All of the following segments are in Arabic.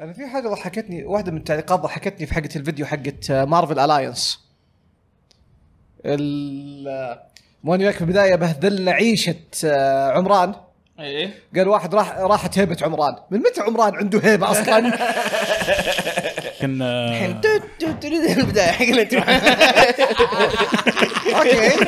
انا في حاجه ضحكتني واحده من التعليقات ضحكتني في حقه الفيديو حقت مارفل الاينس ال موني وياك في البدايه بهذلنا عيشه آه، عمران ايه قال واحد راح راحت هيبه عمران من متى عمران عنده هيبه اصلا كنا الحين تو- تو- تو- البدايه حق اوكي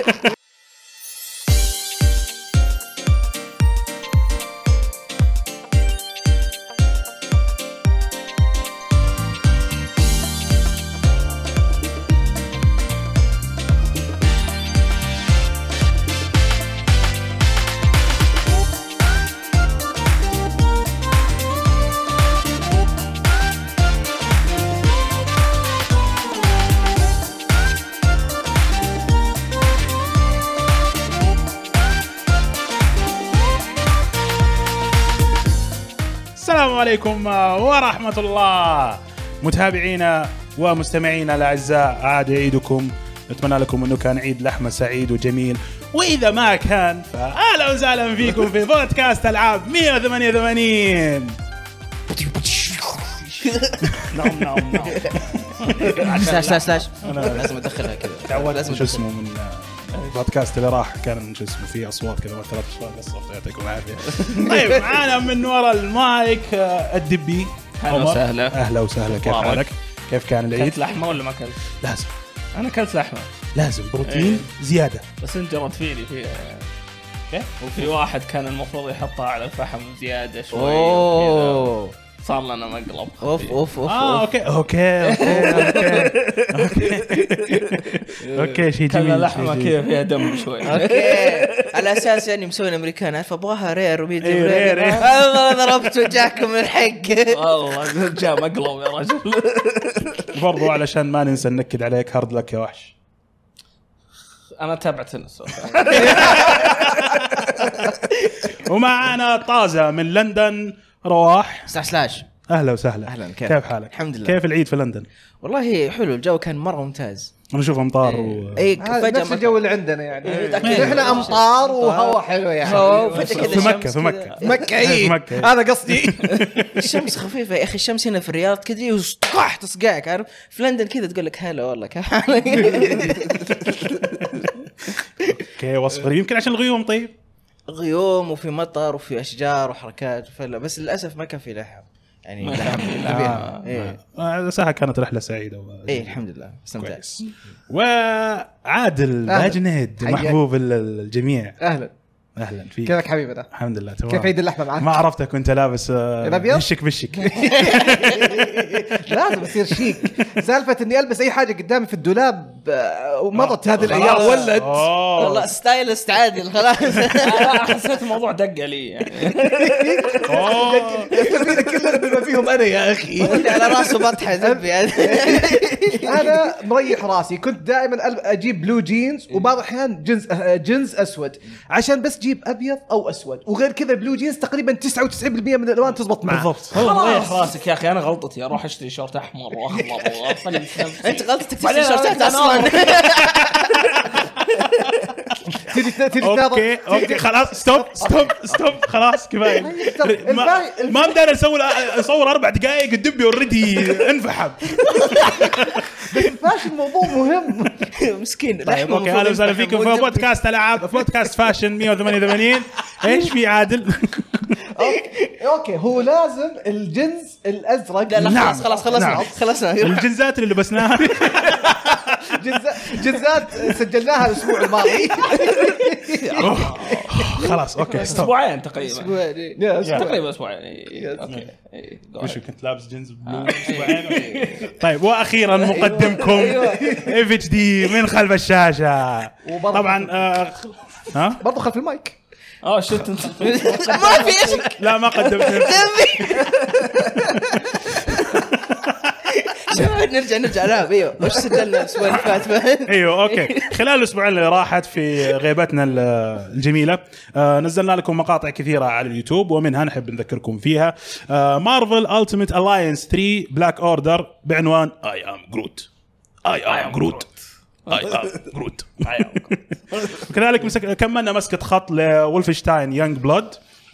السلام عليكم آه، ورحمة الله متابعينا ومستمعينا الأعزاء عاد عيدكم نتمنى لكم أنه كان عيد لحمة سعيد وجميل وإذا ما كان فأهلا وسهلا فيكم في بودكاست ألعاب 188 نعم نعم نعم سلاش سلاش سلاش لازم ادخلها كذا تعودت لازم شو اسمه من البودكاست اللي راح كان شو اسمه فيه اصوات كذا مثلت شلون الصوت يعطيكم العافيه. طيب معانا من ورا المايك آه، الدبي أهلا عمر. وسهلا. اهلا وسهلا كيف مبارك. حالك؟ كيف كان العيد؟ كلت لحمه ولا ما كلت؟ لازم انا كلت لحمه لازم بروتين إيه. زياده بس انجرت فيني فيها إيه؟ وفي واحد كان المفروض يحطها على الفحم زياده شوي وكذا. اوه صار لنا مقلب اوف خفيف. اوف اوف اه اوكي اوكي اوكي اوكي اوكي شيء جميل كان شيء لحمه جميل. كذا فيها دم شوي اوكي على اساس يعني مسوين امريكان عارف ابغاها رير إيه، أيوة، وميديوم رير، رير إيه. والله ضربت وجاكم الحق والله جاء مقلب يا رجل برضو علشان ما ننسى ننكد عليك هارد لك يا وحش انا تابعت السالفه ومعانا طازه من لندن رواح سلاش سلاش اهلا وسهلا أهلاً، كيف؟ كيف حالك؟ الحمد لله. كيف العيد في لندن؟ والله حلو الجو كان مره ممتاز إيه، انا اشوف امطار و... اي هذا فجاه نفس الجو اللي عندنا يعني إيه، أكيد. احنا امطار وهواء حلو يعني أوه، فجاه كذا في مكة، الشمس في مكة. كذا- مكة في اي مكة، إيه. هذا قصدي الشمس خفيفه يا اخي الشمس هنا في الرياض كذا وطاح تصقعك عارف في لندن كذا تقول لك هلا والله كيف حالك اوكي وصف غريب يمكن عشان الغيوم طيب غيوم وفي مطر وفي اشجار وحركات فلا بس للاسف ما كان في لحم يعني لحم آه. إيه. آه، ساعة كانت رحلة سعيدة و... اي إيه، الحمد لله استمتعت كويس وعادل أهلا. باجنيد حياك. محبوب ال- الجميع اهلا اهلا فيك كيفك حبيبنا الحمد لله تمام كيف عيد اللحمه ما معك؟ عرفتك وانت لابس آه، الأبيض؟ بشك بشك لازم اصير شيك سالفه اني البس اي حاجه قدامي في الدولاب آه، ومضت هذه الايام خلاص. ولد أوه. والله ستايلست عادل خلاص انا حسيت الموضوع دق لي يعني أوه. كلنا بما فيهم انا يا اخي اللي على راسه يعني. بطحه زبي انا مريح راسي كنت دائما أل- اجيب بلو إيه. جينز وبعض الاحيان جنس آه، جنس اسود عشان بس جيب ابيض او اسود وغير كذا البلو جينز تقريبا 99% من الالوان تزبط معه بالضبط والله مريح راسك يا اخي انا غلطتي اروح اشتري شورت احمر واحمر واصلي انت غلطتك بعدين تشتري شورتات أنا- اصلا تجي تجي اوكي تناظر اوكي خلاص ستوب ستوب ستوب خلاص كفايه طيب، الباقي- ما ما مداني اسوي اصور اربع دقائق الدبي اوريدي انفحم فاش الموضوع مهم مسكين طيب اوكي اهلا وسهلا فيكم في بودكاست العاب بودكاست فاشن 188 ايش في عادل؟ اوكي اوكي هو لازم الجنس الازرق لا لا نعم. خلاص خلاص خلصنا نعم. خلصنا الجنزات اللي لبسناها جنز- جنزات سجلناها الاسبوع الماضي خلاص اوكي ستوب اسبوعين تقريبا يا أسبوع. تقريبا اسبوعين إي، اوكي يعني، نعم. إي، go وشو ahead. كنت لابس جنز بلو إي. طيب واخيرا مقدمكم اف اتش دي من خلف الشاشه وبرضه- طبعا آه، ها برضو خلف المايك اه شفت انت ما في ايش لا ما قدمت شوف نرجع نرجع لا ايوه وش سجلنا الاسبوع اللي فات فهمت؟ ايوه اوكي خلال الاسبوعين اللي راحت في غيبتنا ال- الجميله آه، نزلنا لكم مقاطع كثيره على اليوتيوب ومنها نحب نذكركم فيها آه، مارفل التيميت الاينس 3 بلاك اوردر بعنوان اي ام جروت اي ام جروت اي ام جروت وكذلك مسك... كملنا مسكه خط لولفشتاين يانج بلود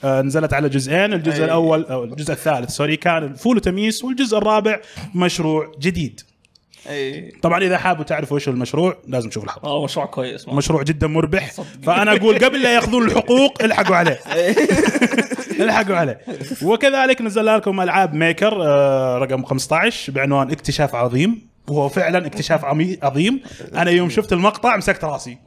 آه، نزلت على جزئين الجزء أي. الاول او الجزء الثالث سوري كان فول وتمييز والجزء الرابع مشروع جديد اي طبعا اذا حابوا تعرفوا ايش المشروع لازم تشوفوا الحلقه والله آه، مشروع كويس ما مشروع جدا مربح فانا اقول قبل لا ياخذون الحقوق الحقوا عليه الحقوا عليه وكذلك نزلنا لكم العاب ميكر آه، رقم 15 بعنوان اكتشاف عظيم وهو فعلا اكتشاف عمي- عظيم انا يوم شفت المقطع مسكت راسي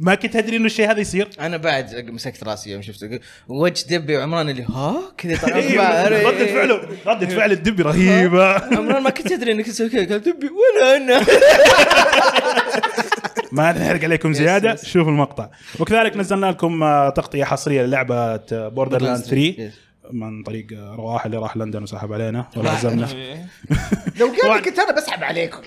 ما كنت ادري انه الشيء هذا يصير انا بعد مسكت راسي يوم شفته وجه دبي وعمران اللي ها كذا طلع في بالي. ردة فعله ردة فعل الدب رهيبه عمران ما كنت ادري انك تسوي كذا قال دبي ولا انا ما نحرق عليكم زياده شوفوا المقطع وكذلك نزلنا لكم آه، تغطيه حصريه للعبه بوردر لاند 3 Yes. من طريق آه، رواح اللي راح لندن وسحب علينا ولازمنا لو قال كنت انا بسحب عليكم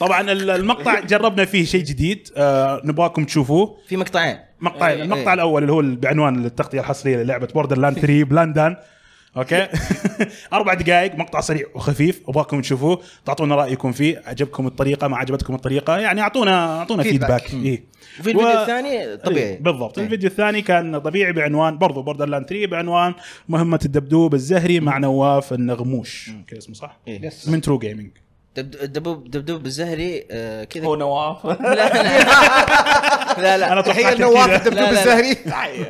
طبعا ال- المقطع جربنا فيه شيء جديد آه نبغاكم تشوفوه في مقطعين مقطع إيه، المقطع إيه. الاول اللي هو بعنوان التغطيه الحصريه للعبه بوردر لاند 3 بلندن اوكي اربع دقائق مقطع سريع وخفيف ابغاكم تشوفوه تعطونا رايكم فيه عجبكم الطريقه ما عجبتكم الطريقه يعني اعطونا اعطونا Feedback. فيدباك اي وفي الفيديو الثاني طبيعي بالضبط إيه. الفيديو الثاني كان طبيعي بعنوان برضو بوردر لاند 3 بعنوان مهمه الدبدوب الزهري مع نواف النغموش كذا اسمه صح إيه. يس من ترو جيمنج دبدوب دبدوب دبدوب الزهري آه، كذا هو نواف لا لا. لا لا انا تخيل توقعت نواف كذا. الدبدوب لا، لا. الزهري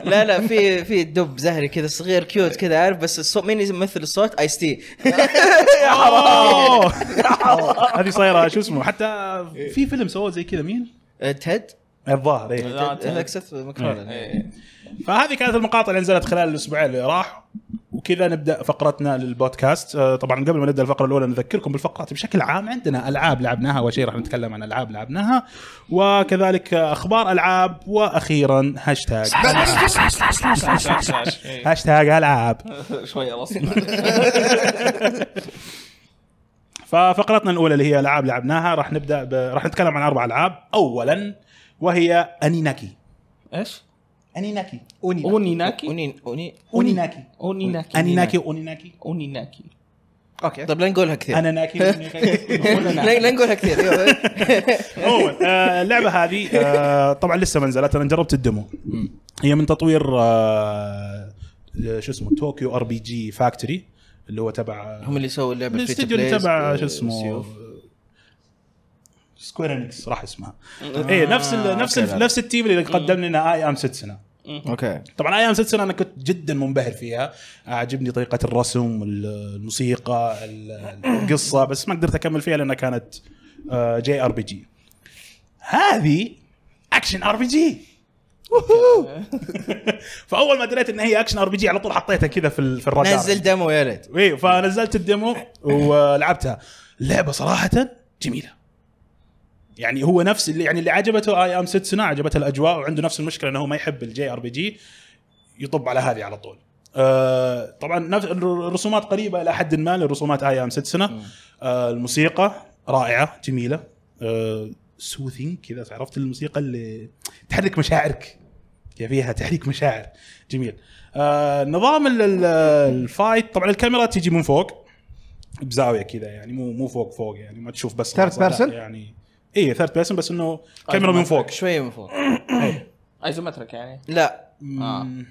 لا لا في في دب زهري كذا صغير كيوت كذا عارف بس الصوت مين يمثل الصوت ايس تي أوه. هذه صايره شو اسمه حتى في فيلم سووه زي كذا مين؟ تيد الظاهر إيه. لا، تد. هذاك سيث ماكفارلين. إيه. فهذه كانت المقاطع اللي نزلت خلال الاسبوعين اللي راح وكذا نبدا فقرتنا للبودكاست آه، طبعا قبل ما نبدا الفقره الاولى نذكركم بالفقرات بشكل عام عندنا العاب لعبناها اول شيء راح نتكلم عن العاب لعبناها وكذلك آه، اخبار العاب واخيرا هاشتاج سلاش، سلاش. إيه. هاشتاج العاب شويه راسي ففقرتنا الاولى اللي هي العاب لعبناها راح نبدا ب... راح نتكلم عن اربع العاب اولا وهي انيناكي ايش؟ انيناكي اونيناكي اوني اوني اونيناكي اونيناكي انيناكي اونيناكي اونيناكي اوكي طيب لا نقولها كثير انا ناكي لا لا نقولها كثير عموما آه، اللعبه هذه آه، طبعا لسه ما نزلت انا جربت الدمو هي من تطوير آه، شو اسمه طوكيو ار بي جي فاكتوري اللي هو تبع هم اللي سووا اللعبه free to الاستديو اللي play. تبع شو اسمه سيوف. سكوير انكس راح اسمها ايه نفس ال نفس آه. ال نفس التيم اللي قدم لنا اي ام سيتسنا اوكي طبعا ايام سلسله انا كنت جدا منبهر فيها عجبني طريقه الرسم الموسيقى القصه بس ما قدرت اكمل فيها لانها كانت آه، جي ار بي جي هذه اكشن ار بي جي فاول ما دريت ان هي اكشن ار بي جي على طول حطيتها كذا في ال- في الرادار نزل دمو يا ريت ايه فنزلت الديمو ولعبتها اللعبه صراحه جميله يعني هو نفس اللي يعني اللي عجبته اي ام سيتسنا عجبته الاجواء وعنده نفس المشكله انه هو ما يحب الجي ار بي جي يطب على هذه على طول آه طبعا نفس الرسومات قريبه الى حد ما لرسومات اي ام سيتسنا آه الموسيقى رائعه جميله آه سوثينج كذا عرفت الموسيقى اللي تحرك مشاعرك يا فيها تحريك مشاعر جميل آه نظام ال- ال- الفايت طبعا الكاميرا تيجي من فوق بزاويه كذا يعني مو مو فوق فوق يعني ما تشوف بس Third رأس، لا، person؟ يعني اي ثيرد بيرسون بس انه كاميرا من فوق إيه، شويه من فوق ايزومتريك يعني لا مم،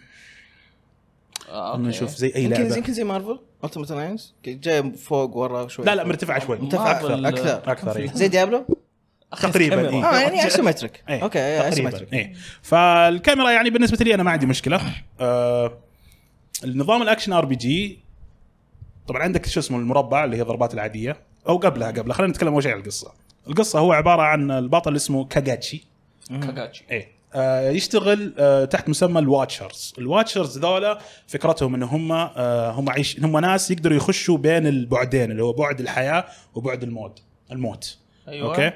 آه، أوكي. نشوف زي اي يمكن لعبه يمكن زي مارفل التيمت الاينس جاي فوق ورا شوي لا لا مرتفعه شوي مرتفعة أكثر. أكثر. اكثر إيه. زي ديابلو تقريبا إيه. اه يعني اسيمتريك إيه، اوكي تقريبا اسيمتريك إيه. فالكاميرا يعني بالنسبه لي انا ما عندي مشكله آه النظام الاكشن ار بي جي طبعا عندك شو اسمه المربع اللي هي الضربات العاديه او قبلها قبلها خلينا نتكلم اول شيء عن القصه القصه هو عباره عن البطل اسمه كاجاتشي كاغاتشي ايه آه، يشتغل آه، تحت مسمى الواتشرز الواتشرز ذولا فكرتهم ان هم آه، هم عيش هم ناس يقدروا يخشوا بين البعدين اللي هو بعد الحياه وبعد الموت الموت أيوة. اوكي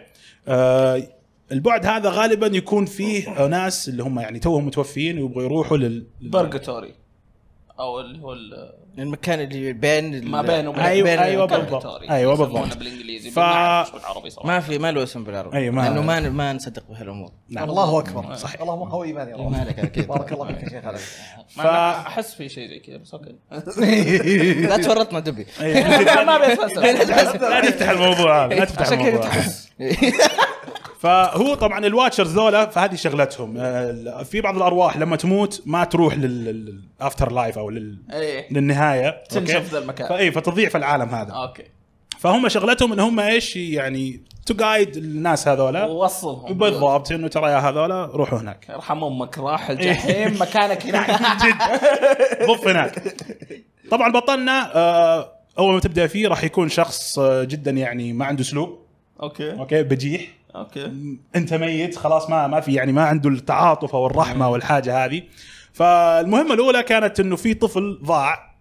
آه، البعد هذا غالبا يكون فيه آه، ناس اللي هم يعني توهم متوفيين ويبغوا يروحوا لل برغتوري او اللي هو ال- المكان اللي بين ال- ما بينه وبين- أيوة، بين أيوة البرغتوري. بالضبط. أيوة بالضبط. يسمونه بالانجليزي ف- ف... ما اعرف شو العربي صراحه ما في ما له اسم بالعربي أي، ما- لانه ما ما نصدق بهالامور نعم. الله اكبر صح اللهم قوي ايماني يا رب. ما عليك عليك بارك الله فيك يا شيخ علي. ما أنا احس في شيء زي كذا بس اوكي لا تورط مع دبي أيوة. ما ابي افسر لا تفتح الموضوع هذا لا تفتح عشان كذا الموضوع هذا. تحس فهو طبعا الواتشرز ذولا فهذه شغلتهم آه، في بعض الارواح لما تموت ما تروح للافتر لايف او لل... ايه للنهايه تنشف أوكي؟ ذا المكان. آه. فاي فتضيع في العالم هذا اوكي فهم شغلتهم ان هم ايش يعني تو جايد الناس هذولا ووصلهم بالضبط انه ترى يا هذولا روحوا هناك ارحم امك راح الجحيم مكانك هناك ضف هناك طبعا بطلنا آه، اول ما تبدا فيه راح يكون شخص آه، جدا يعني ما عنده اسلوب اوكي اوكي بجيح اوكي انت ميت خلاص ما ما في يعني ما عنده التعاطف او الرحمه والحاجه هذه فالمهمه الاولى كانت انه في طفل ضاع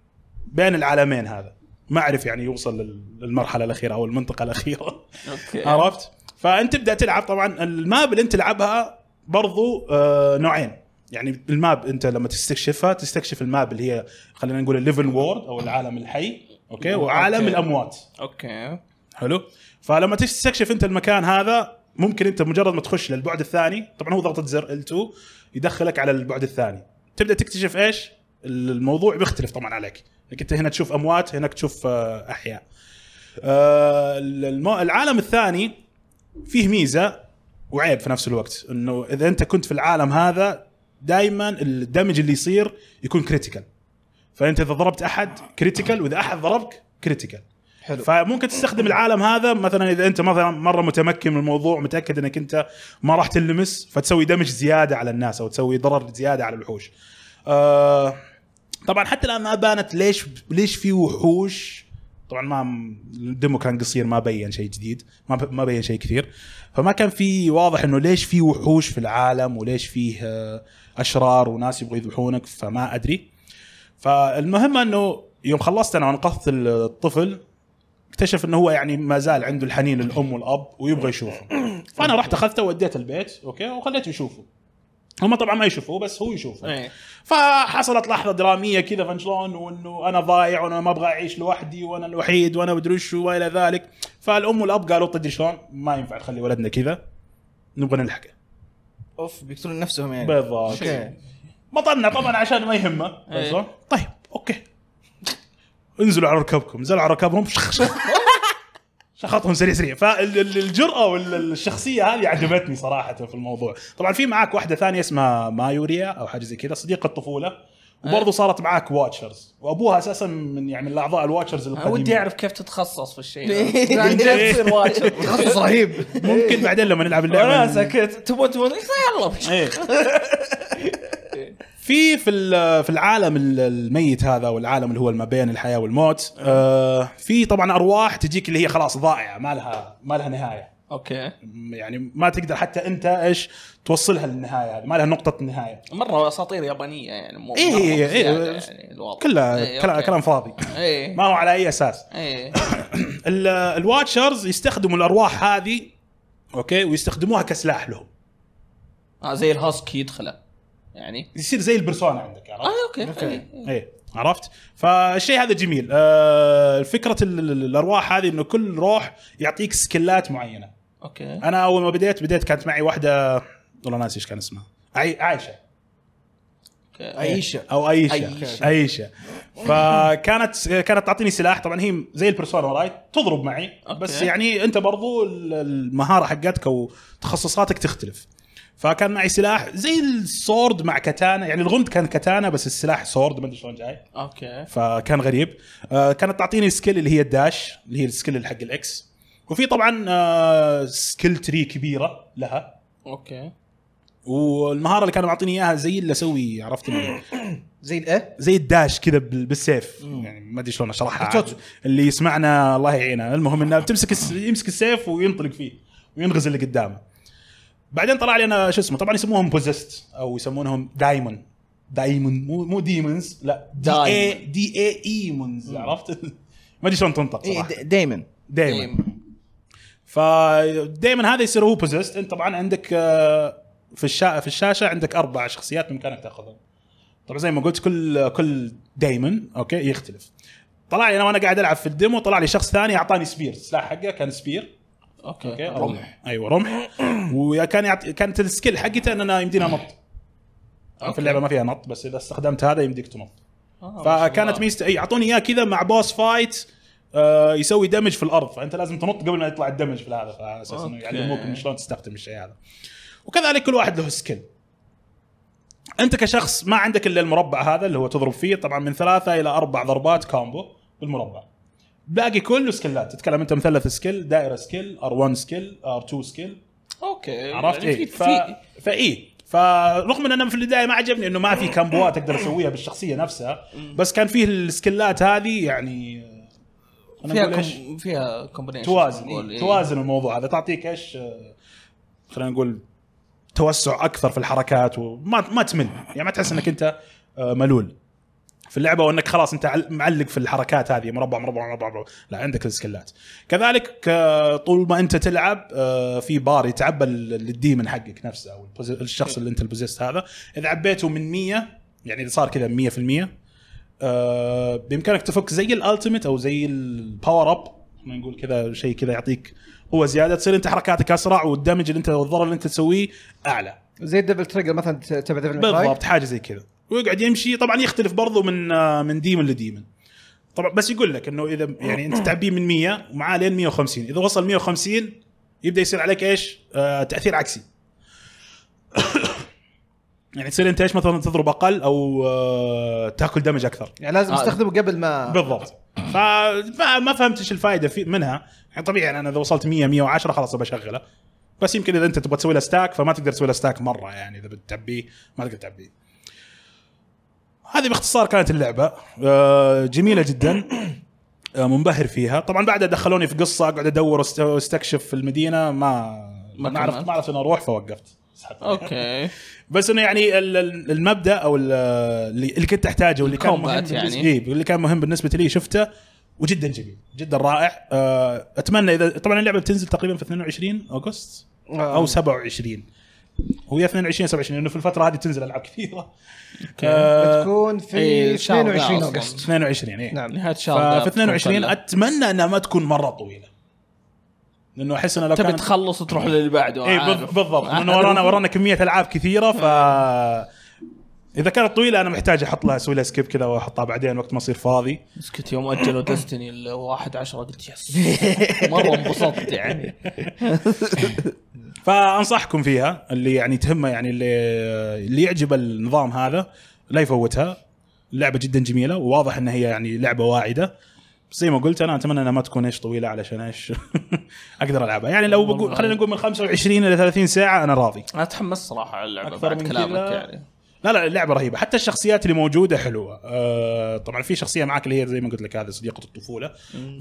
بين العالمين هذا ما عرف يعني يوصل لل- للمرحله الاخيره او المنطقه الاخيره اوكي عرفت فانت تبدا تلعب طبعا الماب اللي انت تلعبها برضو آه، نوعين يعني الماب انت لما تستكشفها تستكشف الماب اللي هي خلينا نقول الليفن وورد او العالم الحي اوكي وعالم أوكي. الاموات اوكي حلو فلما تستكشف انت المكان هذا ممكن انت مجرد ما تخش للبعد الثاني طبعا هو ضغطه زر ال2 يدخلك على البعد الثاني تبدا تكتشف ايش الموضوع بيختلف طبعا عليك انك انت هنا تشوف اموات هناك تشوف آه، احياء آه، المو- العالم الثاني فيه ميزه وعيب في نفس الوقت انه اذا انت كنت في العالم هذا دائما الدمج اللي يصير يكون كريتيكال فانت اذا ضربت احد كريتيكال واذا احد ضربك كريتيكال حلو. فممكن تستخدم العالم هذا مثلا اذا انت مثلا مره متمكن من الموضوع متاكد انك انت ما راح تلمس فتسوي دمج زياده على الناس او تسوي ضرر زياده على الوحوش. آه طبعا حتى الان ما بانت ليش ليش في وحوش طبعا ما الديمو كان قصير ما بين شيء جديد ما ب- ما بين شيء كثير فما كان في واضح انه ليش في وحوش في العالم وليش فيه آه، اشرار وناس يبغوا يذبحونك فما ادري فالمهمه انه يوم خلصت انا وانقذت الطفل اكتشف انه هو يعني ما زال عنده الحنين للام والاب ويبغى يشوفهم فانا رحت اخذته وديته البيت اوكي وخليته يشوفه هم طبعا ما يشوفوه بس هو يشوفه ايه فحصلت لحظه دراميه كذا فشلون وانه انا ضايع وانا ما ابغى اعيش لوحدي وانا الوحيد وانا مدري شو والى ذلك فالام والاب قالوا تدري شلون ما ينفع نخلي ولدنا كذا نبغى نلحقه اوف بيقتلون نفسهم يعني بالضبط أوكي. بطلنا طبعا عشان ما يهمه إيه. بس- طيب اوكي انزلوا على ركبكم نزلوا على ركبهم شخ- شخ- شخطهم سريع سريع فالجرأة والشخصية هذه عجبتني صراحة في الموضوع طبعا في معاك واحدة ثانية اسمها مايوريا أو حاجة زي كذا صديقة طفولة إيه. وبرضه صارت معاك واتشرز وابوها اساسا من يعني من الاعضاء الواتشرز أنا ودي القديمين اعرف كيف تتخصص في الشيء إيه. ده. عن جد تصير واجد تخصص رهيب ممكن بعدين لما نلعب انا اللعبه سكت تبون تبون إيه، طيب، يلا ايه في في ال- في العالم ال- الميت هذا والعالم اللي هو ما بين الحياه والموت إيه. آه، في طبعا ارواح تجيك اللي هي خلاص ضائعه ما لها ما لها نهايه اوكي م- يعني ما تقدر حتى انت ايش توصلها للنهايه هذه ما لها نقطه نهايه مره اساطير يابانيه يعني مو إيه، مرة إيه، إيه. زيادة يعني الوضع. كلها إيه، كلام- أوكي. كلام فاضي ايه ما هو على اي اساس ايه ال- الواتشرز يستخدموا الارواح هذه اوكي ويستخدموها كسلاح لهم آه زي الهاسكي يدخله يعني يصير زي البرسونا عندك عرفت؟ اه اوكي أوكي. إيه. ايه عرفت؟ فالشيء هذا جميل، آه فكره ال- ال- الارواح هذه انه كل روح يعطيك سكلات معينه، اوكي انا اول ما بديت بديت كانت معي واحده والله ناسي ايش كان اسمها عي... عايشه اوكي عيشه او ايشه عيشة. ايشه فكانت كانت تعطيني سلاح طبعا هي زي البرسونا رايت تضرب معي بس أوكي. يعني انت برضو ال- المهاره حقتك او تخصصاتك تختلف فكان معي سلاح زي السورد مع كتانا يعني الغمد كان كتانا بس السلاح سورد ما ادري شلون جاي اوكي فكان غريب آه، كانت تعطيني سكيل اللي هي الداش اللي هي السكيل اللي حق الاكس وفي طبعا آه، سكيل تري كبيره لها اوكي والمهاره اللي كانوا معطيني اياها زي اللي اسوي عرفت اللي- زي الايه؟ زي الداش كذا بال- بالسيف يعني ما ادري شلون اشرحها التوتسو. اللي يسمعنا الله يعينه المهم انه بتمسك الس- يمسك السيف وينطلق فيه وينغز اللي قدامه بعدين طلع لي انا شو اسمه طبعا يسموهم بوزست او يسمونهم دايمون دايمون مو مو ديمونز لا دي اي دايمون. دي اي ايمونز E عرفت ما ادري شلون تنطق إيه، صراحه د- دايما دايمون فدايما هذا يصير هو بوزست انت طبعا عندك آه، في الشا... في الشاشه عندك اربع شخصيات بامكانك تاخذهم طبعا زي ما قلت كل كل دايمن اوكي يختلف طلع لي انا وانا قاعد العب في الديمو طلع لي شخص ثاني اعطاني سبير السلاح حقه كان سبير اوكي اوكي رمح ايوه رمح وكان يعط... كانت السكيل حقته ان انا يمديني انط في اللعبه ما فيها نط بس اذا استخدمت هذا يمديك تنط آه، ما شاء فكانت الله. ميزته اي اعطوني اياه كذا مع بوس فايت آه، يسوي دمج في الارض فانت لازم تنط قبل ما يطلع الدمج في هذا فعلى اساس انه أوكي. يعلموك إنه يعني شلون تستخدم الشيء هذا وكذلك كل واحد له سكيل انت كشخص ما عندك الا المربع هذا اللي هو تضرب فيه طبعا من ثلاثه الى اربع ضربات كومبو بالمربع باقي كله سكلات تتكلم انت مثلث سكيل دائره سكيل ار1 سكيل ار2 سكيل اوكي عرفت يعني ايه في- ف... في- فايه فرغم ان انا في البدايه ما عجبني انه ما في كامبوات اقدر اسويها بالشخصيه نفسها بس كان فيه السكلات هذه يعني أنا فيها أقول إيش؟ كم... فيها كومبينيشن توازن إيه؟ توازن الموضوع هذا تعطيك ايش آه، خلينا نقول توسع اكثر في الحركات وما ما تمل يعني ما تحس انك انت آه، ملول في اللعبه وانك خلاص انت عل- معلق في الحركات هذه مربع مربع مربع, مربع. لا عندك السكلات كذلك آه، طول ما انت تلعب آه، في بار يتعبى لل- للديمن حقك نفسه او البوز- الشخص اللي انت البوزيست هذا اذا عبيته من 100 يعني اذا صار كذا 100% آه، بامكانك تفك زي الالتيميت او زي الباور اب ما نقول كذا شيء كذا يعطيك قوه زياده تصير انت حركاتك اسرع والدمج اللي انت والضرر اللي انت تسويه اعلى زي الدبل تريجر مثلا ت- تبع ديفل ماي كراي. بالضبط حاجه زي كذا ويقعد يمشي طبعا يختلف برضه من آه، من ديمن لديمن طبعا بس يقول لك انه اذا يعني انت تعبيه من 100 ومعاه لين 150 اذا وصل 150 يبدا يصير عليك ايش؟ آه تاثير عكسي يعني تصير انت ايش مثلا تضرب اقل او آه تاكل دمج اكثر يعني لازم آه. استخدمه قبل ما بالضبط فما ما فهمت ايش الفائده في منها يعني طبيعي يعني انا اذا وصلت 100 110 خلاص بشغله بس يمكن اذا انت تبغى تسوي له ستاك فما تقدر تسوي له ستاك مره يعني اذا بتعبيه ما تقدر تعبيه هذه باختصار كانت اللعبه آه، جميله جدا آه، منبهر فيها طبعا بعدها دخلوني في قصه اقعد ادور واست- واستكشف في المدينه ما ما ما عرفت كملت. آه، ما عرفت وين اروح فوقفت اوكي بس انه يعني ال- ال- المبدا او ال- اللي اللي كنت احتاجه واللي كان الكومبات مهم بالنسبة- يعني. إيه، اللي كان مهم بالنسبه لي شفته وجدا جميل جدا رائع آه، اتمنى اذا طبعا اللعبه بتنزل تقريبا في 22 اغسطس او 27 هو يا 22 27 لانه في الفتره هذه تنزل العاب كثيره آه، تكون في إيه، شهر ده 22 أصلاً. اغسطس 22 اي نعم نهايه شهر ده إيه. ففي 22 بتكون اتمنى انها ما تكون مره طويله لانه احس انه لو تبي كان تخلص وتروح للي بعده اي آه، عارف. بال- إيه، بالضبط لانه عارف. ورانا ورانا كميه العاب كثيره ف اذا كانت طويله انا محتاج احط لها اسوي لها سكيب كذا واحطها بعدين وقت ما اصير فاضي اسكت يوم اجلوا ديستني ل 1 10 قلت يس مره انبسطت يعني فانصحكم فيها اللي يعني تهمه يعني اللي اللي يعجب النظام هذا لا يفوتها لعبه جدا جميله وواضح انها هي يعني لعبه واعده بس زي ما قلت انا اتمنى انها ما تكون ايش طويله علشان ايش اقدر العبها يعني لو بقول خلينا نقول من 25 الى 30 ساعه انا راضي انا تحمست صراحه على اللعبه أكثر بعد من كلامك كذا- يعني لا لا اللعبه رهيبه حتى الشخصيات اللي موجوده حلوه أه طبعا في شخصيه معك اللي هي زي ما قلت لك هذه صديقه الطفوله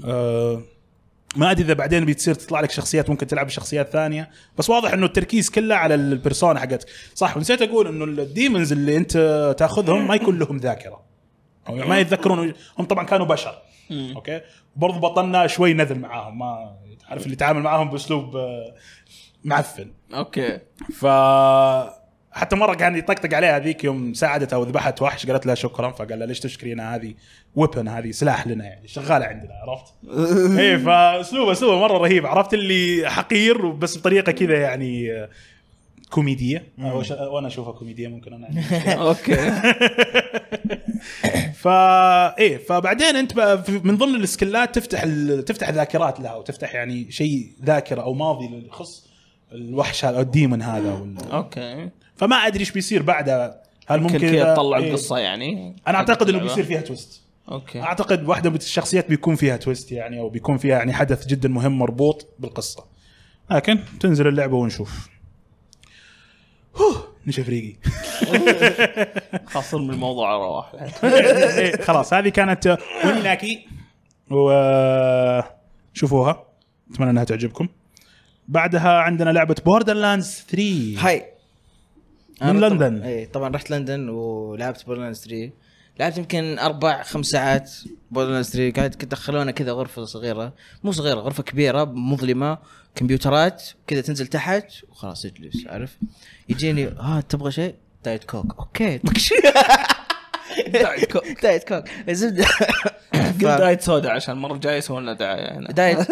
أه ما ادري اذا بعدين بتصير تطلع لك شخصيات ممكن تلعب بشخصيات ثانيه بس واضح انه التركيز كله على البيرسونا حقتك صح ونسيت اقول انه الديمونز اللي انت تاخذهم ما يكون لهم ذاكره او ما يتذكرون هم طبعا كانوا بشر اوكي برضو بطلنا شوي نذل معاهم ما تعرف اللي تعامل معاهم باسلوب آه، معفن اوكي ف حتى مره كان يطقطق عليها هذيك يوم ساعدتها وذبحت وحش قالت لها شكرا فقال لها ليش تشكرينا هذه ويبن هذه سلاح لنا يعني شغاله عندنا عرفت؟ إيه، اي فاسلوبه اسلوبه مره رهيب عرفت اللي حقير بس بطريقه كذا يعني آه، كوميديه أو ش- وانا اشوفها كوميديه ممكن انا عندي مشكلة. اوكي فا ايه فبعدين انت بقى في- من ضمن السكلات تفتح ال... تفتح ذاكرات لها وتفتح يعني شيء ذاكره او ماضي يخص الوحش هذا او الديمون هذا وال... اوكي فما ادري ايش بيصير بعدها هل ممكن ممكن كذا إذا- تطلع إيه. القصه يعني انا اعتقد انه بيصير فيها تويست اوكي اعتقد واحده من الشخصيات بيكون فيها تويست يعني او بيكون فيها يعني حدث جدا مهم مربوط بالقصه لكن تنزل اللعبه ونشوف هوه نشف ريقي خاصة من الموضوع على واحد إيه، خلاص هذه كانت ونلاكي وشوفوها اتمنى انها تعجبكم بعدها عندنا لعبه بوردر لاندز 3 هاي إيه. من أنا طبعاً- لندن. اي طبعا رحت لندن ولعبت بورلاندز 3 لعبت يمكن اربع خمس ساعات بورلاندز 3 قاعد كنت دخلونا كذا غرفه صغيره مو صغيره غرفه كبيره مظلمه كمبيوترات كذا تنزل تحت وخلاص اجلس عارف يجيني ها تبغى شيء دايت كوك اوكي دايت كوك دايت كوك الزبده قلت دايت سودا عشان المرة الجاية يسوون لنا دعاية هنا دايت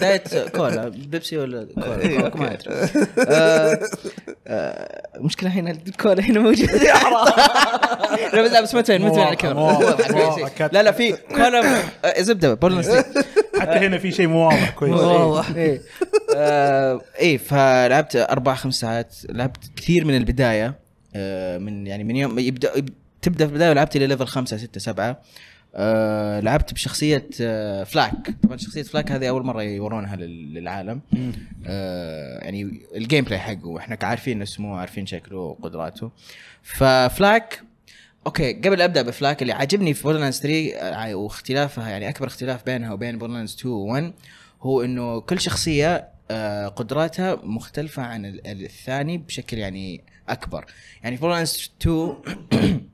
دايت كولا بيبسي ولا كولا إيه، كوك ما ادري آه، آه، المشكله هنا الكولا هنا موجوده لا بس لا بس ما تبين ما تبين على الكاميرا مواقع، واضح، مواقع، كويس. كت- لا لا في كولا آه، زبده بولن ستريت حتى هنا في شيء مو واضح كويس واضح ايه آه، إيه، فلعبت اربع خمس ساعات لعبت كثير من البدايه آه، من يعني من يوم يبدا يب- تبدا في البدايه ولعبت الى ليفل خمسة ستة سبعة آه، لعبت بشخصية آه، فلاك طبعا شخصية فلاك هذه أول مرة يورونها لل- للعالم آه، يعني الجيم بلاي حقه احنا عارفين اسمه عارفين شكله وقدراته ففلاك اوكي قبل ابدا بفلاك اللي عاجبني في بوردرلاندز 3 آه، واختلافها يعني اكبر اختلاف بينها وبين بوردرلاندز 2 و 1 هو انه كل شخصيه آه، قدراتها مختلفه عن ال- ال- الثاني بشكل يعني اكبر يعني في بوردرلاندز 2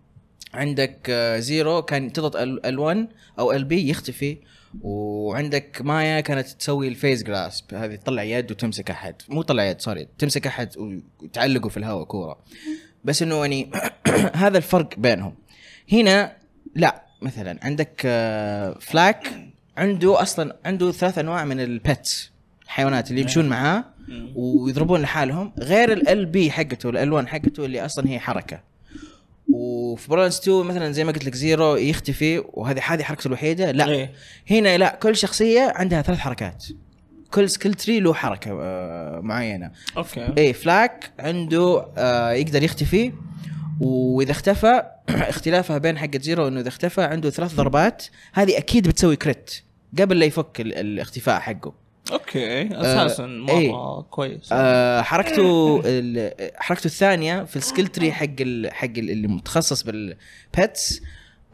عندك آه، زيرو كان تضغط ال1 او ال بي يختفي وعندك مايا كانت تسوي الفيز جراسب هذه تطلع يد وتمسك احد مو تطلع يد سوري تمسك احد وتعلقه في الهواء كوره بس انه يعني هذا الفرق بينهم هنا لا مثلا عندك آه، فلاك عنده اصلا عنده ثلاث انواع من البيتس الحيوانات اللي يمشون معاه ويضربون لحالهم غير ال بي حقته الالوان حقته اللي اصلا هي حركه وفي برانس 2 مثلا زي ما قلت لك زيرو يختفي وهذه هذه حركته الوحيده لا إيه. هنا لا كل شخصيه عندها ثلاث حركات كل سكيل تري له حركه آه، معينه اوكي ايه فلاك عنده آه يقدر يختفي واذا اختفى اختلافها بين حقة زيرو انه اذا اختفى عنده ثلاث ضربات هذه اكيد بتسوي كريت قبل لا يفك ال- الاختفاء حقه اوكي اساسا مره كويس آه حركته ال- حركته الثانيه في السكيل تري حق ال حق ال- اللي متخصص بالبيتس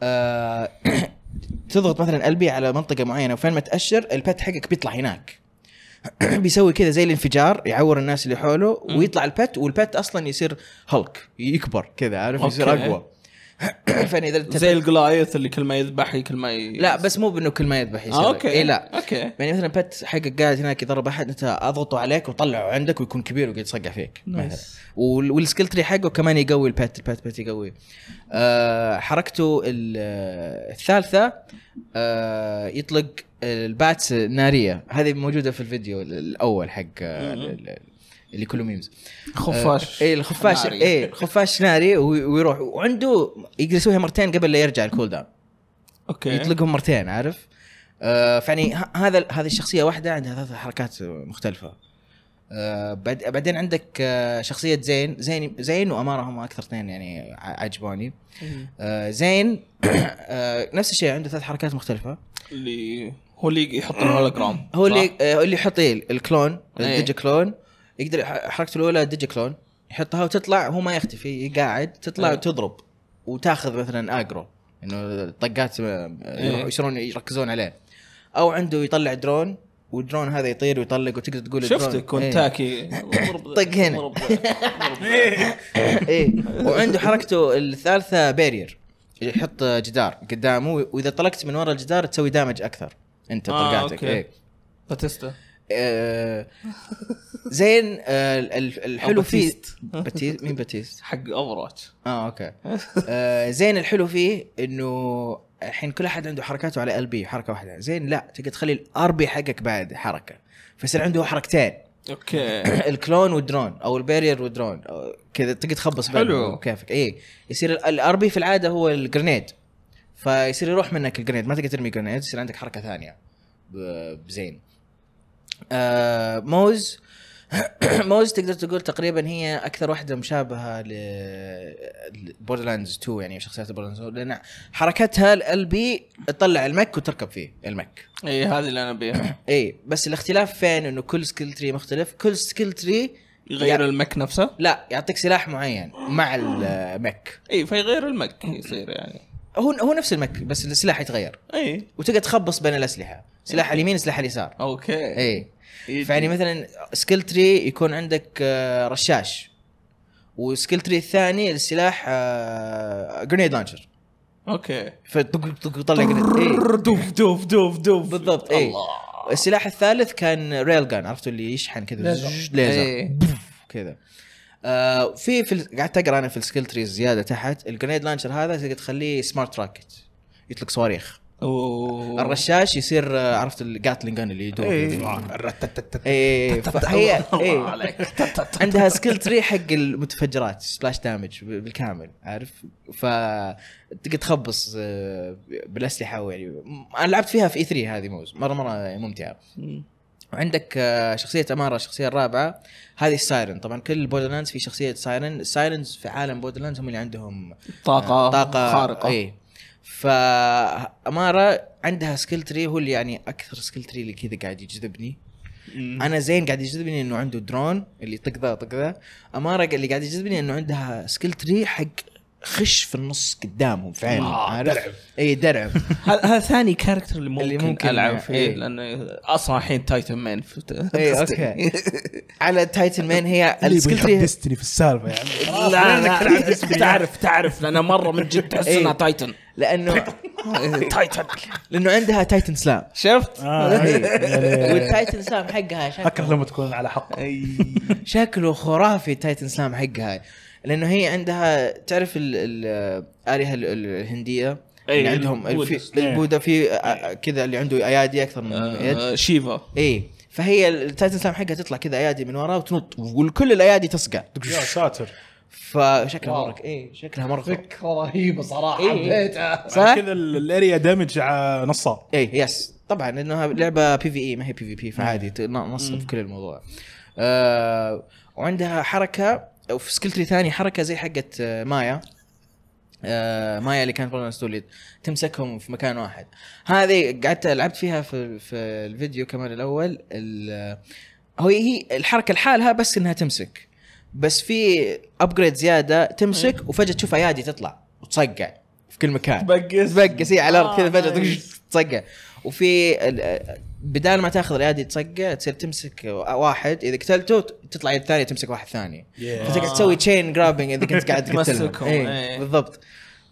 آه تضغط مثلا قلبي على منطقه معينه وفين ما تاشر البت حقك بيطلع هناك بيسوي كذا زي الانفجار يعور الناس اللي حوله ويطلع البت والبت اصلا يصير هولك يكبر كذا عارف يصير أوكي. اقوى فانا اذا التفت- زي الجلايث اللي كل ما يذبح كل ما ي... لا بس مو بانه كل ما يذبح يصير آه اوكي اي لا اوكي يعني مثلا بت حقك قاعد هناك يضرب احد انت اضغطه عليك وطلعه عندك ويكون كبير وقاعد يصقع فيك مثلا. وال- والسكيل تري حقه كمان يقوي البات البات بات يقوي آه حركته ال- آه، الثالثه آه يطلق الباتس الناريه هذه موجوده في الفيديو ال- الاول حق آه، ال- ال- اللي كله ميمز خفاش اي آه، إيه، الخفاش ناري. اي الخفاش ناري وي- ويروح وعنده يقدر يسويها مرتين قبل لا يرجع الكول داون اوكي يطلقهم مرتين عارف آه فيعني ه- هذا هذه الشخصيه واحده عندها ثلاث حركات مختلفه آه بعد بعدين عندك آه شخصيه زين زين زين واماره هم اكثر اثنين يعني ع- عجبوني آه زين آه نفس الشيء عنده ثلاث حركات مختلفه اللي هو اللي يحط الهولوجرام هو صح؟ اللي آه اللي يحط إيه؟ الكلون إيه. الديجي كلون يقدر يح- حركته الاولى ديجي كلون يحطها وتطلع هو ما يختفي قاعد تطلع إيه. وتضرب وتاخذ مثلا اجرو انه الطقات آه، إيه. يصيرون يركزون عليه او عنده يطلع درون والدرون هذا يطير ويطلق وتقدر تقول شفتك وانت كنت تاكي ضرب- إيه. طق هنا. ضرب- ضرب. ايه وعنده حركته الثالثه بارير يحط جدار قدامه واذا طلقت من ورا الجدار تسوي دامج اكثر انت آه، طلقاتك أوكي. ايه باتيستا آه، زين آه، ال- ال- الحلو أو فيه باتيست. باتيست مين باتيست؟ حق اوفراتش اه اوكي آه، زين الحلو فيه انه الحين كل احد عنده حركاته على ال بي حركه واحده زين لا تقدر تخلي الار بي حقك بعد حركه فيصير عنده حركتين اوكي الكلون والدرون او البارير والدرون أو كذا تقدر تخبص حلو. كيفك اي يصير الار بي في العاده هو الجرنيد فيصير يروح منك الجرنيد ما تقدر ترمي جرنيد يصير عندك حركه ثانيه ب- بزين آه موز موز تقدر تقول تقريبا هي اكثر واحده مشابهه ل بوردرلاندز 2 يعني شخصيات بوردرلاندز 2 لان حركتها البي تطلع المك وتركب فيه المك اي إيه، هذه اللي انا ابيها اي بس الاختلاف فين انه كل سكيل تري مختلف كل سكيل تري يغير المك نفسه لا يعطيك سلاح معين مع المك اي إيه، فيغير المك يصير يعني إيه. هو هو نفس المك بس السلاح يتغير اي وتقدر تخبص بين الاسلحه سلاح اليمين سلاح اليسار اوكي اي يجي. فيعني مثلا سكيل تري يكون عندك آه، رشاش وسكيل تري الثاني السلاح جرينيد لانشر اوكي فطلع جرينيد دوف دوف دوف دوف بالضبط اي الله السلاح الثالث كان ريل جان عرفتوا اللي يشحن كذا زج- ليزر إيه. كذا آه في في ال- قاعد تقرا انا في السكيل تريز زياده تحت الجرينيد لانشر هذا تقدر تخليه سمارت راكت يطلق صواريخ أوه. إيه. الرشاش يصير آه، عرفت الجاتلين جان اللي يدور إيه. اي فهي الله اي عليك عندها سكيل تري حق المتفجرات سبلاش دامج بالكامل عارف ف تقدر تخبص آه، بالاسلحه يعني م- انا لعبت فيها في اي 3 هذه موز مره مره ممتعه وعندك آه، شخصية أمارة الشخصية الرابعة هذه السايرن طبعا كل بودرلاندز في شخصية سايرن السايرنز في عالم بودرلاندز هم اللي عندهم طاقة طاقة آه، خارقة اي فأمارة عندها سكيل تري هو اللي يعني أكثر سكيل تري اللي كذا قاعد يجذبني مم. انا زين قاعد يجذبني انه عنده درون اللي طق ذا طق ذا اماره اللي قاعد يجذبني انه عندها سكيل تري حق خش في النص قدامهم في عينهم آه، عارف؟ درعم اي درعم هذا هذا ثاني كاركتر اللي ممكن, اللي ممكن ممكن العب يعني، فيه إيه. لانه اصلا الحين تايتن مان اي اوكي على تايتن مان هي السكيل تري ديستني في السالفه يعني لا لا تعرف تعرف لان مره من جد تحس إيه. انها تايتن لانه تايتن لانه عندها تايتن سلام شفت؟ آه، أي. والتايتن سلام حقها شكله اكره لما تكون على حق شكله خرافي تايتن سلام حقها لانه هي عندها تعرف ال- ال- الالهه ال- ال- الهنديه أي، اللي عندهم البوذا. البوذا, البوذا في آه، كذا اللي عنده ايادي اكثر من يد آه، شيفا ايه فهي التايتن سلام حقها تطلع كذا ايادي من ورا وتنط وكل الايادي تصقع يا ساتر فشكلها واو. مره ايه شكلها مره خرافي. فكره رهيبه صراحه إيه. حبيتها صح؟ كذا ال- الاريا دامج ع- نصاب ايه يس طبعا لانها لعبه بي في اي E، ما هي بي في بي فعادي ت- نصب في كل الموضوع آه وعندها حركه او في سكيل تري ثاني حركه زي حقت آه، مايا آه مايا اللي كانت بولنس توليد تمسكهم في مكان واحد هذه قعدت لعبت فيها في, في الفيديو كمان الاول ال- هو هي الحركه لحالها بس انها تمسك بس في ابجريد زياده تمسك وفجاه تشوف ايادي تطلع وتصقع في كل مكان بقس تبقس هي على الارض كذا آه، فجاه نايس. طقش تصقع وفي ال- بدال ما تاخذ الايادي تصقع تصير تمسك واحد اذا قتلته ت- تطلع يد ثانيه تمسك واحد ثاني فتقعد تسوي تشين جرابنج اذا كنت قاعد تمسكهم، تقتلهم آه. إيه. ايه بالضبط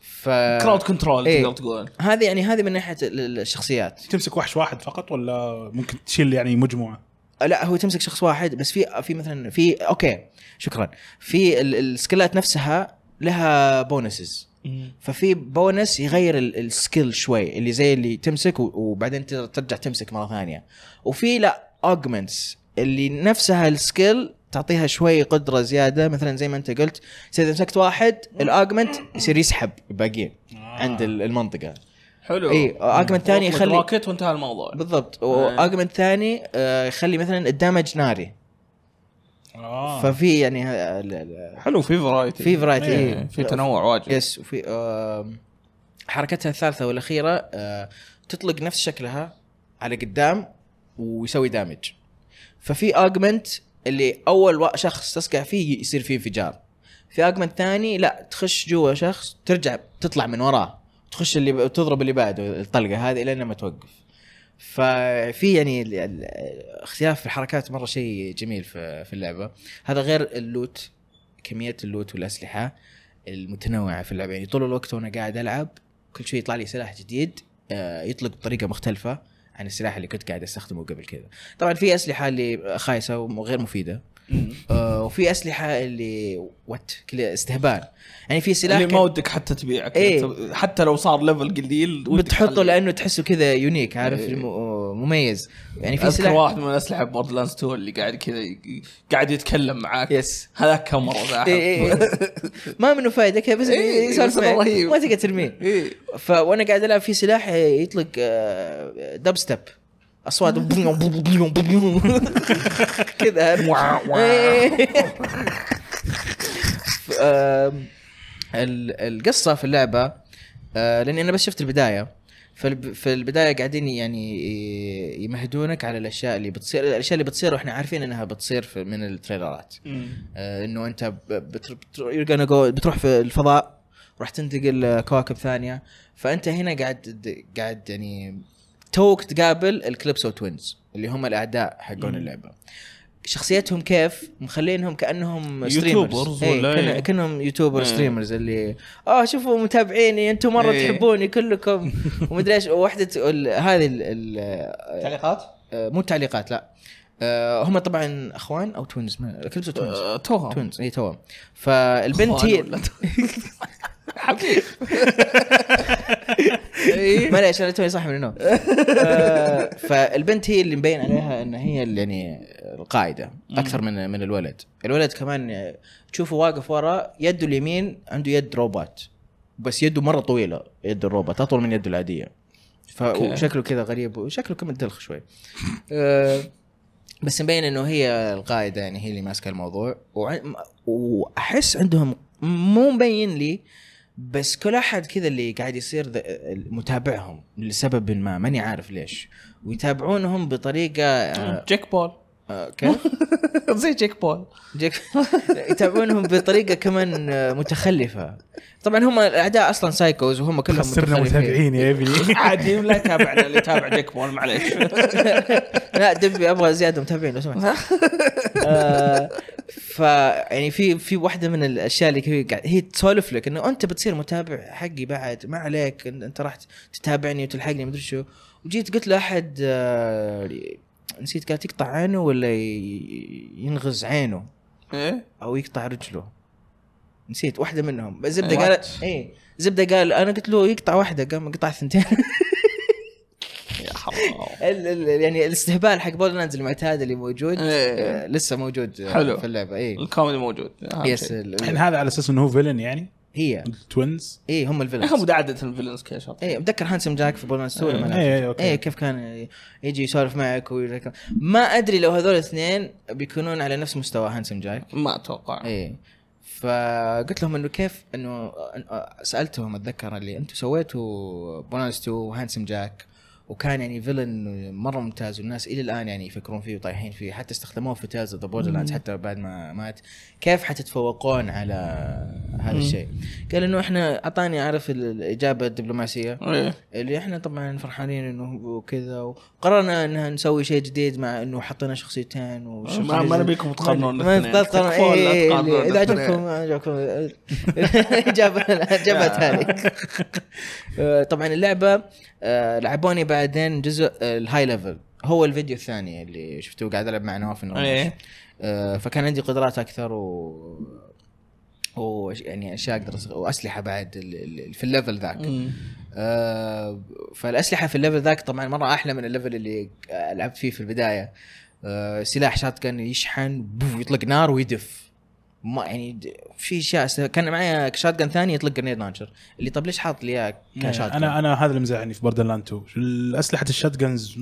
ف كراود كنترول إيه. تقدر تقول هذه يعني هذه من ناحيه ال- ال- الشخصيات تمسك وحش واحد فقط ولا ممكن تشيل يعني مجموعه لا هو تمسك شخص واحد بس في في مثلا في اوكي شكرا في ال- السكيلات نفسها لها بونسز ففي بونس يغير ال- السكيل شوي اللي زي اللي تمسك و- وبعدين تر- ترجع تمسك مره ثانيه وفي لا اوجمنتس اللي نفسها السكيل تعطيها شوي قدره زياده مثلا زي ما انت قلت يصير اذا مسكت واحد الاوجمنت يصير يسحب الباقيين عند ال- المنطقه حلو اي اوجمنت ثاني يخلي يخلي راكت وانتهى الموضوع بالضبط آه. واوجمنت ثاني آه، يخلي مثلا الدمج ناري اه ففي يعني ه- ال- ال- حلو في فرايتي في فرايتي إيه، إيه. في تنوع واجد يس وفي آم، حركتها الثالثه والاخيره آه، تطلق نفس شكلها على قدام ويسوي دامج ففي اوجمنت اللي اول وا- شخص تسقع فيه يصير فيه انفجار في اوجمنت ثاني لا تخش جوا شخص ترجع تطلع من وراه تخش اللي ب- تضرب اللي بعده الطلقه هذه لين ما توقف ففي يعني ال- ال- اختلاف في الحركات مره شيء جميل في في اللعبه هذا غير اللوت كميه اللوت والاسلحه المتنوعه في اللعبه يعني طول الوقت وانا قاعد العب كل شوي يطلع لي سلاح جديد آه، يطلق بطريقه مختلفه عن السلاح اللي كنت قاعد استخدمه قبل كذا طبعا في اسلحه اللي خايسه وغير مفيده آه، وفي اسلحه اللي وات كذا استهبال يعني في سلاح اللي كان- ما ودك حتى تبيعه كذا. إيه. حتى لو صار ليفل قليل ودك بتحطه تخليه. لانه تحسه كذا يونيك عارف إيه. الم- مميز يعني في اذكر سلاح واحد من الاسلحه بوردلاندز 2 اللي قاعد كذا ي- قاعد يتكلم معاك يس هذاك كاميرا ذا إيه إيه أحد. إيه. ما منه فائده كذا بس إيه، بس يسولف إنه معك. رهيب. ما تقدر ترميه إيه. ف وانا قاعد العب في سلاح إيه، يطلق آه، دب ستيب اصوات كذا ف- آم، ال- القصه في اللعبه آه، لاني انا بس شفت البدايه فالب- في البدايه قاعدين يعني ي- يمهدونك على الاشياء اللي بتصير الاشياء اللي بتصير واحنا عارفين انها بتصير في- من التريلرات آه، انه انت ب- بتر- بتر- you're gonna go- بتروح في الفضاء راح تنتقل آه، كواكب ثانيه فانت هنا قاعد د- قاعد يعني توك تقابل الكليبسو توينز اللي هم الاعداء حقون اللعبه شخصيتهم كيف مخلينهم كانهم يوتيوبرز ستريمرز إيه، ولا كأن- إيه؟ كانهم يوتيوبر إيه. ستريمرز اللي اه شوفوا متابعيني انتم مره إيه. تحبوني كلكم ومدري ايش وحده ال- هذه ال- ال- تعليقات؟ آه، مو التعليقات لا آه، هم طبعا اخوان او توينز كلبسوا توينز آه، توها توينز اي توام إيه، فالبنت هي أخوان ولا حبيب إيه، معليش انا توني صاحي من النوم آه، فالبنت هي اللي مبين عليها ان هي اللي يعني القاعده اكثر من من الولد الولد كمان آه، تشوفه واقف ورا يده اليمين عنده يد روبوت بس يده مره طويله يد الروبوت اطول من يده العاديه فشكله كذا غريب وشكله كمان دلخ شوي آه، بس مبين انه هي القاعده يعني هي اللي ماسكه الموضوع وع- م- واحس عندهم مو مبين لي بس كل احد كذا اللي قاعد يصير ذا- متابعهم لسبب ما ماني عارف ليش ويتابعونهم بطريقه آه، جيك بول آه، كيف زي جيك بول جيك- يتابعونهم بطريقه كمان آه، متخلفه طبعا هم الاعداء اصلا سايكوز وهم كلهم خسرنا متخلفين. متابعين يا ابني عادي لا يتابعنا اللي يتابع جيك بول معليش لا دبي ابغى زياده متابعين لو سمحت آه، ف يعني في في واحده من الاشياء اللي كي- قاعد- هي تسولف لك انه انت بتصير متابع حقي بعد ما عليك إن- انت راح تتابعني وتلحقني مدري شو وجيت قلت لاحد آه، نسيت قال تقطع عينه ولا ي- ينغز عينه إيه؟ او يقطع رجله نسيت واحده منهم زبده إيه. قال اي زبده قال انا قلت له يقطع واحده قام قطع ثنتين إيه. يا حرام ال- ال- يعني الاستهبال حق بولنانز المعتاد اللي موجود إيه. آه، لسه موجود آه، حلو. في اللعبه اي الكوميدي موجود أهم يس شيء. ال- الحين ال- هذا على اساس انه هو فيلن يعني هي التوينز اي هم يا اخي الفيلنز مداعدة الفيلنز كذا شرط اي متذكر هانسم جاك في بولنانز إيه. 2 لما لعب. اي اوكي اي إيه، كيف كان يجي يسولف معك ويذكر- ما ادري لو هذول الاثنين بيكونون على نفس مستوى هانسم جاك ما اتوقع اي إيه. فقلت لهم انه كيف انه أن- سالتهم اتذكر اللي انتم سويتوا بونانس 2 وهانسم جاك وكان يعني فيلن مره ممتاز والناس الى الان يعني يفكرون فيه وطايحين فيه حتى استخدموه في تيلز اوف ذا بوردرلاندز حتى بعد ما مات كيف حتتفوقون على هذا الشيء؟ قال انه احنا اعطاني عارف ال- الاجابه الدبلوماسيه إيه. اللي احنا طبعا فرحانين انه وكذا وقررنا انها نسوي شيء جديد مع انه حطينا شخصيتين وشخصيتين آه، ما ما نبيكم تقارنون ما الاثنين. لا تقارن تكفون لا إيه، تقارنون اللي- اذا الاثنين. عجبكم آه، ما عجبكم اجابه اجابه تالي آه، طبعا اللعبه آه، لعبوني بعدين جزء آه، الهاي ليفل هو الفيديو الثاني اللي شفتوه قاعد العب مع نواف النوش إيه. آه، فكان عندي قدرات اكثر و و يعني اشياء اقدر أس- واسلحه بعد ال- ال- في الليفل ذاك مم. آه، فالاسلحه في الليفل ذاك طبعا مره احلى من الليفل اللي آه، لعبت فيه في البدايه آه، سلاح شات كان يشحن بوف، يطلق نار ويدف ما يعني د- في اشياء س- كان معايا شات ثاني يطلق جرنيد لانشر اللي طب ليش حاط لي اياه كشات انا انا آه، هذا اللي مزعلني في بوردر لاند 2 شو- اسلحه الشات جنز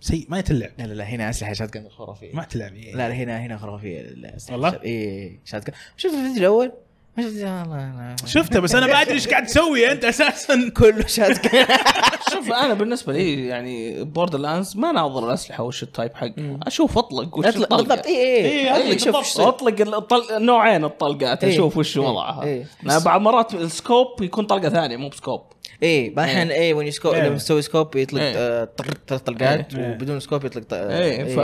سيء ما يتلعب لا لا لا هنا اسلحه شات جن خرافيه ما تلعب يعني. لا لا هنا هنا خرافيه الأسلحة. والله؟ اي شات جن شفت الفيديو الاول ما شفت يا الله أنا- شفته بس انا ما ادري ايش قاعد تسوي انت اساسا كله شات جن شوف انا بالنسبه لي يعني بوردر لاندز ما ناظر الاسلحه وش التايب حقه اشوف اطلق وش اطلق بالضبط اي اي اي اطلق شوف شوف اطلق الطل... نوعين الطلقات إيه. اشوف وش إيه. وضعها إيه. لأن بعض مرات السكوب يكون طلقه ثانيه مو بسكوب ايه بعض الاحيان ايه وين سكوب إيه. لما تسوي سكوب يطلق إيه. آه، طر- ثلاث طلقات إيه. وبدون سكوب يطلق ط- اي ف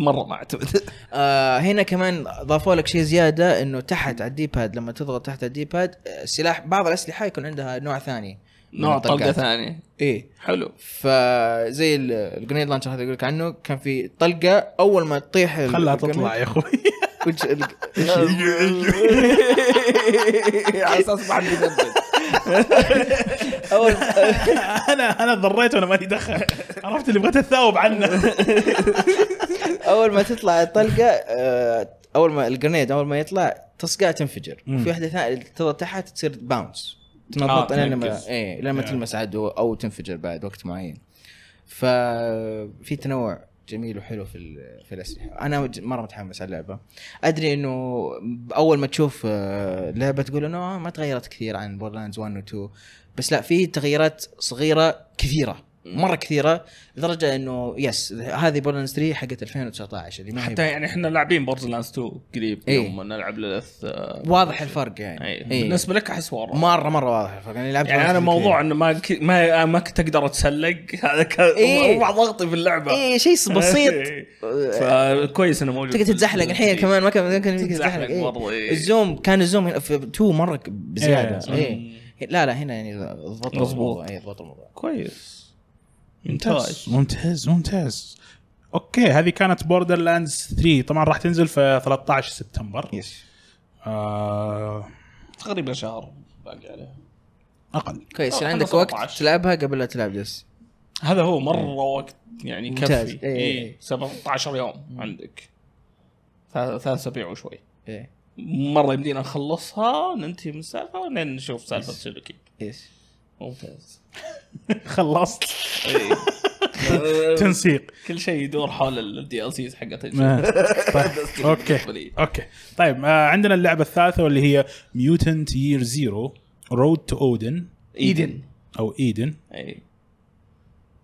مره إيه، ما اعتمد آه هنا كمان ضافوا لك شيء زياده انه تحت على الديباد لما تضغط تحت على الديباد آه، السلاح بعض الاسلحه يكون عندها نوع ثاني من نوع الطلقات. طلقه ثانيه ايه حلو فزي ال- الجرينيد لانشر هذا يقول لك عنه كان في طلقه اول ما تطيح ال- خلها الجرينيد- تطلع يا اخوي وش- ال- على اساس ما حد يدبل اول انا انا ضريت وانا ماني دخل عرفت اللي بغيت اتثاوب عنه اول ما تطلع الطلقه آه، اول ما الجرنيد اول ما يطلع تصقعه تنفجر مم. في واحده ثانيه تضغط تحت تصير باونس آه، تنضبط لين تنكز. لما ايه لما Yeah. تلمس عدو او تنفجر بعد وقت معين ففي تنوع جميل وحلو في ال- في الاسلحه انا ج- مره متحمس على اللعبه ادري انه اول ما تشوف آه، لعبه تقول انه آه، ما تغيرت كثير عن بورلاندز 1 و 2 بس لا في تغييرات صغيره كثيره مره كثيره لدرجه انه يس هذه بورلاندز 3 حقت 2019 اللي ما هي- حتى يعني احنا لاعبين بوردر لاندز 2 قريب إيه. يوم نلعب للث آه، واضح الفرق يعني إيه. إيه. بالنسبه لك احس واضح مره مره واضح الفرق يعني لعبت يعني انا موضوع انه ما ك... ما آه، ما كنت اقدر اتسلق هذا كان إيه. هو ضغطي في اللعبه اي إيه، شيء بسيط فكويس انه موجود تقدر تتزحلق الحين كمان ما كان ما كان يمديك إيه. تتزحلق تتزحلق إيه. برضه، إيه. الزوم كان الزوم هنا في 2 مره ك- بزياده إيه. إيه. لا لا هنا يعني ضبط مظبوط. الموضوع اي ضبط الموضوع كويس ممتاز ممتاز. ممتاز ممتاز اوكي هذه كانت بوردر لاندز 3 طبعا راح تنزل في 13 سبتمبر يس آه تقريبا شهر باقي عليها اقل كويس آه، يعني عندك خلنا وقت 17. تلعبها قبل لا تلعب دس هذا هو مره وقت يعني إيه. ممتاز. كفي إيه. اي 17 يوم عندك ثلاث ثلاث اسابيع وشوي ايه مره يمدينا نخلصها ننتهي من السالفه ولين نشوف سالفه إيه. سلوكي يس ممتاز خلصت إيه. تنسيق كل شيء يدور حول الدي ال سيز حقت ما- الجيل. طيب. اوكي اوكي طيب آه، عندنا اللعبه الثالثه واللي هي ميوتنت يير زيرو رود تو اودن ايدن او ايدن اي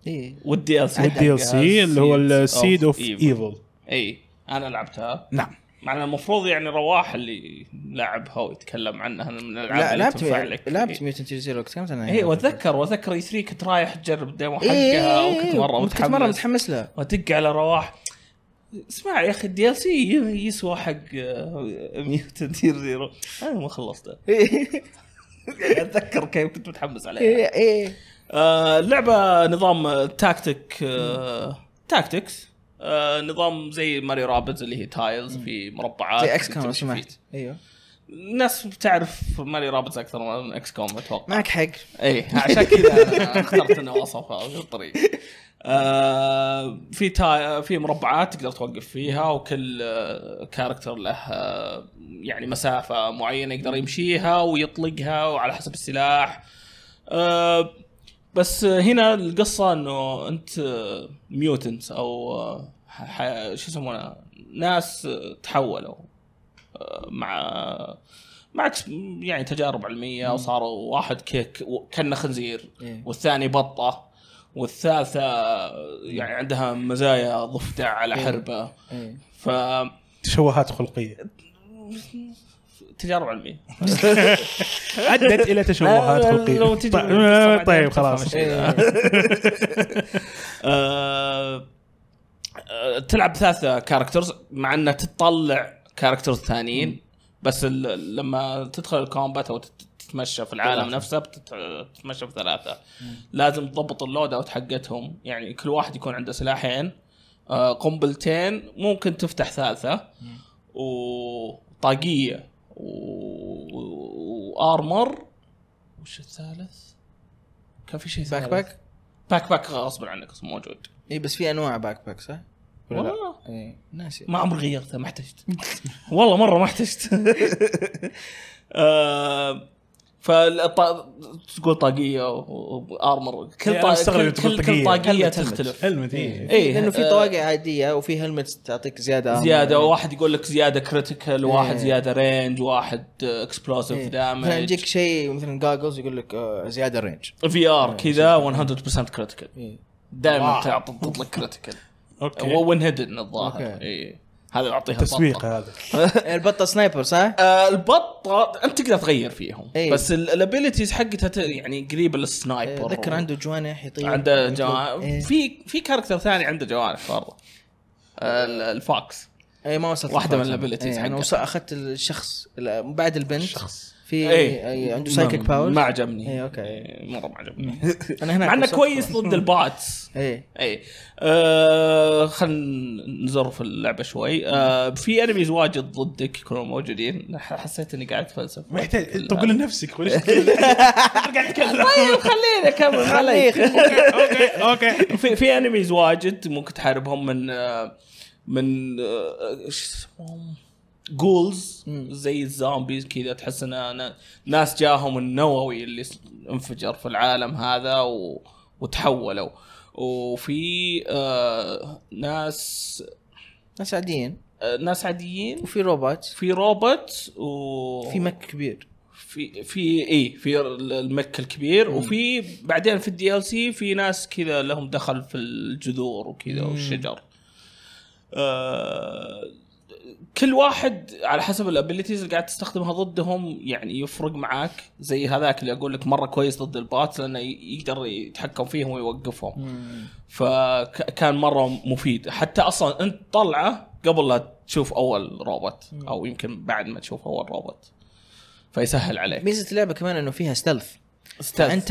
ايه والدي ال سي والدي ال سي اللي هو السيد اوف ايفل اي انا لعبتها نعم مع ان المفروض يعني رواح اللي لعبها ويتكلم عنها من الالعاب لا اللي لعبت يعني- تنفع لك إيه. لعبت ميوتنت زيرو وقت كم سنه اي واتذكر واتذكر اي 3 E كنت رايح تجرب الديمو إيه، حقها إيه، وكنت مره كنت متحمس مره متحمس لها وادق على رواح اسمع يا اخي الدي ال سي يسوى حق آه، ميوتنت زيرو انا ما خلصته ايه اتذكر كيف كنت متحمس عليه ايه إيه. آه، اللعبه نظام تاكتيك تاكتكس نظام زي ماري رابتس اللي هي تايلز في مربعات زي اكس كام لو تمشي سمحت فيه. ايوه الناس بتعرف ماري رابتس اكثر من اكس كوم اتوقع معك حق اي عشان كذا أنا اخترت انه اوصفها بالطريقه آه في تا... في مربعات تقدر توقف فيها وكل آه، كاركتر له آه، يعني مسافه معينه يقدر يمشيها ويطلقها وعلى حسب السلاح آه بس هنا القصه انه انت ميوتنت او آه، ح... شو يسمونه ناس آه، تحولوا آه، مع مع تس- يعني تجارب علميه وصاروا واحد كيك كانه خنزير إيه. والثاني بطه والثالثه يعني عندها مزايا ضفدع على إيه. حربه ايه ف تشوهات خلقيه تجارب علميه ادت الى تشوهات خلقيه آه، لو تجي طيب، تسمع تفهم طيب خلاص الشيء ذا. آه، آه، تلعب ثلاثة كاركترز مع انها تطلع كاركترز ثانيين بس ال- لما تدخل الكومبات او تت- تتمشى في العالم نفسه بتت- تتمشى بثلاثة لازم تضبط اللود اوت حقتهم يعني كل واحد يكون عنده سلاحين آه، قنبلتين ممكن تفتح ثالثة وطاقية و- وارمر وش الثالث؟ كان في شيء باك ثالث باك باك باك غصبا عنك اصلا موجود اي إيه، بس في انواع باك باك صح؟ ولا لا؟ والله ايه ناسي ما عمري غيرتها ما احتجت والله مره ما احتجت آه، فالط- تقول طاقيه و- وارمر كل يعني أنا طا- مستغرب كل إنه تقول كل- كل طاقية. طاقيه هلمت- هلمت. تختلف هلمت ايه إيه، لانه في آه، طواقع عاديه وفي هلمتس تعطيك زياده armor. زياده واحد يقول لك زياده كريتيكال واحد إيه. زياده رينج واحد آه، اكسبلوسيف مثلا دامج إيه. يجيك شيء مثلا جاجلز يقول لك آه، زياده رينج في ار كذا 100% كريتيكال إيه. دائما تعطي تطلق كريتيكال اوكي وين هيدن الظاهر أوكي. اي هذا يعطيها تسويق بطة. هذا البطه سنايبر صح؟ آه، البطه انت تقدر تغير فيهم إيه. بس الابيلتيز حقتها ت- يعني قريبه آه، للسنايبر ذكر عنده جوانح يطير عنده يطلق. إيه. جوانح في في كاركتر ثاني عنده جوانح برضه آه، ال- الفاكس اي إيه، ما وصلت واحدة من للفاتحة. الabilities إيه، انا حقها. وص- اخذت الشخص ال- بعد البنت شخص. في إيه. أي- عنده ما- سايكيك باورز ما عجبني إيه، أوكي. إيه، مره ما عجبني انا هناك مع انه وصلت. كويس ضد الباتس ايه اي آه خلينا نزور في اللعبه شوي آه في انميز واجد ضدك يكونوا موجودين ح- حسيت اني قاعد اتفلسف ما يحتاج طب قول لنفسك وليش تتكلم؟ قاعد تتكلم طيب خليني اكمل عليك اوكي اوكي في في انميز واجد ممكن تحاربهم من آه، من آه، شو اسمهم جولز زي الزومبيز كذا تحس ان أنا- ناس جاهم النووي اللي س- انفجر في العالم هذا و... وتحولوا وفي آه ناس ناس عاديين آه ناس عاديين وفي روبوت في روبوت و في مك كبير في في اي في المك الكبير وفي بعدين في الدي ال سي في ناس كذا لهم دخل في الجذور وكذا والشجر آه كل واحد على حسب الابيلتيز اللي قاعد تستخدمها ضدهم يعني يفرق معاك زي هذاك اللي اقول لك مره كويس ضد الباتس لانه ي- يقدر يتحكم فيهم ويوقفهم فكان مره مفيد حتى اصلا انت طلعه قبل لا تشوف اول روبوت او يمكن بعد ما تشوف اول روبوت فيسهل عليك ميزه اللعبه كمان انه فيها ستلث استاذ انت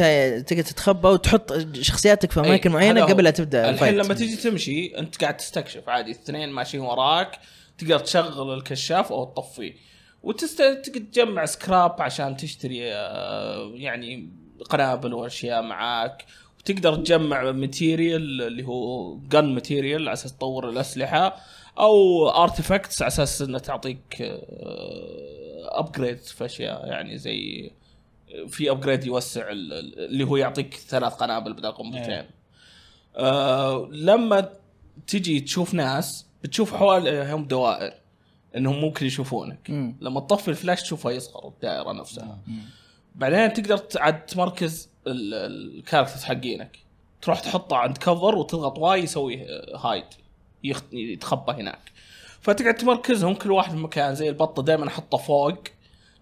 تقدر تتخبى وتحط شخصيتك في اماكن أي، معينه هذا إيه، هو. قبل لا تبدا الحين الفايت. لما تجي تمشي انت قاعد تستكشف عادي اثنين ماشيين وراك تقدر تشغل الكشاف او تطفيه وتست تقعد تجمع سكراب عشان تشتري آه، يعني قنابل واشياء معاك وتقدر تجمع ماتيريال اللي هو جن ماتيريال على اساس تطور الاسلحه او ارتفكتس على اساس انها تعطيك ابجريد في اشياء يعني زي آه، في ابجريد يوسع ال- ال- اللي هو يعطيك ثلاث قنابل بدل قنبلتين. آه لما تجي تشوف ناس بتشوف حواليهم دوائر انهم ممكن يشوفونك مم. لما تطفي الفلاش تشوفها يصغر الدائره نفسها بعدين تقدر ت- عاد تمركز ال- ال- الكاركترز حقينك تروح تحطه عند كفر وتضغط واي يسوي هايد يخ- يتخبى هناك فتقعد تمركزهم كل واحد في مكان زي البطه دائما احطه فوق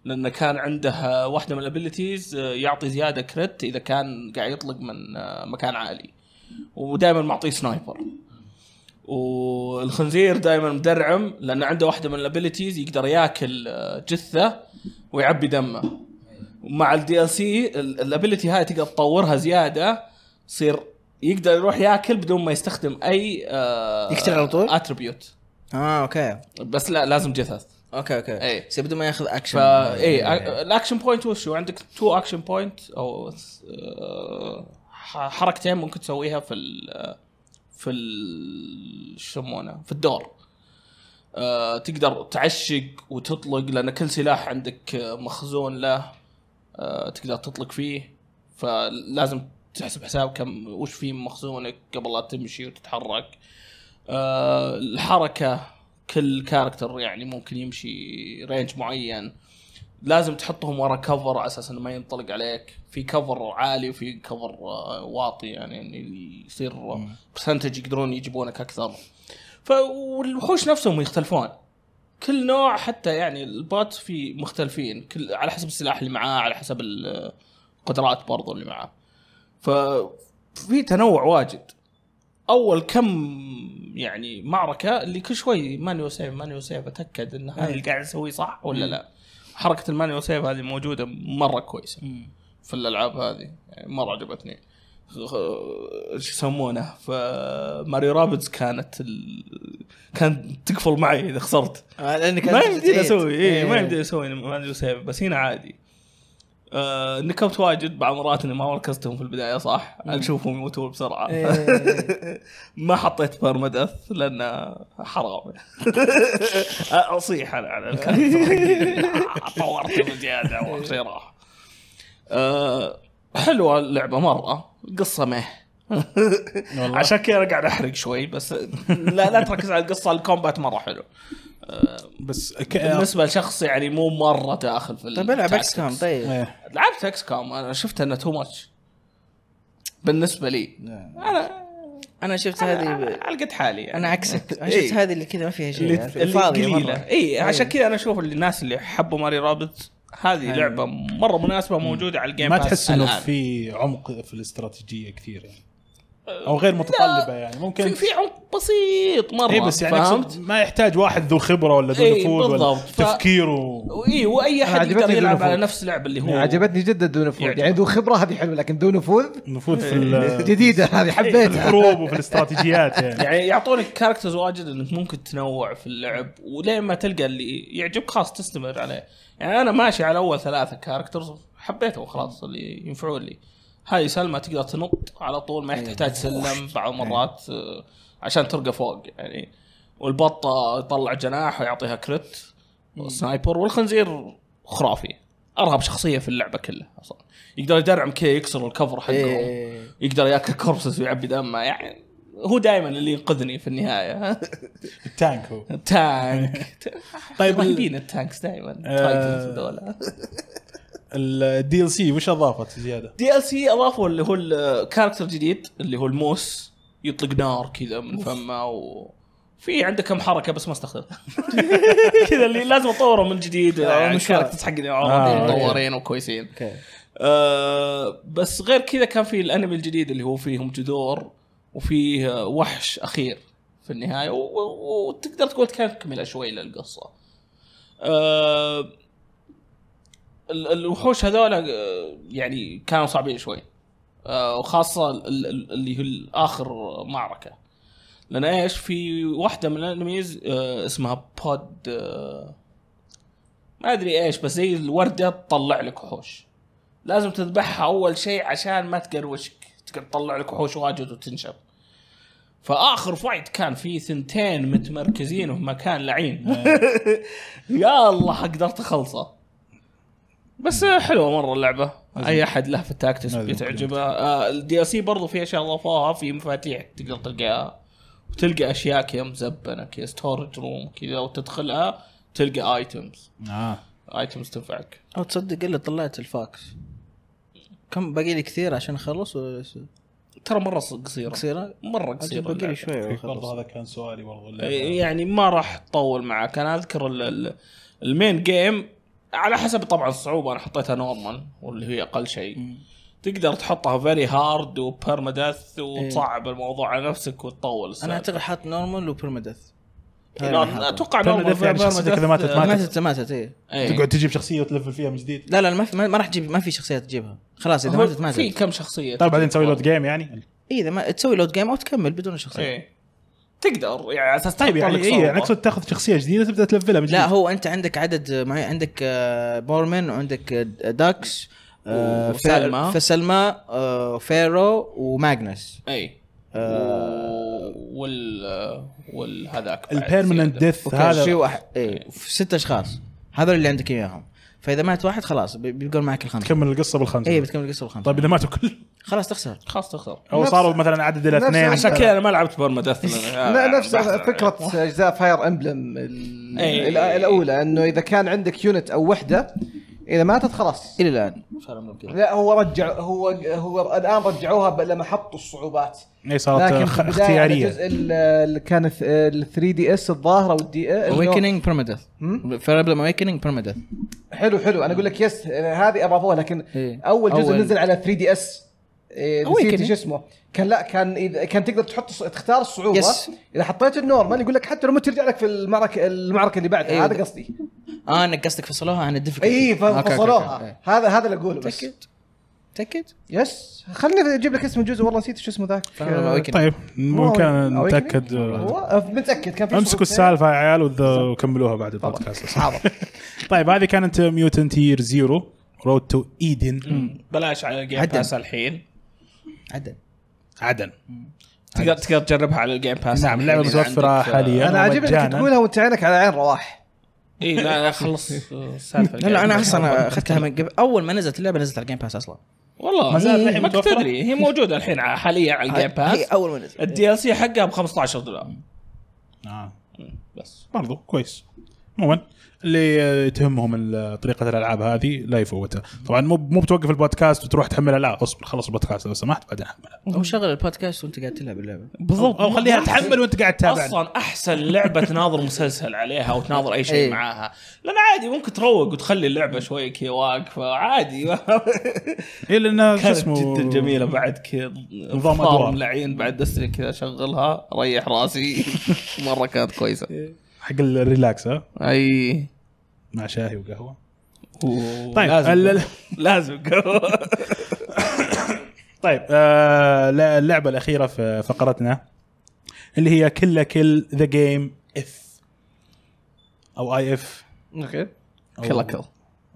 لانه كان عنده واحده من الابيلتيز يعطي زياده كريت اذا كان قاعد يطلق من آه، مكان عالي ودائما معطيه سنايبر والخنزير دائما مدرعم لان عنده واحده من الابيلتيز يقدر ياكل آه، جثه ويعبي دمه ومع الدي ال سي الابيلتي هاي تقدر تطورها زياده تصير يقدر يروح ياكل بدون ما يستخدم اي آه، يقتل على طول؟ اتربيوت اه اوكي بس لا لازم جثث اوكي اوكي إيه. بس بدون ما ياخذ اكشن فا إيه، آه، اي الاكشن بوينت وش هو عندك تو اكشن بوينت او آه، ح- حركتين ممكن تسويها في ال في ال شو يسمونه في الدور آه، تقدر تعشق وتطلق لان كل سلاح عندك آه، مخزون له آه، تقدر تطلق فيه فلازم تحسب حساب كم وش في مخزونك قبل لا تمشي وتتحرك آه، الحركه كل كاركتر يعني ممكن يمشي رينج معين لازم تحطهم ورا كفر على اساس انه ما ينطلق عليك في كفر عالي وفي كفر آه، واطي يعني اللي يصير برسنتج يقدرون يجيبونك اكثر ف والوحوش نفسهم يختلفون كل نوع حتى يعني البات في مختلفين كل على حسب السلاح اللي معاه على حسب القدرات برضو اللي معاه ففي تنوع واجد اول كم يعني معركه اللي كل شوي مانيو سيف مانيو سيف اتاكد ان هذا اللي قاعد اسويه صح ولا لا حركه المانيو سيف هذه موجوده مره كويسه في الالعاب هذه يعني مره عجبتني خ- ايش يسمونه فماريو رابدز كانت ال... كانت تقفل معي اذا خسرت آه، لانك ما أنت إيه. يمديني إيه. تتعيد. اسوي اي ما يمديني اسوي مانجو سيف بس هنا عادي آه نكبت واجد بعض المرات اني ما ركزتهم في البدايه صح اشوفهم يموتون بسرعه ما حطيت برمدث لانه حرام اصيح انا على الكاركتر طورت بزياده وأول شيء راح آه، حلوه اللعبه مره قصه مه عشان كذا أنا قاعد احرق شوي بس لا لا تركز على القصه الكومبات مره حلو بس بالنسبه لشخص يعني مو مره داخل في طيب العب التاكتكس. اكس كام طيب إيه. لعبت اكس كوم انا شفت انه تو ماتش بالنسبه لي انا انا شفت هذه هذه علقت حالي يعني. انا عكسك انا إيه. شفت هذه اللي كذا ما فيها شيء اللي عارف، اللي فاضية قليله مرة. أيوه. اي عشان كذا انا اشوف اللي- الناس اللي حبوا ماري رابط هذه لعبه مره مناسبه موجوده على الجيم ما باس تحس انه الآن. في عمق في الاستراتيجيه كثير يعني او غير متطلبه يعني ممكن في في عمق بسيط مره اي بس يعني فهمت؟ أقصد ما يحتاج واحد ذو خبره ولا ذو إيه، نفوذ ولا بالضبط. ف- تفكير و... اي واي أنا احد عجبتني إيه، يقدر يلعب دون على فوق. نفس اللعبه اللي هو يعني عجبتني جدا دون نفوذ يعني ذو خبره هذه حلوه لكن دون نفوذ نفوذ في إيه. ال- جديده هذه في حبيتها الحروب وفي الاستراتيجيات يعني يعني يعطونك كاركترز واجد انك ممكن تنوع في اللعب ولين ما تلقى اللي يعجبك خلاص تستمر عليه يعني انا ماشي على اول ثلاثه كاركترز حبيتهم خلاص اللي ينفعون لي هاي سلمى تقدر تنط على طول ما تحتاج سلم بعض المرات آه، عشان ترقى فوق يعني والبطه يطلع جناح ويعطيها كريت سنايبر والخنزير خرافي ارهب شخصيه في اللعبه كلها اصلا يقدر يدرعم كذا يكسر الكفر حقهم إيه. يقدر ياكل كورسس ويعبي دمه يعني هو دائما اللي ينقذني في النهايه التانك هو تانك طيب رهيبين التانكس دائما تايتنز هذول الدي ال سي وش اضافت زياده؟ دي ال سي اضافوا اللي هو الكاركتر جديد اللي هو الموس يطلق نار كذا من فمه و في عنده كم حركه بس ما استخدمها كذا اللي لازم اطوره من جديد يعني الكاركترز حقنا آه، أوكي. مطورين وكويسين اوكي آه، بس غير كذا كان في الانمي الجديد اللي هو فيهم جذور وفيه آه، وحش اخير في النهايه و- و- وتقدر تقول تكمله شوي للقصه. آه، ال- الوحوش هذول آه، يعني كانوا صعبين شوي آه، وخاصه ال- ال- اللي هو اخر معركه لان ايش في واحده من الانميز آه، اسمها بود آه، ما ادري ايش بس زي الورده تطلع لك وحوش لازم تذبحها اول شيء عشان ما تقروشك تقعد تطلع لك وحوش واجد وتنشر فاخر فايت كان في ثنتين متمركزين في مكان لعين يا الله قدرت اخلصه بس حلوه مره اللعبه اي احد له في التاكتس لازم بتعجبه آه الدي سي برضو في اشياء اضافوها في مفاتيح تقدر تلقاها وتلقى اشياء كذا مزبنه كذا ستورج روم كذا وتدخلها تلقى ايتمز اه ايتمز تنفعك او تصدق الا طلعت الفاكس كم باقي لي كثير عشان اخلص ولا لسه؟ ترى مره قصيره قصيره؟ مره أجل قصيره باقي لي اللعبة. شوي برضه واخلص هذا كان سؤالي برضه يعني ما راح تطول معك انا اذكر ال- ال- المين جيم على حسب طبعا الصعوبه انا حطيتها نورمال واللي هي اقل شيء تقدر تحطها فيري هارد وبيرماديث وتصعب إيه. الموضوع على نفسك وتطول انا السالفة. اعتقد حاط نورمال وبرمدث لا، اتوقع Permadeath نورمال يعني شخصيتك إذا آه، ماتت ما- ماتت ماتت ايه إيه. تقعد تجيب شخصيه وتلفل فيها من جديد لا لا ما في ما راح تجيب ما في شخصيات تجيبها خلاص اذا هو ماتت ماتت في كم شخصيه طيب بعدين تسوي لود جيم يعني اذا إيه، ما تسوي لود جيم او تكمل بدون شخصيه ايه تقدر يعني على اساس طيب يعني تحط لك اي صعوبة. يعني اقصد تاخذ شخصيه جديده تبدا تلفلها من جديد لا هو انت عندك عدد معين عندك آه، بورمن وعندك آه، داكس آه، وسلمى. فسلمى فسلمى آه، فيرو وماجنس اي آه. و- وال وال هذاك بعد البيرمننت زيادة. ديث هذا هذا شيء واحد اي ست اشخاص هذول اللي عندك اياهم فاذا مات واحد خلاص بي- بيبقون معك الخمسه تكمل القصه بالخمسه اي إيه، بتكمل القصه الخمسه طيب اذا ماتوا كل خلاص تخسر خلاص تخسر او نفس- صاروا مثلا عدد الى نفس اثنين عشان كذا انا ما لعبت بيرماديث ن- نفس فكره اجزاء فاير امبلم إيه. الاولى انه اذا كان عندك يونت او وحده اذا ماتت خلاص الى الان لا هو رجع هو هو الان رجعوها ب- لما حطوا الصعوبات اي لكن إيه، صارت في خ- البداية على اختياريه الجزء ال- اللي كان ال 3 دي اس الظاهره والدي إيه، إنه- اويكننج بيرماديث هم؟ فير امبلم اويكننج بيرماديث حلو حلو انا اقول لك يس هذه اضافوها لكن إيه. اول جزء أول. نزل على 3 دي اس نسيت Awakening. شو اسمه كان لا كان اذا كان تقدر تحط الص- تختار الصعوبه Yes. اذا حطيت النورمال يقول لك حتى لو ما ترجع لك في المعركه المعركه اللي بعدها إيه. هذا قصدي اه انك قصدك فصلوها عن الديفيكولتي اي إيه. فصلوها هذا هذا اللي اقوله بس متاكد متاكد يس خليني اجيب لك اسم الجزء والله نسيت شو اسمه ذاك فير امبلم آه، اويكننج طيب ممكن هو- نتاكد هو آه، متاكد كان في امسكوا صعوبتين. السالفه يا عيال وذ- وكملوها بعد البودكاست حاضر طيب هذه كانت ميوتنت يير زيرو رود تو ايدن بلاش على الجيم عدل. باس الحين عدل عدن تقدر تقدر تجربها على الجيم باس نعم اللعبه متوفره آه، حاليا انا عاجبني انك ومجاناً. تقولها وانت عينك على عين رواح اي لا لا خلص السالفه لا لا انا اصلا اخذتها من قبل اول ما نزلت اللعبه نزلت على الجيم باس اصلا والله ما زالت الحين ما متوفرة؟ تدري هي موجوده الحين ع- حاليا على الجيم هي باس اول إيه، ما نزلت الدي ال سي حقها ب 15 دولار آه. بس برضو كويس عموما اللي آه، تهمهم ال- طريقه الالعاب هذه لا يفوتها طبعا مو مو بتوقف البودكاست وتروح تحملها لا اصبر خلص البودكاست لو سمحت بعدين احملها او شغل البودكاست وانت قاعد تلعب اللعبه بالضبط او خليها تحمل وانت قاعد تتابع اصلا احسن لعبه تناظر مسلسل عليها او تناظر اي شيء إيه. معاها لان عادي ممكن تروق وتخلي اللعبه شوي كذا واقفه عادي اي لان إيه، شو كانت اسمه جدا جميله بعد كذا نظام نظام أدوار. ادوار لعين بعد دستري كذا شغلها ريح راسي مره كانت كويسه حق الريلاكس ها اي مع شاهي وقهوه طيب، طيب ال- لازم لازم طيب آه لا- اللعبه الاخيره في فقرتنا اللي هي كل كل ذا جيم اف او اي اف اوكي أو- كلا كلا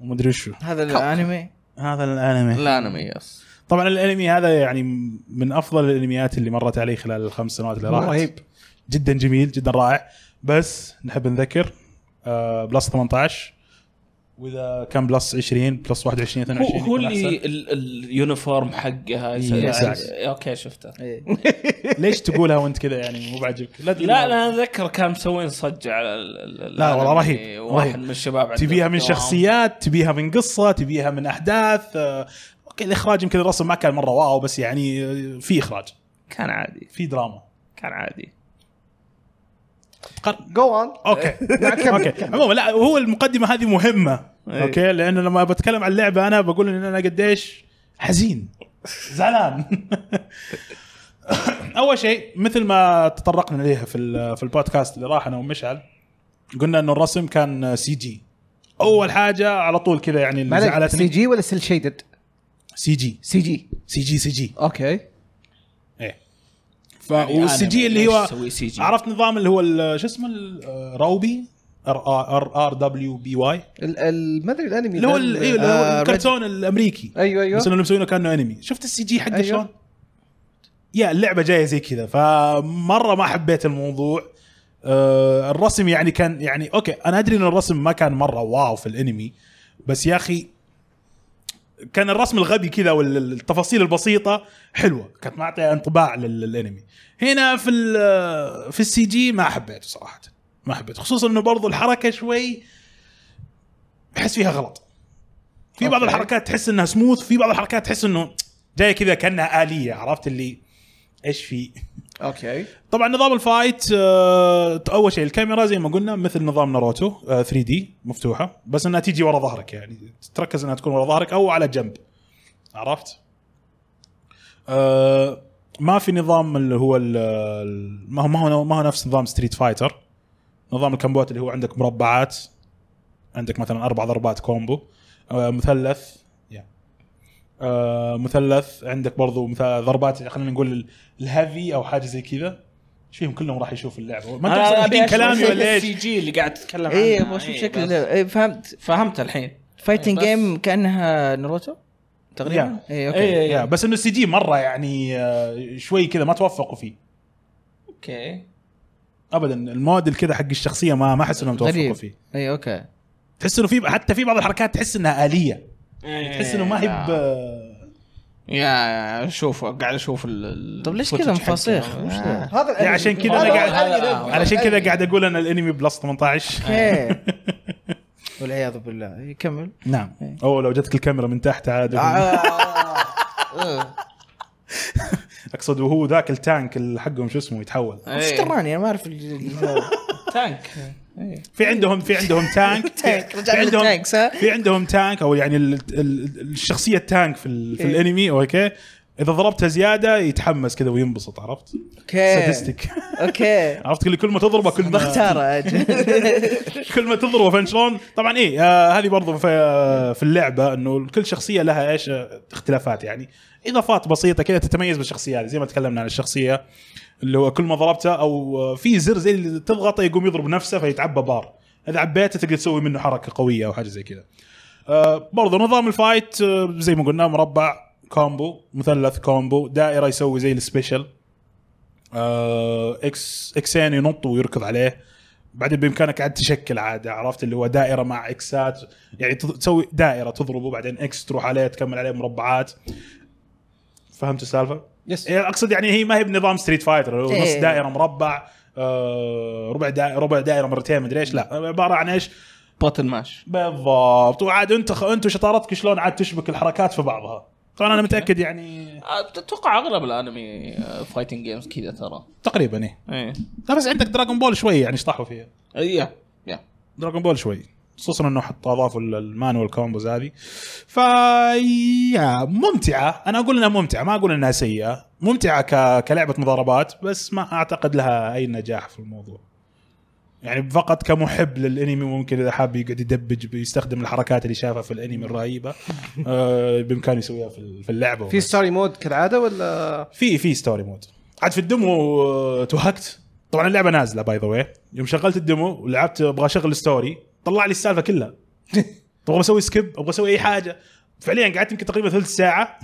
ومدري وشو هذا الانمي هذا الانمي الانمي يس طبعا الانمي هذا يعني من افضل الانميات اللي مرت علي خلال الخمس سنوات اللي راحت رهيب جدا جميل جدا رائع بس نحب نذكر آه بلس 18 واذا كان بلس 20 بلس 21 هو 22 هو يكون اللي أحسن. إيه، ال- اليونيفورم حقها يس. اوكي شفته إيه. ليش تقولها وانت كذا يعني مو بعجبك لا تقول لا لا انا اتذكر كان مسوين صج على ال- ال- ال- لا، والله الأنمي. رهيب، رهيب. واحد من الشباب عنده تبيها من دوام. شخصيات تبيها من قصه تبيها من احداث آه، اوكي الاخراج يمكن الرسم ما كان مره واو بس يعني آه، في اخراج كان عادي في دراما كان عادي جو اون اوكي لا، كمل، اوكي كمل. إيه. عموما لا هو المقدمه هذه مهمه أي. اوكي لانه لما بتكلم عن اللعبه انا بقول ان انا قديش حزين زعلان اول شيء مثل ما تطرقنا اليها في ال- في البودكاست اللي راح انا ومشعل قلنا انه الرسم كان آه، سي جي اول حاجه على طول كذا يعني اللي معلش سي زعلتني جي ولا سيل شيدد؟ سي جي سي جي سي جي سي جي اوكي إيه. ايه يعني ف والسي جي اللي هو سوي سي جي عرفت نظام اللي هو ال- شو اسمه ال- آه، روبي ار ار ار دبليو بي واي ال- ال- ما ادري الانمي اللي هو ذا ال- ال- إيه، اللي آه، هو ريد- الكرتون الامريكي ايوه بس ايوه انه مسوينه كانه انمي شفت السي جي حقه أيوه. شلون؟ يا اللعبه جايه زي كذا فمره ما حبيت الموضوع آه الرسم يعني كان يعني اوكي انا ادري ان الرسم ما كان مره واو في الانمي بس يا اخي كان الرسم الغبي كذا والتفاصيل البسيطه حلوه كانت معطيه انطباع لل- للانمي هنا في ال- في السي جي ما حبيته صراحه ما حبيته خصوصا انه برضو الحركه شوي احس فيها غلط في بعض أوكي. الحركات تحس انها سموث في بعض الحركات تحس انه جايه كذا كانها اليه عرفت اللي ايش في اوكي طبعا نظام الفايت آه، اول شيء الكاميرا زي ما قلنا مثل نظام ناروتو آه، 3 دي مفتوحه بس انها تيجي ورا ظهرك يعني تركز انها تكون ورا ظهرك او على جنب عرفت؟ آه، ما في نظام اللي هو ال- ال- ما هو ما هو ما هو نفس نظام ستريت فايتر نظام الكمبوات اللي هو عندك مربعات عندك مثلا اربع ضربات كومبو آه، مثلث يا. آه، مثلث عندك برضو مثل ضربات خلينا نقول ال- الهيفي او حاجه زي كذا ايش فيهم كلهم راح يشوف اللعبه ما انت أنا أبي مستوعبين أشوف كلامي ولا ايش؟ السي جي اللي قاعد تتكلم عنه اي ابغى اشوف شكل اللعبة. إيه، فهمت فهمت الحين فايتنج إيه، بس- جيم كانها ناروتو تقريبا اي اوكي اي يا اي بس انه السي جي مره يعني آه، شوي كذا ما توفقوا فيه اوكي ابدا الموديل كذا حق الشخصيه ما ما احس انهم توفقوا غريب. فيه اي اوكي تحس انه في حتى في بعض الحركات تحس انها اليه إيه. تحس انه ما هي إيه، لا. ب- يا شوف قاعد اشوف ال- ال آه. طب ليش كذا footage حقها. مفاصيخ؟ وش ذا؟ هذا الأنمي. يعني عشان كذا أنا هذا قاعد- الأنمي. آه، علشان كذا الأنمي. قاعد اقول انا الانمي بلس 18 إيه. اوكي أيوة. والعياذ بالله إيه، كمل آه، نعم إيه. او لو جتك الكاميرا من تحت عاد آه. اقصد وهو ذاك التانك اللي حقهم شو اسمه يتحول ايش إيه. دراني انا يعني ما اعرف ال- ال- تانك في عندهم في عندهم تانك تانك، في رجعنا عندهم للتانكس، ها؟ في عندهم تانك او يعني ال- ال- الشخصيه التانك في, ال- في إيه. الانمي اوكي اذا ضربتها زياده يتحمس كذا وينبسط عرفت؟ اوكي سادستك اوكي عرفت كل كل ما تضربه كل ما بختاره أجل. كل ما تضربه فان شلون طبعا ايه آه هذه برضو في, آه في اللعبه انه كل شخصيه لها ايش آه اختلافات يعني اضافات بسيطه كذا تتميز بالشخصيه هذه زي ما تكلمنا عن الشخصيه اللي هو كل ما ضربته او آه، في زر زي اللي تضغطه يقوم يضرب نفسه فيتعبى بار اذا عبيته تقدر تسوي منه حركه قويه او حاجه زي كذا آه برضو نظام الفايت آه زي ما قلنا مربع كومبو مثلث كومبو دائره يسوي زي السبيشل آه اكس اكسين ينط ويركض عليه بعدين بامكانك عاد تشكل عاده عرفت اللي هو دائره مع اكسات يعني تض- تسوي دائره تضربه بعدين اكس تروح عليه تكمل عليه مربعات فهمت السالفه؟ يس. إيه، اقصد يعني هي ما هي بنظام ستريت فايتر اللي هو نص إيه. دائره مربع آه ربع دائره ربع دائره مرتين مدري ايش لا عباره عن ايش؟ بوتن ماش بالضبط وعاد انت انت وشطارتك شلون عاد تشبك الحركات في بعضها طبعا انا متاكد يعني آه، اتوقع اغلب الانمي فايتنج جيمز آه، كذا ترى تقريبا ايه ايه لا بس عندك دراغون بول شوي يعني اشطحوا فيها إيه. يا يا دراغون بول شوي خصوصا انه حط اضافوا ال- المانوال كومبوز هذه فيا ممتعه انا اقول انها ممتعه ما اقول انها سيئه ممتعه ك... كلعبه مضاربات بس ما اعتقد لها اي نجاح في الموضوع يعني فقط كمحب للانمي ممكن اذا حاب يقعد يدبج بيستخدم الحركات اللي شافها في الانمي الرهيبه آه بامكانه يسويها في في اللعبه في ستوري مود كالعاده ولا في في ستوري مود عاد في الديمو آه، توهقت طبعا اللعبه نازله باي ذا واي يوم شغلت الديمو ولعبت ابغى اشغل الستوري طلع لي السالفه كلها ابغى اسوي سكيب ابغى اسوي اي حاجه فعليا قعدت يمكن تقريبا ثلث ساعه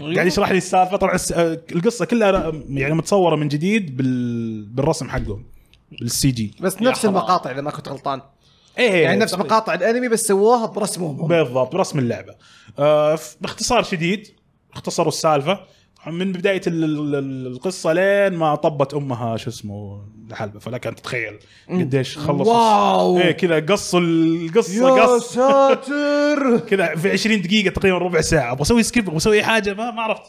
أيوه. قاعد يشرح لي السالفه طبعا الس- آه، القصه كلها ر- يعني متصوره من جديد بال... بالرسم حقهم إيه، بالسي جي بس يا نفس حرام. المقاطع اذا ما كنت غلطان ايه يعني نفس مقاطع الانمي بس سووها برسمهم بالضبط برسم اللعبه آه ف- باختصار شديد اختصروا السالفه طبعاً من بدايه ال- ال- ال- القصه لين ما طبت امها شو اسمه لحلبه فلك ان تتخيل قديش خلص واو. ايه كذا قصوا القصه يا قص ساتر كذا في 20 دقيقه تقريبا ربع ساعه ابغى اسوي سكيب ابغى اسوي أي حاجه ما, ما عرفت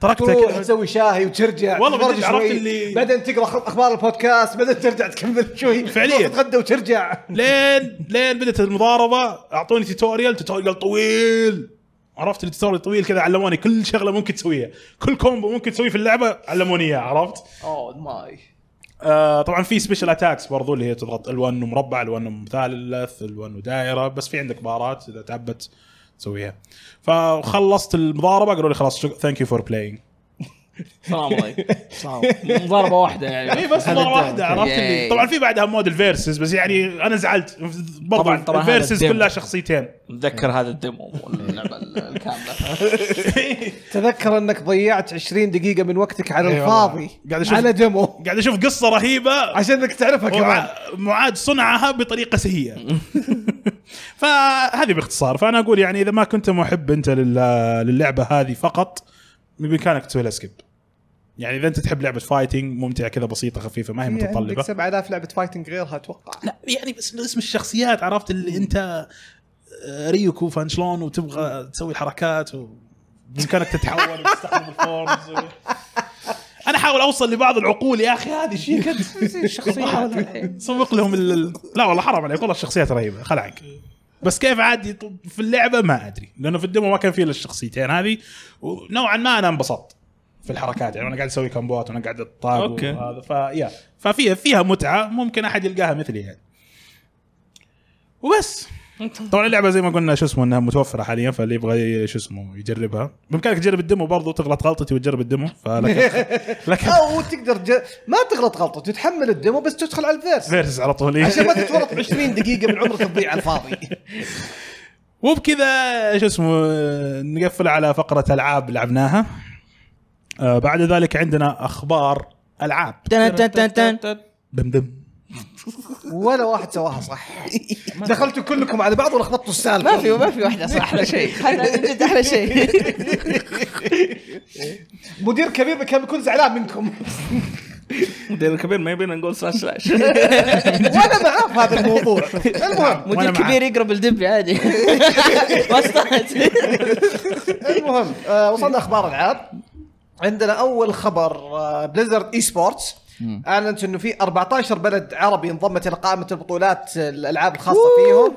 تركتها تروح كذا تسوي شاهي وترجع والله تتفرج بالجد عرفت شوي، اللي- بعدين تقرا خ- اخبار البودكاست بعدين ترجع تكمل شوي فعلياً. تروح تتغدى وترجع لين لين بدات المضاربه اعطوني توتوريال توتوريال طويل عرفت التوتوريال طويل كذا علموني كل شغله ممكن تسويها كل كومبو ممكن تسويه في اللعبه علموني اياه عرفت اوه ماي آه طبعا في سبيشل اتاكس برضو اللي هي تضغط ال1 مربع ال1 مثلث ال1 دائره بس في عندك بارات اذا تعبت تسويها فخلصت المضاربه قالوا لي خلاص ثانك يو فور بلاينج السلام عليكم مضاربه واحده اي يعني إيه، بس مره واحده عرفت اللي ياي. طبعا في بعدها مود الفيرسز بس يعني انا زعلت برضه طبعاً- طبعاً هذا الفيرسز الديمو. كلها شخصيتين متذكر هذا الديمو واللعبه الكامله تذكر انك ضيعت 20 دقيقه من وقتك على أي الفاضي أيوة، والله. قاعد أشوف- على ديمو قاعد اشوف قصه رهيبه عشان انك تعرفها كمان وع- معاد صنعها بطريقه سيئه فهذه باختصار فانا اقول يعني اذا ما كنت محب انت لل- للعبه هذه فقط بامكانك تسوي لها سكيب يعني اذا انت تحب لعبه فايتنج ممتعه كذا بسيطه خفيفه ما هي في إيه، عندك متطلبه 7000 لعبه فايتنج غيرها اتوقع لا يعني بس اسم الشخصيات عرفت اللي انت آه، ريوكو فانشلون وتبغى تسوي الحركات و بامكانك تتحول وتستخدم الفورمز و... انا احاول اوصل لبعض العقول يا اخي هذه شيء كذا سوق لهم ال... ال- لا والله حرام عليك والله الشخصيات رهيبه خل عنك بس كيف عادي يط- في اللعبه ما ادري لانه في الدمو ما كان فيه الا الشخصيتين هذه ونوعا ما انا انبسطت في الحركات يعني انا قاعد اسوي كمبوات وانا قاعد اطاق أوكي. وهذا فيا ففيها فيها متعه ممكن احد يلقاها مثلي يعني وبس طبعا اللعبه زي ما قلنا شو اسمه انها متوفره حاليا فاللي يبغى ي- شو اسمه يجربها بامكانك تجرب الدمو برضو تغلط غلطتي وتجرب الدمو فلك لك او تقدر ج... ما تغلط غلطه تتحمل الديمو بس تدخل على الفيرس فيرس على طول إيه. عشان ما تتورط 20 دقيقه من عمرك تضيع على الفاضي وبكذا شو اسمه نقفل على فقره العاب لعبناها آه بعد ذلك عندنا اخبار العاب تن تن تن تن دم دم ولا واحد سواها صح دخلتوا كلكم على بعض ولخبطتوا السالفه ما في ما في واحده صح احلى شيء هذا جد احلى شيء مدير كبير كان بيكون زعلان منكم مدير الكبير ما يبينا نقول سلاش سلاش وانا معاه في هذا الموضوع المهم وأنا معاه. مدير كبير يقرب الدبي عادي ما استحت المهم آه وصلنا اخبار العاب عندنا اول خبر آه بليزرد اي سبورتس اعلنت انه في 14 بلد عربي انضمت الى قائمه البطولات الالعاب الخاصه فيهم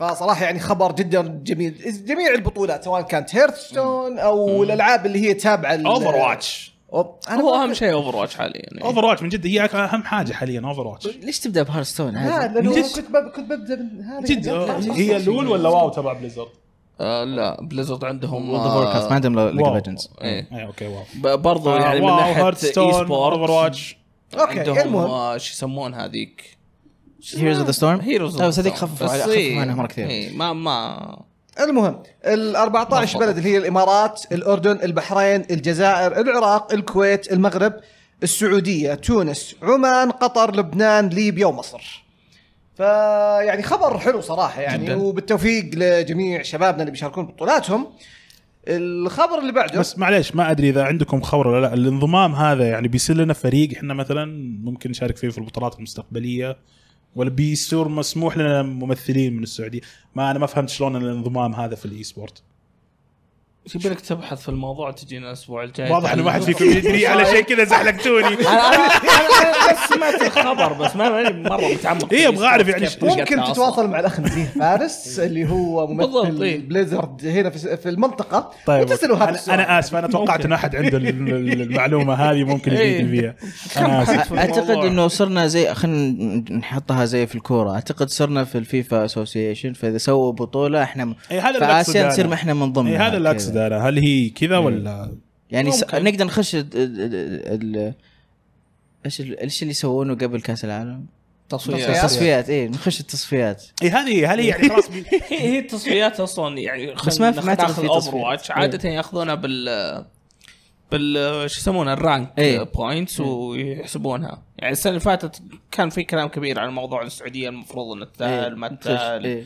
فصراحه يعني خبر جدا جميل جميع البطولات سواء كانت هيرثستون او الالعاب اللي هي تابعه لل- اوفر واتش أوب- أنا هو ما- اهم شيء اوفر واتش حاليا يعني. اوفر واتش من جد هي اهم حاجه حاليا اوفر واتش ليش تبدا بهارستون لا عادي لانه جد. كنت بب- كنت ببدا من هذا جد يعني. آه، هي الاول ولا واو تبع بليزرد؟ آه لا بليزرد عندهم آه، World of Warcraft، ما عندهم ليج واو. اوف ليجندز ايه اي اوكي إيه، آه، واو ب- برضو يعني من ناحيه اي اوفر سبورت واتش اوكي عندهم المهم آه، شو يسمون هذيك هيروز اوف ذا نعم. ستورم هيروز لا طيب، بس إيه. هذيك خففوا على- خففوا عنها مره كثير اي إيه، ما ما المهم ال 14 بلد اللي هي الامارات، الاردن، البحرين، الجزائر، العراق، الكويت، المغرب، السعوديه، تونس، عمان، قطر، لبنان، ليبيا ومصر. فيعني خبر حلو صراحه يعني جداً. وبالتوفيق لجميع شبابنا اللي بيشاركون بطولاتهم. الخبر اللي بعده بس معليش ما ادري اذا عندكم خبر ولا لا الانضمام هذا يعني بيصير لنا فريق احنا مثلا ممكن نشارك فيه في البطولات المستقبليه ولا بيصير مسموح لنا ممثلين من السعوديه ما انا ما فهمت شلون الانضمام هذا في الاي سبورت يبي لك تبحث في الموضوع تجينا الاسبوع الجاي واضح انه واحد فيكم يدري على شيء كذا زحلقتوني طيب، انا انا أنا بس سمعت الخبر بس ما ماني مره متعمق إيه، أبغى أعرف يعني كيف طريقتها ممكن أصلاً. تتواصل مع الاخ نزيه فارس اللي هو بالضبط، إيه. ممثل بليزرد هنا في في المنطقه طيب وتساله هذا انا, السؤال أنا اسف انا توقعت ان احد عنده ال- ال- المعلومه هذه ممكن إيه. يفيدني فيها انا اسف اعتقد انه صرنا زي خلينا نحطها زي في الكوره اعتقد صرنا في الفيفا اسوسيشن فاذا سووا بطوله احنا م... إيه، هذا اللي في أقصده اسيا أنا. نصير ما احنا من ضمنها إيه هذا اللي كذا. اقصده انا هل هي كذا إيه. ولا يعني س... ممكن. نقدر نخش ال- ال- ال- ال- ايش ال- ايش اللي يسوونه قبل كاس العالم؟ تصفيات. تصفيات التصفيات اي نخش التصفيات اي هذه هل هي يعني خلاص بي- هي هي التصفيات اصلا يعني بس ما- ما أعتقد في إيه. اوفر تصفيات. واتش عاده ياخذونها بال بال شو يسمونها الرانك إيه. بوينتس ويحسبونها يعني السنه اللي فاتت كان في كلام كبير على موضوع السعوديه المفروض انها تتاهل ما تتاهل إيه.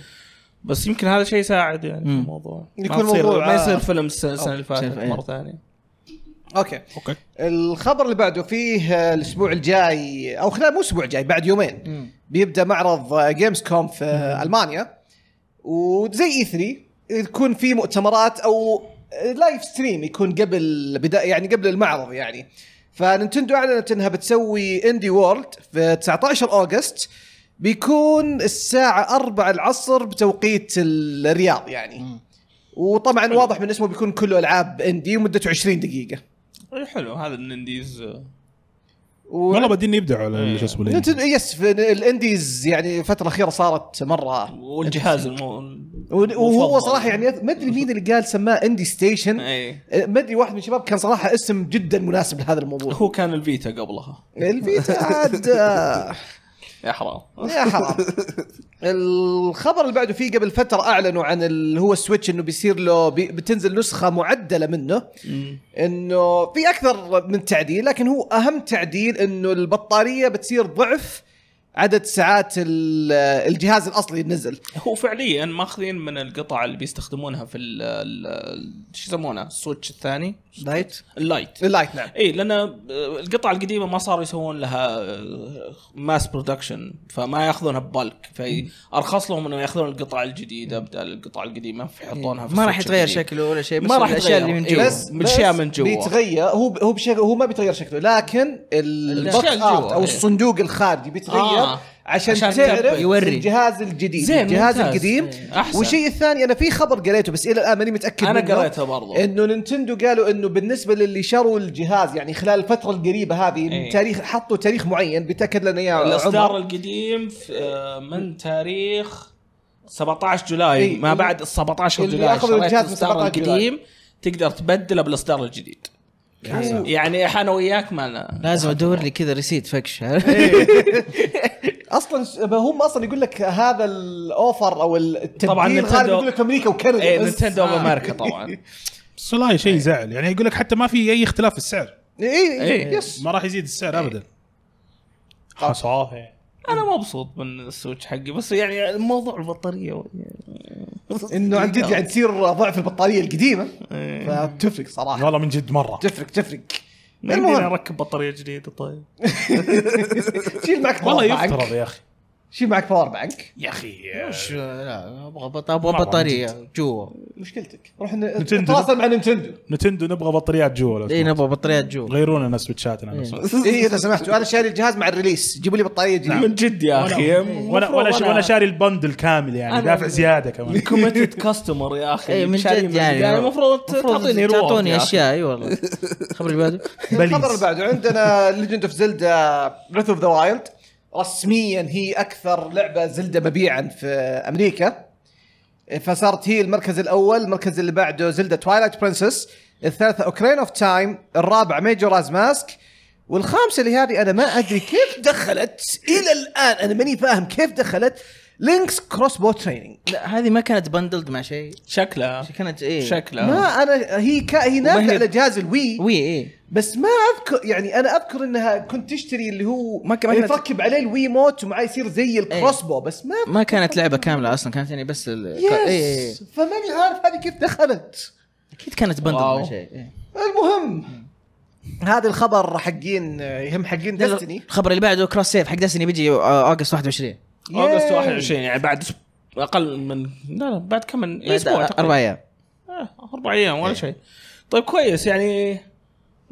بس يمكن هذا شيء يساعد يعني في الموضوع يكون ما تصير- موضوع- آه، ما يصير فيلم الس- السنه اللي فاتت شايف، إيه. مره ثانيه اوكي اوكي الخبر اللي بعده فيه آه، الاسبوع الجاي او خلال مو اسبوع جاي بعد يومين بيبدا معرض جيمز كوم في آه، المانيا وزي اي 3 يكون في مؤتمرات او آه، لايف ستريم يكون قبل بدا يعني قبل المعرض يعني فننتندو اعلنت انها بتسوي اندي وورلد في 19 اوغست بيكون الساعة 4 العصر بتوقيت الرياض يعني وطبعا واضح من اسمه بيكون كله العاب اندي ومدته 20 دقيقة آه، إيه، حلو هذا الننديز و... والله بدين يبدعوا على شو اسمه نتن... يس في الانديز يعني الفتره الاخيره صارت مره والجهاز المو... و- وهو صراحه يعني ما ادري مين اللي قال سماه اندي ستيشن اي ما ادري واحد من الشباب كان صراحه اسم جدا مناسب لهذا الموضوع هو كان الفيتا قبلها الفيتا عاد آه، يا حرام يا حرام الخبر اللي بعده فيه قبل فتره اعلنوا عن اللي هو السويتش انه بيصير له بي بتنزل نسخه معدله منه انه في اكثر من تعديل لكن هو اهم تعديل انه البطاريه بتصير ضعف عدد ساعات ال- الجهاز الاصلي اللي نزل هو فعليا ماخذين من القطع اللي بيستخدمونها في ال ال- شو يسمونها السويتش الثاني لايت اللايت اللايت نعم اي لان إيه، آه، القطع القديمه ما صاروا يسوون لها ماس برودكشن فما ياخذونها ببلك فارخص لهم انهم ياخذون القطع الجديده بدل القطع القديمه فيحطونها في ما راح السويتش يتغير الجديد. شكله ولا شيء بس ما راح الاشياء يتغير. اللي يعني من إيه. جوا بس- بالأشياء من جوا. بيتغير هو هو بشكل هو ما بيتغير شكله لكن البوكس الأشياء اللي ارت جوا، او إيه. الصندوق الخارجي بيتغير آه. آه. عشان, عشان تعرف ينبه، يوري. الجهاز الجديد زين، الجهاز ممتاز. القديم إيه. أحسن. والشيء الثاني انا في خبر قريته بس الى الان ماني متاكد أنا منه. قريته برضو. انه نينتندو قالوا انه بالنسبه للي شروا الجهاز يعني خلال الفتره القريبه هذه إيه. من تاريخ حطوا تاريخ معين بيتاكد لنا اياه الاصدار عمر. القديم في- آه، من تاريخ 17 جولاي إي، ما اللي- بعد ال 17 إيه، اللي جولاي أخذ شريت الجهاز من الاصدار 17 جولاي. القديم تقدر تبدله بالاصدار الجديد يعني انا وياك ما لازم ادور لي كذا ريسيت فكش اصلا هم اصلا يقول لك هذا الاوفر او التبديل طبعاً طبعا نينتندو- إيه، يقول لك في امريكا وكندا آه. اي بس. نتندو امريكا طبعا بس والله شيء يزعل يعني يقول لك حتى ما في اي اختلاف في السعر اي إيه. اي يس ما راح يزيد السعر آه، ابدا حصاه انا مبسوط من السويتش حقي بس يعني موضوع البطاريه انه عن جد يعني تصير ضعف البطاريه القديمه إيه. فتفرق صراحه والله من جد مره تفرق تفرق ما يمديني المهم اركب بطاريه جديده طيب شيل معك والله باور بانك يفترض يا اخي شيل معك باور بانك يا اخي وش آه. لا ابغى بط- ابغى بطاريه جوا مشكلتك روح ن- نتندو. نتواصل مع نينتندو نتندو إيه، نبغى إيه. بطاريات جوا لو اي سمحت. نبغى بطاريات جوا غيرونا لنا سويتشاتنا لو سمحت. اي اذا إيه، سمحتوا انا شاري الجهاز مع الريليس جيبوا لي بطاريه جديده من جد يا اخي ولا ولا ش- ولا شاري البندل كامل يعني دافع زياده كمان كوميتد كاستمر يا اخي اي من شاري جد يعني يعني المفروض تعطيني روح تعطوني يا أخي. اشياء اي والله الخبر اللي بعده الخبر اللي بعده عندنا ليجند اوف زلدا بريث اوف ذا وايلد رسميا هي اكثر لعبه زلدا مبيعا في امريكا فصارت هي المركز الاول المركز اللي بعده زلدا توايلايت برنسس الثالثه اوكرين اوف تايم الرابع ميجوراز ماسك والخامسه اللي هذه انا ما ادري كيف دخلت الى الان انا ماني فاهم كيف دخلت لينكس كروس بو تريننج لا هذه ما كانت بندلد مع شيء شكلها كانت ايه آه. شكلها ما انا هي كا هي نازله على جهاز الوي وي ايه بس ما اذكر يعني انا اذكر انها كنت تشتري اللي هو ما ما كان- ما كان كانت- تركب عليه الوي موت ومعاه يصير زي الكروس بو بس ما ما كانت لعبه كامله اصلا كانت يعني بس ال... يس إيه، إيه. فماني عارف هذه كيف دخلت اكيد كانت بندل واو. مع شيء إيه. المهم هذا الخبر حقين يهم حقين دستني الخبر اللي بعده كروس سيف حق دستني بيجي آه، اوغست 21 اوغست 21 يعني بعد أسب- اقل من لا لا بعد كم من إيه، بعد اسبوع تقريباً. اربع ايام آه، اربع ايام ولا شيء طيب كويس يعني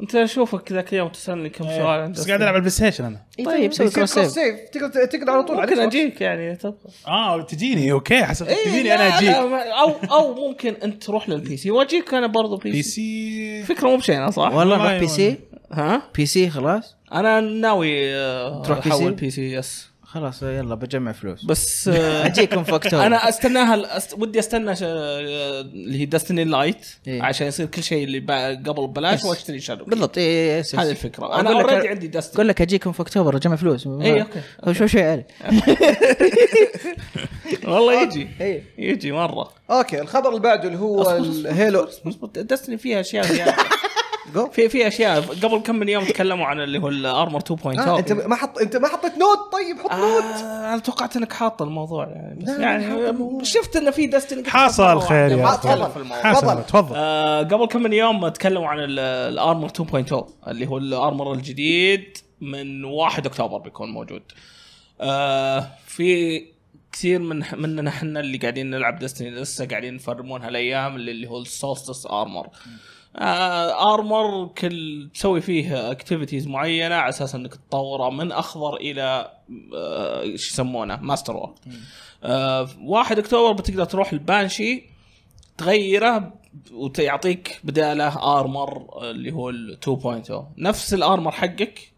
انت اشوفك ذاك اليوم تسالني كم سؤال بس قاعد العب على البلاي ستيشن انا طيب سوي كروس سيف سيف تقدر تقدر على طول ممكن على الإكس بوكس. اجيك يعني تبغى اه تجيني اوكي حسب تجيني إيه، لا، انا لا، اجيك ما- او او ممكن انت تروح للبي سي واجيك انا برضو بي بي سي سي فكره مو بشينه صح؟ والله نروح والله بي سي ها؟ بي سي خلاص انا ناوي آه، تروح بي سي؟ احول بي سي يس خلاص يلا بجمع فلوس بس آه، اجيكم في اكتوبر انا استناها أست... ودي استنى ش... آه، اللي هي داستني لايت إيه. عشان يصير كل شيء اللي با... قبل ببلاش واشتري شادو بالضبط إيه، اي اي يس هذه يس. الفكره انا أقول لك- اوريدي عندي داستني اقول لك اجيكم في اكتوبر اجمع فلوس إيه، أوكي. شو شو يعني والله يجي إيه. يجي مره اوكي الخبر اللي بعده اللي هو الهيلو دستني فيها اشياء زياده Go. في في اشياء قبل كم من يوم تكلموا عن اللي هو الارمر 2.0 آه، انت ما حط انت ما حطيت نوت طيب حط نوت آه، انا توقعت انك حاط الموضوع يعني بس لا، يعني حاط الموضوع. شفت انه في دستني حصل خير يا ما- أخوي. تفضل في الموضوع. حصل تفضل. تفضل آه قبل كم من يوم تكلموا عن ال- الارمر 2.0 oh، اللي هو الارمر الجديد من 1 اكتوبر بيكون موجود. آه في كثير من مننا احنا اللي قاعدين نلعب دستني لسه قاعدين نفرمون هالايام اللي, اللي هو السولستس ارمر. آه ارمر كل تسوي فيه اكتيفيتيز معينه على اساس انك تطوره من اخضر الى آه شو يسمونه ماستر وورد. آه 1 اكتوبر بتقدر تروح البانشي تغيره ويعطيك بداله ارمر اللي هو ال 2.0 نفس الارمر oh. حقك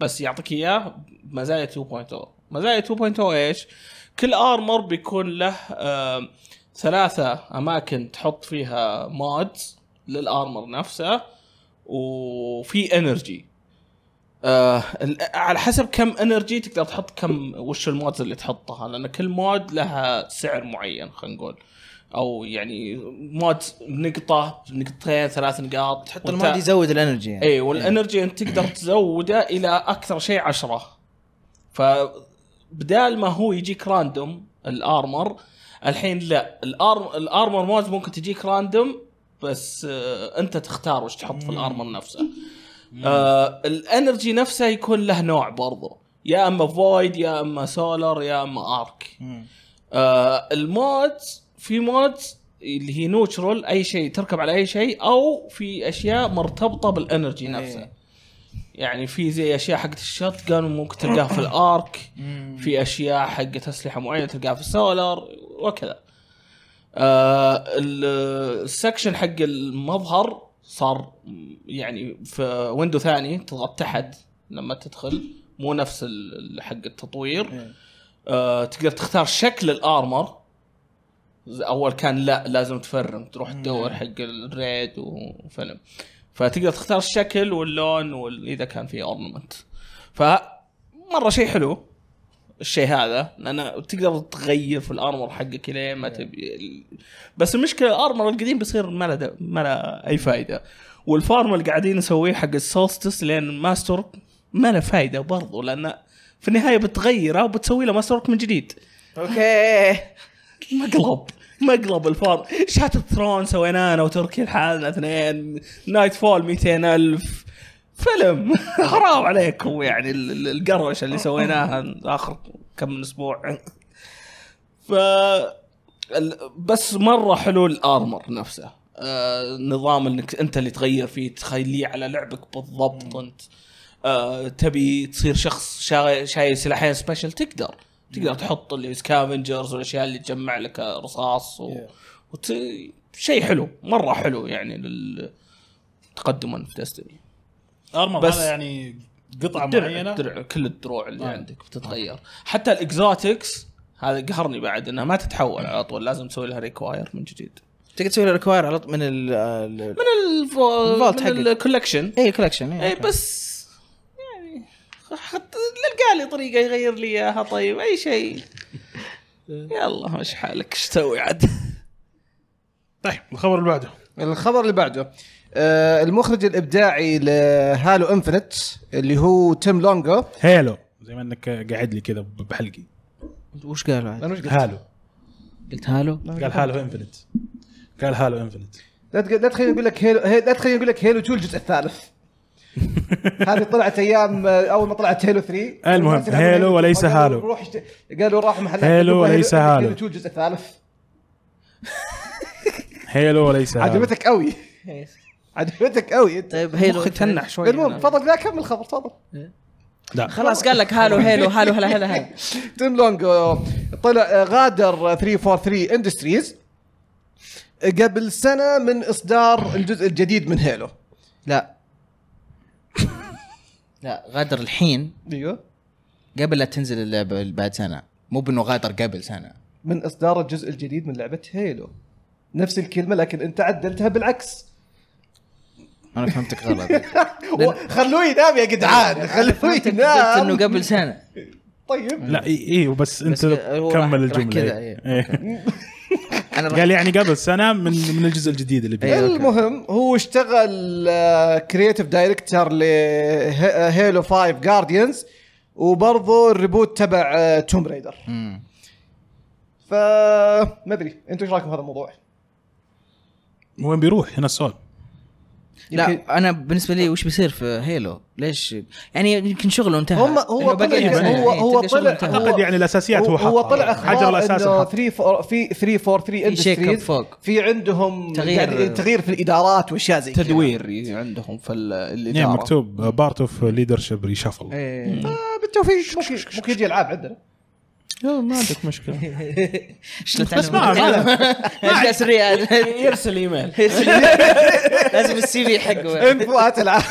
بس يعطيك اياه بمزايا 2.0 oh. مزايا 2.0 ايش؟ كل ارمر بيكون له آه ثلاثة اماكن تحط فيها مودز للارمر نفسه وفي انرجي آه ال- على حسب كم انرجي تقدر تحط كم وش المودز اللي تحطها لان كل مود لها سعر معين خلينا نقول او يعني مود نقطه نقطتين ثلاث نقاط تحط وأنت- المود يزود الانرجي يعني اي والانرجي إيه، انت تقدر تزوده الى اكثر شيء عشرة فبدال ما هو يجيك راندوم الارمر الحين لا الارم الارمر مود ممكن تجيك راندوم بس آه، انت تختار وش تحط في الارمر نفسه آه الانرجي نفسه يكون له نوع برضه يا اما فويد يا اما سولر يا اما ارك مم. آه المودز في مودز اللي هي نوترال اي شيء تركب على اي شيء او في اشياء مرتبطه بالانرجي نفسها إيه. يعني في زي اشياء حقت الشوت جان ممكن تلقاها في الارك في اشياء حقت اسلحه معينه تلقاها في السولر وكذا آه ال- السكشن حق المظهر صار يعني في ويندو ثاني تضغط تحت لما تدخل مو نفس ال- حق التطوير إيه. آه، تقدر تختار شكل الارمر ز- اول كان لا لازم تفرم تروح تدور حق الريد وفيلم فتقدر تختار الشكل واللون وال- اذا كان في اورنمنت ف مره شيء حلو الشيء هذا لان تقدر تغير في الارمر حقك لين ما تبي ال- بس المشكله الارمر القديم بيصير ما له د- ما له اي فائده والفارم اللي قاعدين نسويه حق السولستس لين الماستر ما له فائده برضو لان في النهايه بتغيره وبتسوي له ماستر من جديد اوكي مقلب مقلب الفارم شات ثرون سويناه انا وتركي لحالنا اثنين نايت فول 200 الف فيلم حرام عليكم يعني ال- ال- القروشه اللي سويناها اخر كم من اسبوع ف ال- بس مره حلو الارمر نفسه آه نظام انك انت اللي تغير فيه تخليه على لعبك بالضبط انت آه تبي تصير شخص شا- شايل سلاحين سبيشل تقدر تقدر تحط اللي سكافنجرز والاشياء اللي تجمع لك رصاص و... وت... شيء حلو مره حلو يعني لل... تقدما في دستني ارمر بس- هذا يعني قطعه درع, معينه درع كل الدروع آه. اللي عندك بتتغير حتى الاكزوتكس هذا قهرني بعد انها ما تتحول على طول لازم تسوي لها ريكواير من جديد تقدر تسوي له ريكواير على طول من ال ال- إيه، من الفو... الفولت من حقك. الكولكشن اي كولكشن اي بس يعني حط لقى لي طريقه يغير لي اياها طيب اي شيء يلا مش حالك ايش تسوي عاد طيب الخبر اللي بعده الخبر اللي بعده آه، المخرج الابداعي لهالو انفنت اللي هو تيم لونجو هيلو زي ما انك قاعد لي كذا بحلقي وش قالوا عاد؟ انا وش قلت؟ هالو قلت هالو قال هالو انفنت قال هالو انفنت لا تق- لا تخليني اقول لك هيلو هي- لا تخليني اقول لك هيلو 2 الجزء الثالث هذه طلعت ايام آه، اول ما طلعت هيلو 3 المهم، والناس يلعبون هيلو وليس قالوا هالو. روح اشت- قالوا راح محل هيلو قالوا وليس هالو. هيلو 2 الجزء الثالث هيلو وليس هالو. عجبتك قوي عجبتك قوي انت طيب هيلو مخي تنح شوي المهم أنا. تفضل لا كمل الخبر تفضل لا خلاص قال لك هالو هيلو هالو هلا هلا هلا تيم لونج آه، طلع آه، غادر آه، 343 اندستريز قبل سنه من اصدار الجزء الجديد من هيلو لا لا غادر الحين ايوه قبل لا تنزل اللعبه اللي بعد سنه مو بانه غادر قبل سنه من اصدار الجزء الجديد من لعبه هيلو نفس الكلمه لكن انت عدلتها بالعكس انا فهمتك غلط و- خلوه ينام يا جدعان خلوه فهمتك قلت ينام نعم. انه قبل سنه طيب لا اي إيه بس انت بس هو راح- كمل راح الجمله كذا، إيه. انا قال يعني قبل سنه من من الجزء الجديد اللي بيه إيه. أوكي. المهم هو اشتغل آه، كرييتيف دايركتر لهيلو 5 جارديانز وبرضه الريبوت تبع آه، توم ريدر مم. فما ادري انتم ايش رايكم في هذا الموضوع؟ وين بيروح هنا السؤال يمكن- لا انا بالنسبه لي وش بيصير في هيلو ليش يعني يمكن شغله انتهى هم هو إنه طلع باقي لك سنة. هو إيه، هو تلقى شغله طلع انتهى. اعتقد يعني الاساسيات هو هو حطها. طلع حجر اخبار الاساس انه حطها. 3 for- في 3 for 3 في شيك اندستريز up فوق. في عندهم تغيير- تغيير تغيير في الادارات واشياء زي كذا. تدوير عندهم في ال- يعني الاداره مكتوب بارت اوف ليدرشيب ريشفل إيه. آه، بالتوفيق ممكن ممكن يجي العاب عندنا لا، ما عندك مشكله شلت بس ما- ما- ايش جالس الري هذا؟ يرسل ايميل لازم السي في حقه انفوات العاب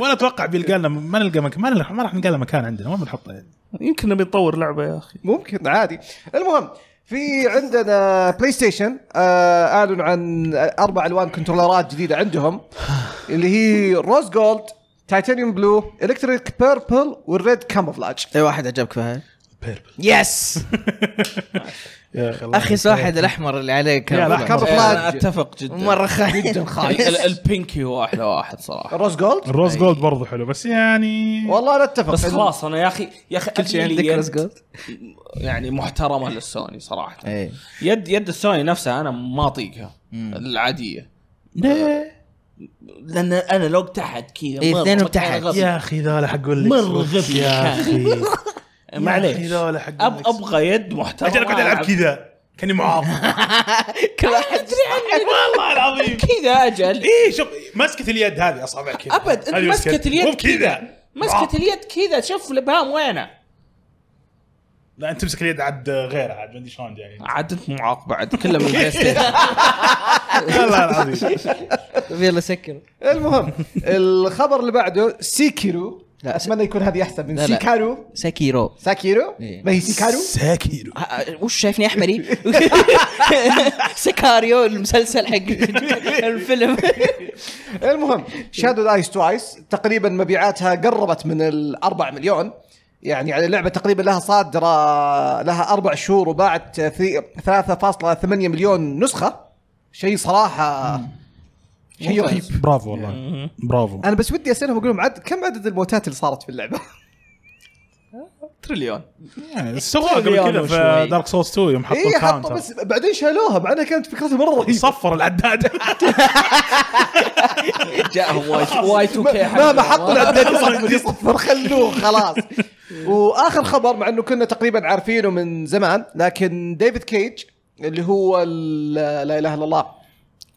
وانا اتوقع بيلقى لنا ما نلقى مكان ما, نلقى- ما راح نلقى له مكان عندنا وين بنحطه يعني يمكن نبي نطور لعبه يا اخي ممكن عادي المهم في عندنا بلاي ستيشن آه اعلنوا عن اربع الوان كنترولرات جديده عندهم اللي هي روز جولد تايتانيوم بلو الكتريك بيربل والريد كاموفلاج اي إيه، واحد عجبك فهد؟ بيربل يس يا اخي الله. اخي واحد إيه. الاحمر اللي عليه يا كان لا، كان- كان- أنا اتفق جدا مره خايف ال- ال- البينكي هو احلى واحد صراحه الروز جولد الروز جولد برضه حلو بس يعني والله انا اتفق بس إن- خلاص انا يا اخي يا اخي كل شيء يعني. أبني عندك يد- رز جولد يعني محترمه للسوني صراحه اي يد يد السوني نفسها انا ما اطيقها العاديه ليه؟ لان انا لو تحت كذا إيه، مرة اثنين كان وتحت. غبي. يا اخي ذولا حقول لك مرة غبي يا كان. اخي معليش يا أخي ذولا حق أب النكس. ابغى يد محترمه اجل كنت العب كذا كاني معاق كل واحد يعني والله العظيم كذا اجل ايه شوف مسكه اليد هذه اصابع كذا ابد انت هذه مسكه مو آه. اليد كذا كذا مسكه اليد كذا شوف الابهام وينه لا انت تمسك اليد عاد غير عاد ما ادري شلون يعني عاد انت معاق بعد كله من البلاي ستيشن والله العظيم يلا سكر المهم الخبر اللي بعده سيكيرو لا. اتمنى يكون هذه احسن من لا، لا. سيكارو ساكيرو ساكيرو إيه. ما هي سيكارو ساكيرو ها- آه، وش شايفني احمري؟ سكاريو المسلسل حق الفيلم المهم إيه. شادو ايس توايس تقريبا مبيعاتها قربت من الأربع مليون يعني على اللعبة تقريبا لها صادرة لها أربع شهور وباعت في- 3.8 مليون نسخة شيء صراحة شيء رهيب برافو والله برافو أنا بس ودي أسألهم أقول لهم عد كم عدد الموتات اللي صارت في اللعبة؟ تريليون يعني سووها قبل مليون كذا في وشوي. دارك سولز 2 يوم حطوا إي إيه، حطوا الكاونتر بس بعدين شالوها مع أنها كانت فكرتها مرة رهيبة صفر العداد جاءهم واي واي 2 كي مهما حطوا العداد صفر صفر خلوه خلاص واخر خبر مع انه كنا تقريبا عارفينه من زمان لكن ديفيد كيج اللي هو ال- لا اله الا الله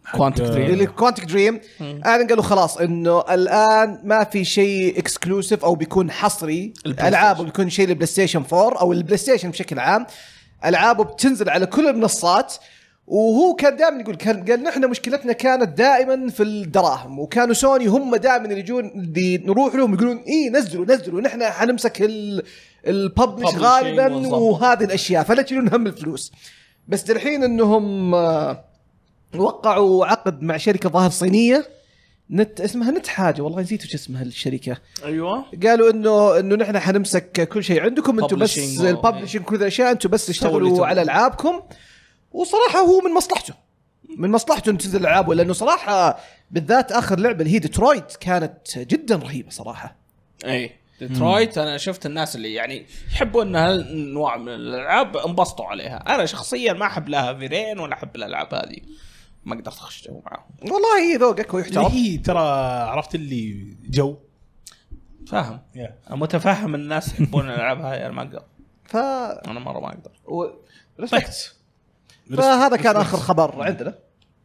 كوانتك اللي كوانتك دريم اعلن قالوا خلاص انه الان ما في شيء اكسكلوسيف او بيكون حصري العابه بيكون شيء للبلاي ستيشن 4 او البلاي ستيشن بشكل عام العابه بتنزل على كل المنصات وهو كان دائما يقول كان قال نحن مشكلتنا كانت دائما في الدراهم وكانوا سوني هم دائما اللي يجون اللي نروح لهم يقولون اي نزلوا نزلوا نحن حنمسك ال- الببلش Publishing غالبا والظبط. وهذه الاشياء فلا تشيلون هم الفلوس بس الحين انهم آه، وقعوا عقد مع شركه ظاهر صينيه نت اسمها نت حاجه والله نسيت وش اسمها الشركه ايوه قالوا انه انه نحن حنمسك كل شيء عندكم انتم بس Publishing و- الببلشنج كل الاشياء انتم بس اللي اشتغلوا تبغوا. على العابكم وصراحه هو من مصلحته من مصلحته انه تنزل العاب لانه صراحه بالذات اخر لعبه اللي هي ديترويت كانت جدا رهيبه صراحه اي إيه. ديترويت انا شفت الناس اللي يعني يحبون إن هالنوع من الالعاب انبسطوا عليها انا شخصيا ما احب لها فيرين ولا احب الالعاب هذه ما قدرت اخش جو معاهم والله ذوقك ويحترم اللي هي ترى عرفت اللي جو فاهم يا. أنا متفهم الناس يحبون الالعاب هاي انا ما اقدر ف انا مره ما اقدر و... طيب فهذا كان اخر خبر عندنا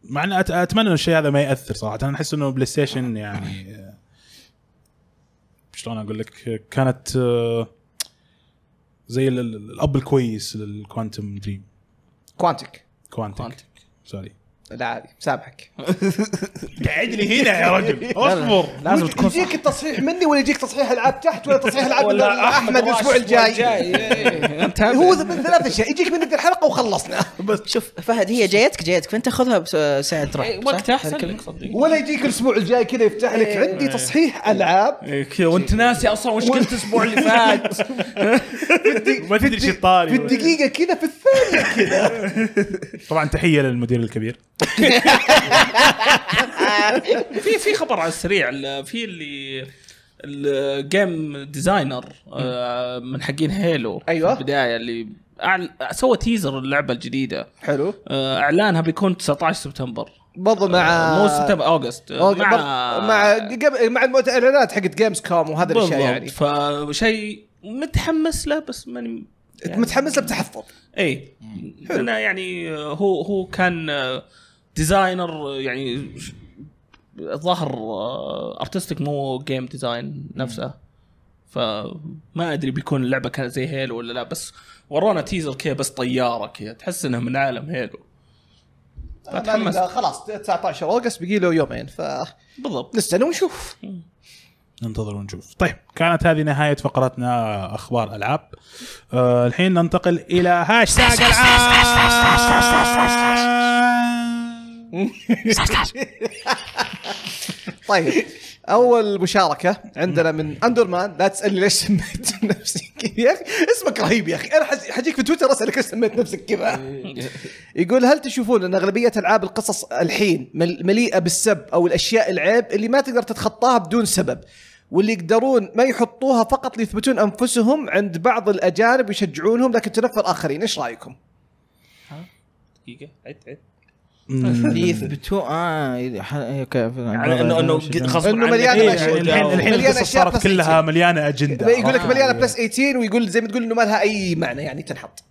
مع ان أت- اتمنى انه الشيء هذا ما ياثر صراحه انا احس انه بلاي ستيشن يعني آه، شلون اقول لك كانت آه، زي ال- ال- الاب الكويس للكوانتم دريم كوانتك كوانتك Quantic. سوري لا عادي سامحك قاعد لي هنا يا رجل اصبر لازم تكون يجيك التصحيح مني ولا يجيك تصحيح العاب تحت ولا تصحيح العاب من ولا احمد الاسبوع الجاي إيه. أنت هو ذا من ثلاث اشياء يجيك من الحلقه وخلصنا شوف فهد هي جايتك جايتك فانت خذها بسعه رحب إيه، صح؟ وقت احسن هذا لك كله. صدق ولا يجيك الاسبوع الجاي كذا يفتح لك عندي تصحيح العاب إيه، كذا وانت ناسي اصلا وش كنت الاسبوع اللي فات ما تدري شو في الطاري الدقيقه كذا في الثانيه كذا طبعا تحيه للمدير الكبير في في خبر على السريع ال- في اللي الجيم ديزاينر آه، من حقين هيلو أيوة. في البدايه اللي أعل- سوى تيزر اللعبه الجديده حلو آه، اعلانها بيكون 19 سبتمبر برضو مع مو سبتمبر اوغست أو- مع بر- آه، مع قبل- مع المعلنات حقت جيمز كوم وهذا بالضبط الاشياء يعني فشيء متحمس له بس ماني انت يعني. متحمس له بتحفظ اي انا يعني آه، هو هو كان آه، ديزاينر آه، يعني ش- الظاهر ارتستيك مو جيم ديزاين نفسه فما ادري بيكون اللعبه كانت زي هيل ولا لا بس ورونا تيزر كذا بس طياره كذا تحس انها من عالم هيلو ما- فتحمست خلاص 19 اوغست بقي له يومين فلسه بالضبط ونشوف ننتظر ونشوف طيب كانت هذه نهاية فقرتنا أخبار ألعاب آه الحين ننتقل إلى هاشتاج ألعاب طيب اول مشاركه عندنا من اندرمان لا تسالني ليش سميت نفسي كذا. يا اخي اسمك رهيب يا اخي انا حج- حجيك في تويتر اسالك ليش سميت نفسك كذا يقول هل تشوفون ان اغلبيه العاب القصص الحين مل- مليئه بالسب او الاشياء العيب اللي ما تقدر تتخطاها بدون سبب واللي يقدرون ما يحطوها فقط ليثبتون انفسهم عند بعض الاجانب ويشجعونهم لكن تنفر الاخرين ايش رايكم؟ دقيقه عد عد إيه، يثبتوا اه ح- اوكي على انه انه غصب إنه عنك مليان إيه، أشياء. إيه، الحين إيه، الحين مليانة القصة أشياء صارت بس كلها مليانة أجندة يقول لك آه، مليانه إيه. بلس 18 ويقول زي ما تقول انه ما لها اي معنى يعني تنحط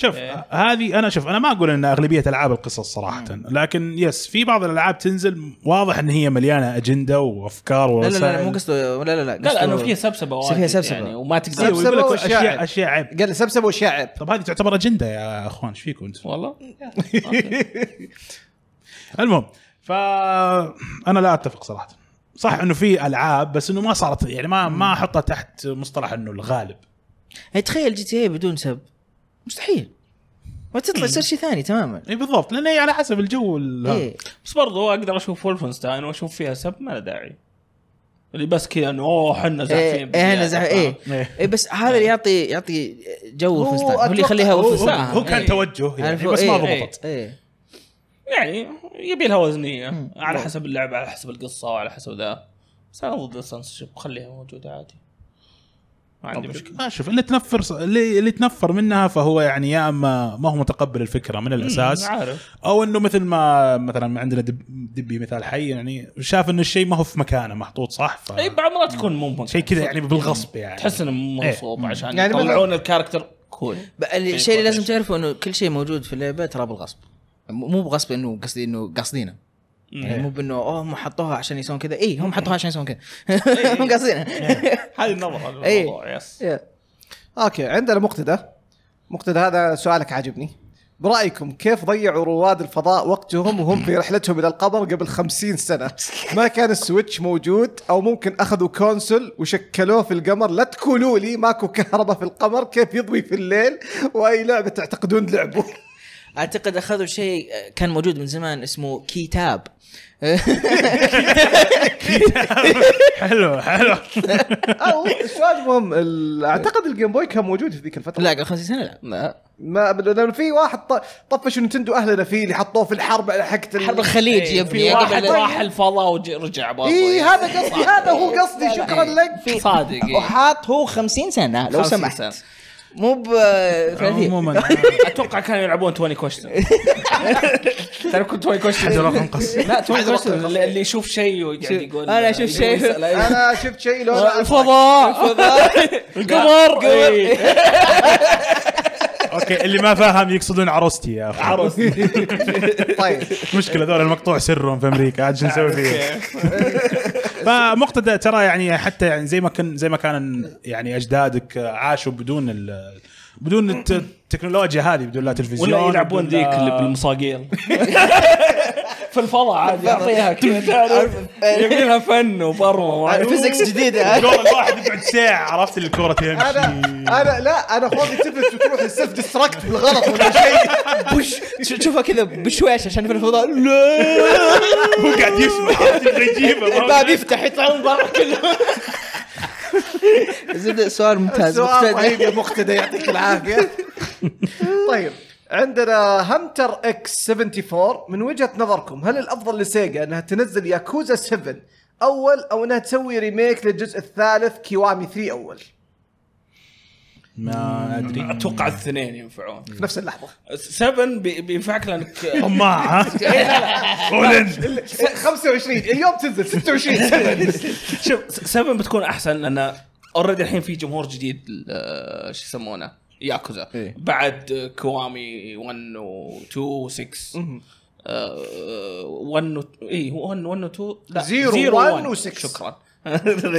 شوف هذه انا شوف انا ما اقول ان اغلبيه العاب القصص صراحه لكن يس في بعض الالعاب تنزل واضح ان هي مليانه اجنده وافكار لا لا ووسائل لا مو قصده لا لا لا لا قصده- لا انه فيها سبسبه واجد فيها سبسبة. يعني وما أيوة، تقدر سبسبة. يقول لك وأشياء عيب. اشياء اشياء عيب قال سبسب وشاعب طب هذه تعتبر اجنده يا اخوان ايش فيكم انتم؟ والله المهم ف انا لا اتفق صراحه صح انه في العاب بس انه ما صارت يعني ما ما احطها تحت مصطلح انه الغالب يعني تخيل جي تي اي بدون سب مستحيل ما تطلع تصير شيء ثاني تماما اي بالضبط لانه هي على حسب الجو ال- إيه. بس برضو اقدر اشوف ولفنستاين واشوف فيها سب ما له داعي اللي بس كذا انه اوه حنا زعفين ايه إيه، انا زعف ايه إيه. إيه، بس هذا اللي يعطي يعطي جو هو فستان هو اللي أتوقع- يخليها هو- هو, وفستان هو إيه. كان توجه يعني بس ما ضبطت ايه يعني يبي لها وزنيه مم. على حسب اللعبه على حسب القصه وعلى حسب ذا بس انا ضد السنسشيب خليها موجوده عادي ما عندي مشكله ما شوف اللي تنفر اللي, اللي تنفر منها فهو يعني يا اما ما هو متقبل الفكره من الاساس مم، عارف او انه مثل ما مثلا عندنا دب دبي مثال حي يعني شاف انه الشيء ما هو في مكانه محطوط صح ف اي بعض المرات تكون مو شيء كذا يعني بالغصب يعني تحس انه مغصوب عشان يعني مثلاً- يطلعون الكاركتر كول بقى الشيء اللي لازم تعرفه انه كل شيء موجود في اللعبه ترى بالغصب مو مو بغصب انه قصدي انه قاصدينه يعني مو بانه اوه هم حطوها عشان يسوون كذا اي هم حطوها عشان يسوون كذا هم قاصدينه هذه النظره إيه. للموضوع يس اوكي عندنا مقتدى مقتدى هذا سؤالك عاجبني برايكم كيف ضيعوا رواد الفضاء وقتهم وهم في رحلتهم الى القمر قبل خمسين سنه ما كان السويتش موجود او ممكن اخذوا كونسل وشكلوه في القمر لا تقولوا لي ماكو كهرباء في القمر كيف يضوي في الليل واي لعبه تعتقدون لعبوا اعتقد اخذوا شيء آه، كان موجود من زمان اسمه كتاب حلو حلو او السؤال مهم ال- اعتقد الجيم بوي كان موجود في ذيك الفتره لا قبل 50 سنه لا لا ما لانه في واحد ط- طفش نتندو اهلنا فيه اللي حطوه في الحرب حقت ال- حرب الخليج يا إيه، ابني في واحد قبل راح الفضاء ورجع إيه، برضه اي إيه، هذا قصدي هذا هو قصدي شكرا لك إيه. صادق إيه. وحاط هو 50 سنه لو 50 سمحت سنة. مو ب 30 عموما اتوقع كانوا يلعبون 20 إيه. كويشن ترى كنت 20 حجر كويشن رقم قص لا 20 كويشن اللي اللي يشوف شيء ويقعد يقول أنا أشوف يقول شيء. يسأل، أيوه. انا شفت شيء لو أه، أنا الفضاء القمر إيه. اوكي اللي ما فاهم يقصدون عروستي يا اخي عرس أدرك. طيب مشكلة دول المقطوع سرهم في امريكا عاد شو نسوي فيه فمقتدى ترى يعني حتى يعني زي ما كان زي ما كان يعني اجدادك عاشوا بدون ال بدون الت- التكنولوجيا هذه بدون لا تلفزيون ولا يلعبون بدون ذيك لا- اللي بالمصاقيل في الفضاء عادي يعطيها كذا يبي لها فن وفروه فيزكس جديده الكورة الواحد يقعد ساعة عرفت اللي الكورة تمشي انا انا لا انا خوفي تفلت وتروح للسيلف ديستراكت بالغلط ولا شيء بش شوفها كذا بشويش عشان في الفضاء لا هو قاعد يسمع عرفت يبغى يجيبها الباب يفتح يطلعون برا كلهم زبده سؤال ممتاز سؤال مقتدى. رهيب يا مقتدى يعطيك العافيه طيب عندنا همتر اكس 74 من وجهه نظركم هل الافضل لسيجا انها تنزل ياكوزا 7 اول او انها تسوي ريميك للجزء الثالث كيوامي 3 اول ما ادري اتوقع الاثنين ينفعون في نفس اللحظه 7 بي- بينفعك لانك طماع ها إيه، اولن 25 اليوم تنزل 26 7 شوف 7 بتكون احسن لان اوريدي الحين في جمهور جديد ل- آه، شو يسمونه ياكوزا إيه. بعد آه، كوامي 1 و2 و6 1 آه، و اي 1 1 و2 لا Zero, 0 one one. و six. شكرا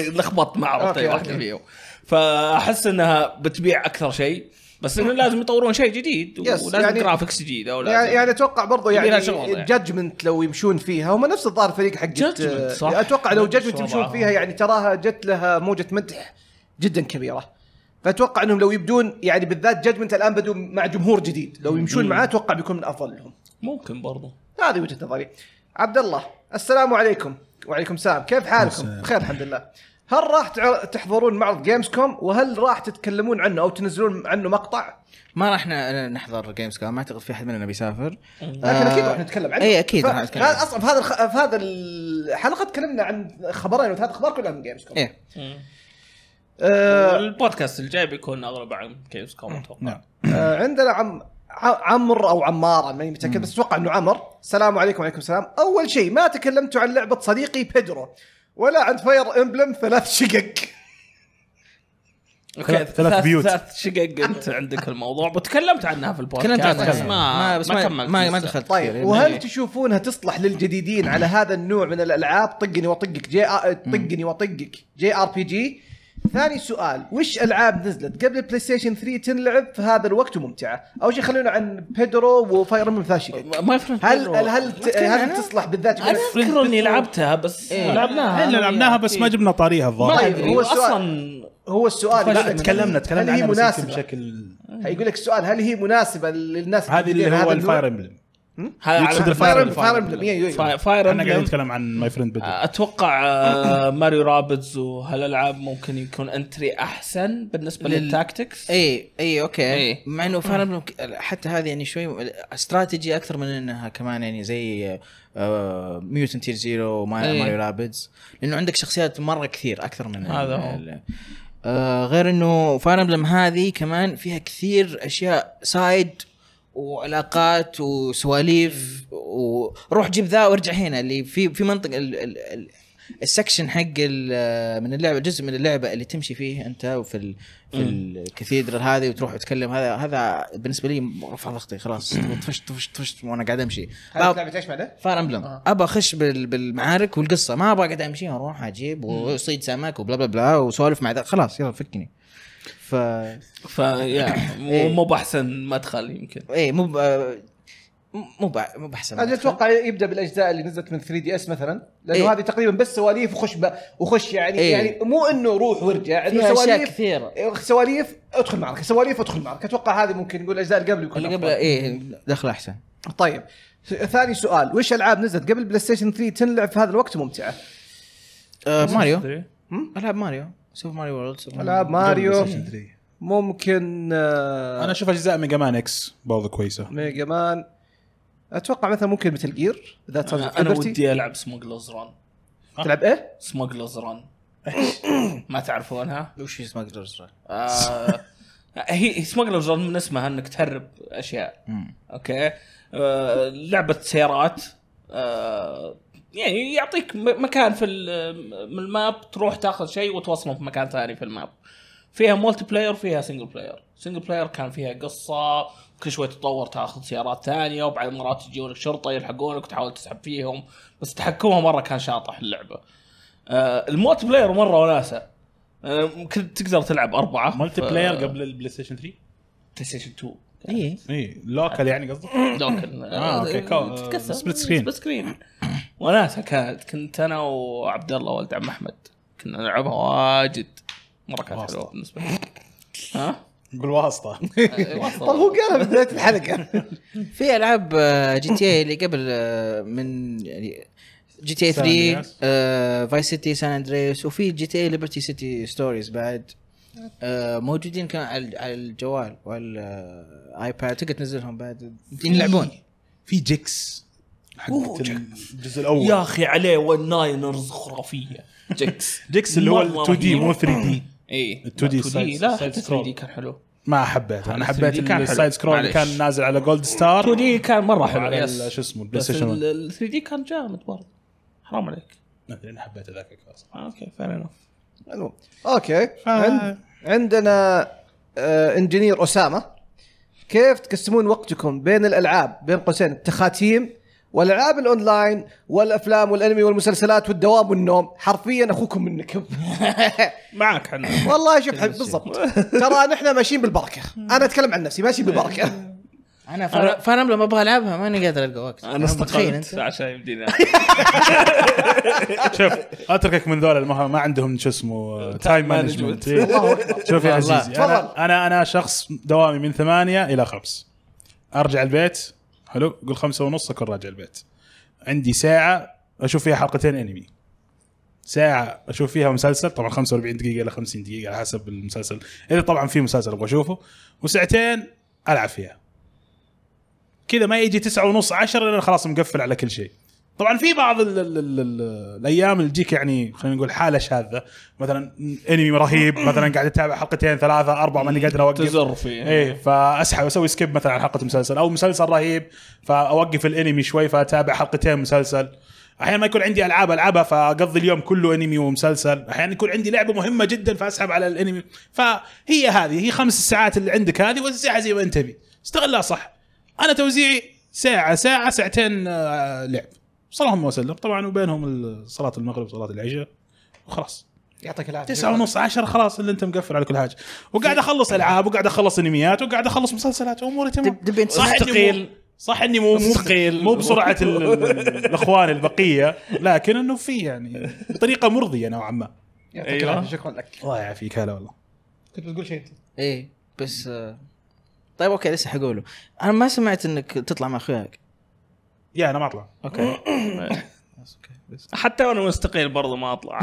لخبطت ما عرفت اي أوكي، واحده أوكي. فيهم فاحس انها بتبيع اكثر شيء بس انه لازم يطورون شيء جديد يس، ولازم يعني- جرافكس جديده يعني, ولازم يعني اتوقع برضو يبي لها يعني شغل يعني. جادجمنت لو يمشون فيها هم نفس الظاهر فريق حق Judgment، صح. اتوقع لو نفس جادجمنت يمشون وضعهم. فيها يعني تراها جت لها موجه مدح جدا كبيره فاتوقع انهم لو يبدون يعني بالذات جادجمنت الان بدوا مع جمهور جديد لو يمشون معاه اتوقع بيكون من افضل لهم ممكن برضو هذه وجهه نظري عبد الله السلام عليكم وعليكم السلام كيف حالكم بخير الحمد لله هل راح تع- تحضرون معرض جيمز كوم وهل راح تتكلمون عنه او تنزلون عنه مقطع ما راح ن- نحضر جيمز كوم ما اعتقد في احد مننا بيسافر لكن اكيد راح نتكلم عنه اي اكيد ف- آه، راح نتكلم ف- اصلا في هذا الخ... في هذا الحلقه تكلمنا عن خبرين وثلاث اخبار كلها من جيمز كوم ايه آه البودكاست الجاي بيكون اغلب عن كيفز كوم اتوقع آه عندنا عم ع- عمر او عمار أنا ماني متاكد بس اتوقع انه عمر السلام عليكم وعليكم السلام اول شيء ما تكلمتوا عن لعبه صديقي بيدرو ولا عن فاير امبلم ثلاث شقق اوكي ثلاث بيوت. ثلاث شقق انت عندك الموضوع وتكلمت عنها في البودكاست تكلمت عنها بس ما بس ما كملت ما, ما لسه. دخلت طيب كثير. وهل تشوفونها تصلح للجديدين على هذا النوع من الالعاب طقني واطقك جي آ- طقني واطقك جي ار بي جي ثاني سؤال وش العاب نزلت قبل البلاي ستيشن 3 تنلعب في هذا الوقت وممتعه اول شيء خلونا عن بيدرو وفاير من ثاشي ما يفرق هل هل هل, ت- هل تصلح بالذات انا اذكر اني لعبتها بس إيه. لعبناها احنا أنا لعبناها وياك. بس ما جبنا طاريها الظاهر ما طيب، ادري هو هو السؤال- اصلا هو السؤال لا هل- تكلمنا هل تكلمنا هي عنها بس يمكن مناسبه بشكل هيقول لك السؤال هل هي مناسبه للناس هذه اللي هو الفاير امبلم يقصد الفاير امبلم فاير امبلم ايوه طيب. ايوه فاير احنا قاعدين امبلم نتكلم عن ماي فريند بدر إيه. اتوقع آه، ماريو رابدز وهالالعاب ممكن يكون انتري احسن بالنسبه لل- إيه. للتاكتكس اي اي اوكي إيه. مع انه فاير امبلم حتى هذه يعني شوي استراتيجي اكثر من انها كمان يعني زي آه، ميوتنت تير زيرو إيه. وماريو رابيدز لانه عندك شخصيات مره كثير اكثر من هذا هو. ال- آه، غير انه فاير امبلم هذه كمان فيها كثير اشياء سايد وعلاقات وسواليف وروح جيب ذا وارجع هنا اللي في في منطقه ال- ال- ال- السكشن حق ال- آه، من اللعبه جزء من اللعبه اللي تمشي فيه انت وفي ال في الكاثيدرال هذه وتروح وتكلم هذا هذا بالنسبه لي رفع ضغطي خلاص طفشت طفشت طفشت وانا قاعد امشي هذه لعبه ايش بعده؟ فاير امبلم آه. ابى اخش بال- بالمعارك والقصه ما ابغى اقعد امشي اروح اجيب واصيد سمك وبلا بلا بلا وسولف مع ذا خلاص يلا فكني ف فيا مو إيه. مو باحسن مدخل يمكن ايه مو ب... آه، مو ب... مو باحسن انا اتوقع يبدا بالاجزاء اللي نزلت من 3 دي اس مثلا لانه إيه. هذه تقريبا بس سواليف وخش ب... وخش يعني إيه. يعني مو انه روح وارجع انه فيها اشياء سواليف إيه، كثيره سواليف ادخل معركه سواليف ادخل معركه اتوقع هذه ممكن نقول الاجزاء اللي قبل يكون اللي قبل أفضل. ايه دخل احسن طيب س- ثاني سؤال وش العاب نزلت قبل بلاي ستيشن 3 تنلعب في هذا الوقت ممتعه آه ماريو أدري. العاب ماريو سوبر ماريو وورلد سوبر العاب ماريو ممكن آه، انا اشوف اجزاء ميجا مان اكس برضه كويسه ميجا مان اتوقع مثلا ممكن مثل جير ذات انا أنا ودي العب سموجلرز ران تلعب ايه؟ سموجلرز ران ما تعرفونها وش اسمه جورج آه، هي سموجلرز ران من اسمها انك تهرب اشياء اوكي آه، لعبه سيارات آه، يعني يعطيك م- مكان في ال- من الماب تروح تاخذ شيء وتوصله في مكان ثاني في الماب فيها مولتي بلاير وفيها سنجل بلاير سنجل بلاير كان فيها قصه كل شوي تتطور تاخذ سيارات ثانيه وبعد مرات يجونك شرطه يلحقونك وتحاول تسحب فيهم بس تحكمها مره كان شاطح اللعبه آه، المولتي بلاير مره وناسه آه، كنت تقدر تلعب اربعه مالتي بلاير قبل البلاي ستيشن 3 بلاي ستيشن 2 اي اي لوكال يعني قصدك لوكل آه، أوكي. كو- تتكسر split screen. سبلت سكرين وناسه كانت كنت انا وعبد الله ولد عم احمد كنا نلعبها واجد مره كانت واسطة. حلوه بالنسبه لي ها؟ بالواسطه إيه، طب هو قالها في بدايه الحلقه في العاب جي تي اي اللي قبل آه، من يعني جي تي اي سان 3 أندرياس. آه، فايس سيتي سان اندريس وفي جي تي إيه اي ليبرتي سيتي ستوريز بعد آه، موجودين كان على على الجوال والايباد تقدر تنزلهم بعد يلعبون في جيكس حق أوه، الجزء الاول يا اخي عليه ون ناينرز خرافيه جكس جيكس اللي هو مرة 2 دي رهيب. مو 3 دي اي ال 2D 2D side- لا side حتى scroll. 3 دي كان حلو ما حبيته انا هذا 3D حبيت كان حلو. السايد سكرول اللي معليش. كان نازل على جولد ستار 2 دي كان مره حلو على يس. ال- شو اسمه، البلاي بس ستيشن 1. ال 3 دي كان جامد برضه حرام عليك انا حبيت ذاك أكثر صراحة. آه، اوكي فير انف المهم. اوكي عند... عندنا آه انجينير اسامه كيف تقسمون وقتكم بين الالعاب بين قوسين التخاتيم والالعاب الاونلاين والافلام والانمي والمسلسلات والدوام والنوم حرفيا اخوكم منكم معك حنا والله شوف حبيبي بالضبط ترى نحن ماشيين بالبركه انا اتكلم عن نفسي ماشي بالبركه انا فار- فار امبلم ابغى العبها ماني قادر القى وقت انا متخيل استقلت انت عشان يمديني شوف اتركك من ذول المه- ما عندهم شو آه، اسمه تايم مانجمنت مانجمنت. شوف يا والله. عزيزي تفضل. انا انا انا شخص دوامي من ثمانية الى خمس ارجع البيت حلو قول خمسة ونص اكون راجع البيت عندي ساعة اشوف فيها حلقتين انمي ساعة اشوف فيها مسلسل طبعا 45 دقيقة الى 50 دقيقة على حسب المسلسل اذا طبعا في مسلسل ابغى اشوفه وساعتين العب فيها كذا ما يجي تسعة ونص عشرة لأن خلاص مقفل على كل شيء طبعا في بعض ال ال ال ال الايام اللي تجيك يعني خلينا نقول حاله شاذه مثلا انمي رهيب مثلا قاعد اتابع حلقتين ثلاثه اربعه ماني قادر اوقف تزر فيه ايه فاسحب اسوي سكيب مثلا عن حلقه مسلسل او مسلسل رهيب فاوقف الانمي شوي فاتابع حلقتين مسلسل احيانا ما يكون عندي العاب العبها فاقضي اليوم كله انمي ومسلسل احيانا يكون عندي لعبه مهمه جدا فاسحب على الانمي فهي هذه هي خمس ساعات اللي عندك هذه وزعها زي ما انت تبي استغلها صح انا توزيعي ساعه ساعه ساعتين آه، لعب صلاه اللهم وسلم طبعا وبينهم ال- صلاه المغرب صلاه العشاء وخلاص يعطيك العافيه تسعة ونص عشرة خلاص اللي انت مقفل على كل حاجه وقاعد اخلص العاب وقاعد اخلص انميات وقاعد اخلص مسلسلات واموري تمام دب- دب انت صح اني مو- مستقيل. صح اني مو مو مستقيل. مو بسرعه ال- ال- الاخوان البقيه لكن انه في يعني بطريقه مرضيه نوعا ما يعطيك أيوة. العافيه شكرا لك الله يعافيك هلا والله كنت بتقول شيء انت ايه بس آه، طيب اوكي لسه حقوله انا ما سمعت انك تطلع مع اخوياك يا انا ما اطلع اوكي حتى وانا مستقيل برضه ما اطلع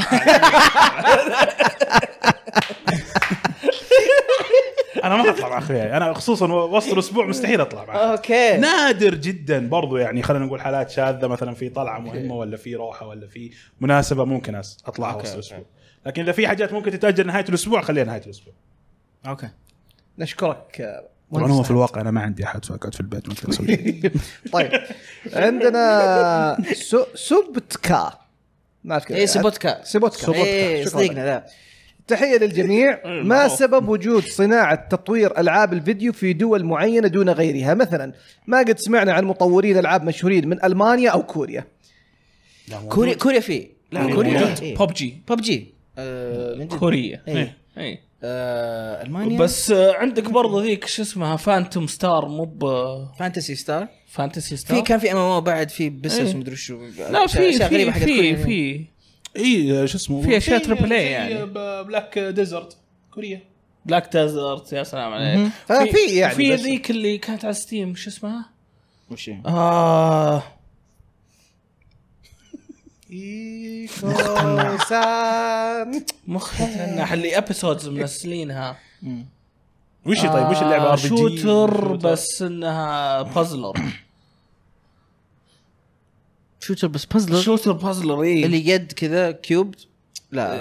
انا ما اطلع مع اخوياي انا خصوصا وسط الاسبوع مستحيل اطلع مع أخوياي. اوكي نادر جدا برضو يعني خلينا نقول حالات شاذه مثلا في طلعه مهمه ولا في روحه ولا في مناسبه ممكن أس- اطلعها وسط الاسبوع لكن اذا في حاجات ممكن تتاجل نهايه الاسبوع خليها نهايه الاسبوع اوكي نشكرك آه، طبعا هو في الواقع انا ما عندي احد فاقعد في البيت ممكن اسوي شيء. طيب عندنا سو... سوبتكا ما اعرف كيف إيه، ايه سبوتكا سبوتكا ايه شكراً صديقنا لك. ذا تحيه للجميع ما إيه، معروف. سبب وجود صناعه تطوير العاب الفيديو في دول معينه دون غيرها مثلا ما قد سمعنا عن مطورين العاب مشهورين من المانيا او كوريا كوريا كوريا في يعني لا كوريا إيه. ببجي ببجي من جد كوريا إيه. إيه. إيه. آه، المانيا بس آه، عندك برضه ذيك شو اسمها فانتوم ستار مو ب آه، فانتسي ستار فانتسي ستار في كان في ام ام او بعد في بسس آه. إيه. ومدري شو لا في أشياء غريبة في حقت في كوريا. في اي إيه، شو اسمه في أشياء في- تريبل إيه في يعني. آه، ب- بلاك ديزرت كوريا بلاك ديزرت يا سلام عليك آه، ففي يعني في بس. ذيك اللي كانت على ستيم شو اسمها؟ وش هي؟ آه إيكو-سان. مختنح اللي ابيسودز منزلينها وش هي طيب وش اللعبه آه، ار بي جي شوتر بس انها بازلر شوتر إيه. بس بازلر شوتر بازلر اي اللي يد كذا كيوب لا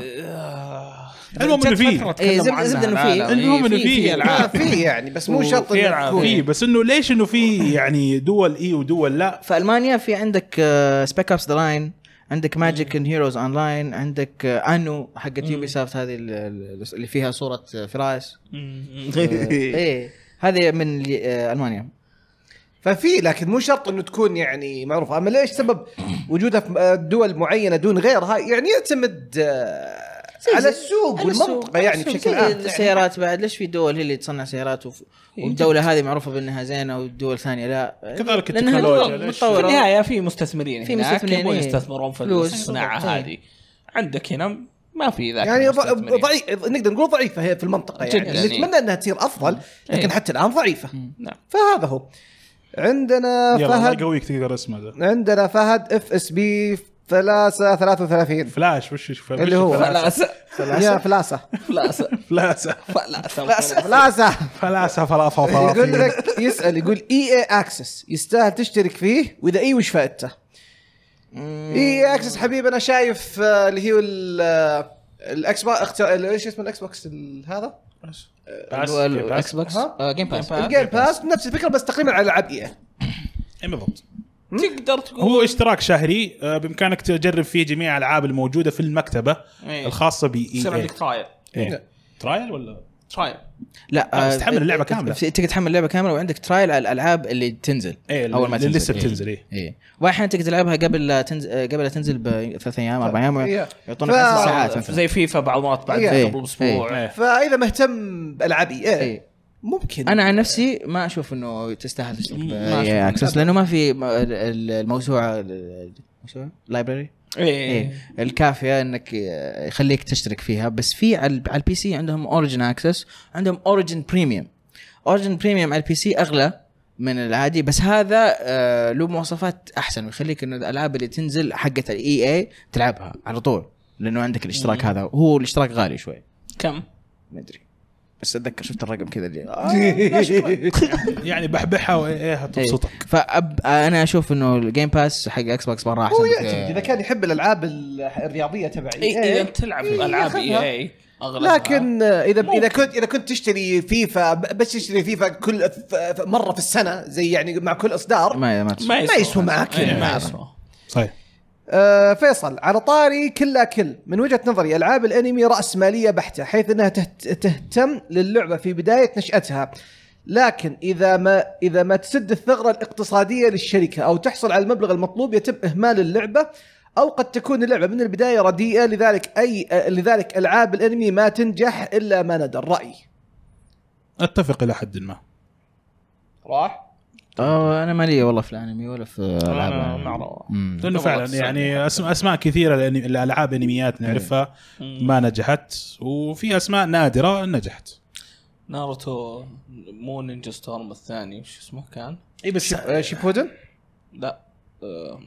المهم انه في إيه، زبدة- زبدة إنه إيه، في. المهم إنه في ما العاب في يعني بس مو شرط وفي إنه ألعاب. تكون. في بس انه ليش انه في يعني دول اي ودول لا فالمانيا في عندك آه، سبيك ابس ذا لاين عندك ماجيك ان هيروز اون لاين عندك آه، انو حقت يوبي سافت هذه ال- ال- اللي فيها صوره آه، فراس إيه. ايه هذه من ال- آه، المانيا ففي لكن مو شرط انه تكون يعني معروفه اما ليش سبب وجودها في آه، دول معينه دون غيرها يعني يعتمد آه، زي- على زي- السوق على السوق. والمنطقه يعني السوق. بشكل زي عام السيارات بعد ليش في دول هي اللي تصنع سيارات وف- والدوله هذه معروفه بانها زينه والدول الثانيه لا كذلك لأنها التكنولوجيا نظام ليش؟ في متطورة. النهايه في مستثمرين في في مستثمرين مستثمرين، يبغون إيه. يصنعون في فلوس. الصناعه بالضبط، إيه. هذه عندك هنا ما في ذاك يعني ضع- المستثمرين. ضعيف نقدر نقول ضعيفه هي في المنطقه يعني جداً، إيه. نتمنى انها تصير افضل لكن إيه. حتى الان ضعيفه نعم. فهذا هو عندنا يلا الله فهد يقويك تقدر اسمه ذا عندنا فهد اف اس بي فلاسه 33 فلاش وش وش- اللي وش هو فلاسة فلاسه يا فلاسه فلاسه فلاسة فلاسه فلاسه فلاسة فلافة يقول فلافة لك يسال يقول اي اي اكسس يستاهل تشترك فيه واذا اي وش فائدته؟ اي اي اكسس حبيبي انا شايف آه، اللي هي ال- آه، الاكس بوكس اخت- ال- ايش اسمه الاكس بوكس ال- هذا؟ باس، ال- باس. الاكس بوكس ها؟ آه، جيم باس الجيم باس نفس الفكره بس تقريبا على E العاب اي إيه بالضبط تقدر تقول هو اشتراك شهري آه، بامكانك تجرب فيه جميع الالعاب الموجوده في المكتبه إيه. الخاصه بي يصير اي عندك ترايل ترايل إيه. ولا ترايل لا، لا بس آه، تحمل اللعبة آه، كاملة. في- تقدر تحمل اللعبه كامله وعندك ترايل على الالعاب اللي تنزل ايه اول ما اللي تنزل إيه. لسه بتنزل ايه اي واحيانا تقدر تلعبها قبل لا تنزل آه، قبل لا تنزل بثلاث طيب. ايام اربع ايام إيه. يعطونك ف- عشر ساعات مثلا زي فيفا بعض مرات بعد إيه. قبل اسبوع إيه. فاذا مهتم بالعابي إيه. ايه ممكن انا عن نفسي ما اشوف انه تستاهل تشترك ما ب- أشوف. اكسس لانه إيه، ما في م- ال- ال- الموسوعه ال- الموسوعه لايبرري ايه إيه. الكافيه انك آه، يخليك تشترك فيها بس في على ال- على البي سي عندهم اوريجن اكسس عندهم اوريجن بريميوم اوريجن بريميوم على البي سي اغلى من العادي بس هذا آه، له مواصفات احسن ويخليك انه الالعاب اللي تنزل حقت الاي اي تلعبها على طول لانه عندك الاشتراك هذا هو الاشتراك غالي شوي كم؟ ما ادري بس اتذكر شفت الرقم كذا اللي يعني بحبحها وايه إيه. تبسطك فانا اشوف انه الجيم باس حق اكس بوكس مره احسن هو بك- يعتمد اذا كان يحب الالعاب ال- الرياضيه تبعي إيه. إيه. اذا تلعب إيه، العاب خذها. اي اي اغلبها لكن اذا ممكن. اذا كنت اذا كنت تشتري فيفا ب- بس تشتري فيفا كل ف- ف- مره في السنه زي يعني مع كل اصدار ما ما ما يسوى ما يسوى معك إيه، يعني. ما يسوى صحيح آه فيصل على طاري كلا كل من وجهه نظري العاب الانمي راس ماليه بحته حيث انها تهت- تهتم للعبه في بدايه نشاتها لكن اذا ما اذا ما تسد الثغره الاقتصاديه للشركه او تحصل على المبلغ المطلوب يتم اهمال اللعبه او قد تكون اللعبه من البدايه رديئه لذلك اي آه، لذلك العاب الانمي ما تنجح الا ما ندر رايي اتفق الى حد ما راح آه، انا مالي والله في الانمي ولا في العاب أنا الأنمي. مع راح أمم. لانه فعلا يعني اسم اسماء كثيره لأن- الالعاب انميات نعرفها ما نجحت وفي اسماء نادره نجحت ناروتو مو نينجا ستورم الثاني وش اسمه كان؟ اي بس شيبودن لا آه،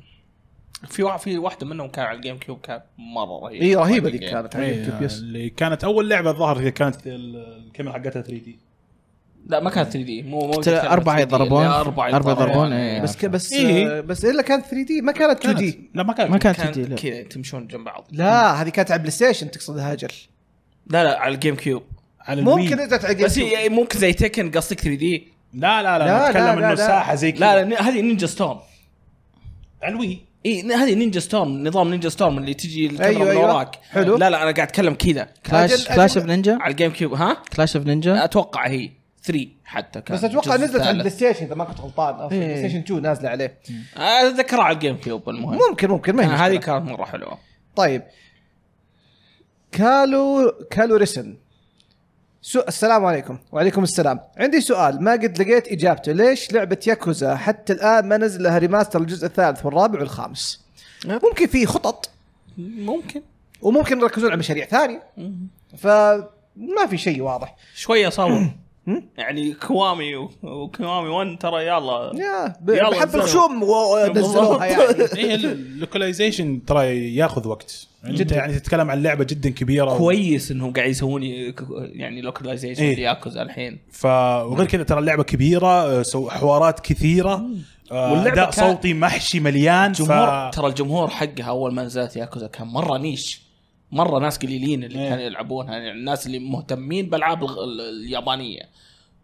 في واحد في واحده منهم كان على الجيم كيوب كان مره رهيب اي رهيبه ذيك كانت إيه، عجبتك يس. اللي كانت اول لعبه الظاهر كانت ال- الكاميرا حقتها 3 دي لا ما كانت 3 دي مو مو قلت له أربعة يضربون. اربعه أربعة يضربون، يعني. إيه. بس ك- بس إيه. آه، بس الا كانت 3 دي ما كانت 2 دي لا ما كانت ما كانت تجي، كان لا. كذا تمشون جنب بعض لا هذه كانت على بلاي ستيشن تقصد هاجر لا لا على الجيم كيوب على الوي. ممكن نزلت على بس GameCube. هي- ممكن زي تكن قصدك 3 دي لا لا لا، لا لا، نتكلم لا، انه لا. ساحه زي كذا لا لا هذه نينجا ستورم علوي اي ن- هذه نينجا ستورم نظام نينجا ستورم اللي تجي الكاميرا أيوة، من أيوة. وراك حلو. لا لا انا قاعد اتكلم كذا كلاش أجل- كلاش أجل. اوف نينجا على الجيم كيوب ها كلاش اوف نينجا اتوقع هي 3 حتى كان بس اتوقع الجزء نزلت على الثالث. البلاي ستيشن اذا ما كنت غلطان أو في إيه. بلاي ستيشن 2 نازله عليه اتذكرها آه، على الجيم كيوب المهم ممكن ممكن ما هي آه، مشكلة. هذه كانت مره حلوه طيب كالو كالو رسن سو... السلام عليكم وعليكم السلام عندي سؤال ما قد لقيت اجابته ليش لعبه ياكوزا حتى الان ما نزل لها ريماستر الجزء الثالث والرابع والخامس ممكن في خطط ممكن وممكن يركزون على مشاريع ثانيه فما في شيء واضح شويه صور هم؟ يعني كوامي و- وكوامي 1 ترى يلا يا ب- يلا بحب نزلوا. الخشوم و- ونزلوها يعني هي اللوكلايزيشن إيه، ترى ياخذ وقت جدا يعني تتكلم عن لعبه جدا كبيره كويس انهم قاعد يسوون ي- ك- يعني لوكلايزيشن إيه. لياكوزا الحين ف وغير كذا ترى اللعبه كبيره آه، سو حوارات كثيره آه، واللعبة اداء كان- صوتي محشي مليان ف جمهور ترى الجمهور حقها اول ما نزلت ياكوزا كان مره نيش مره ناس قليلين اللي إيه. كانوا يلعبونها يعني الناس اللي مهتمين بالالعاب الغ- ال- اليابانيه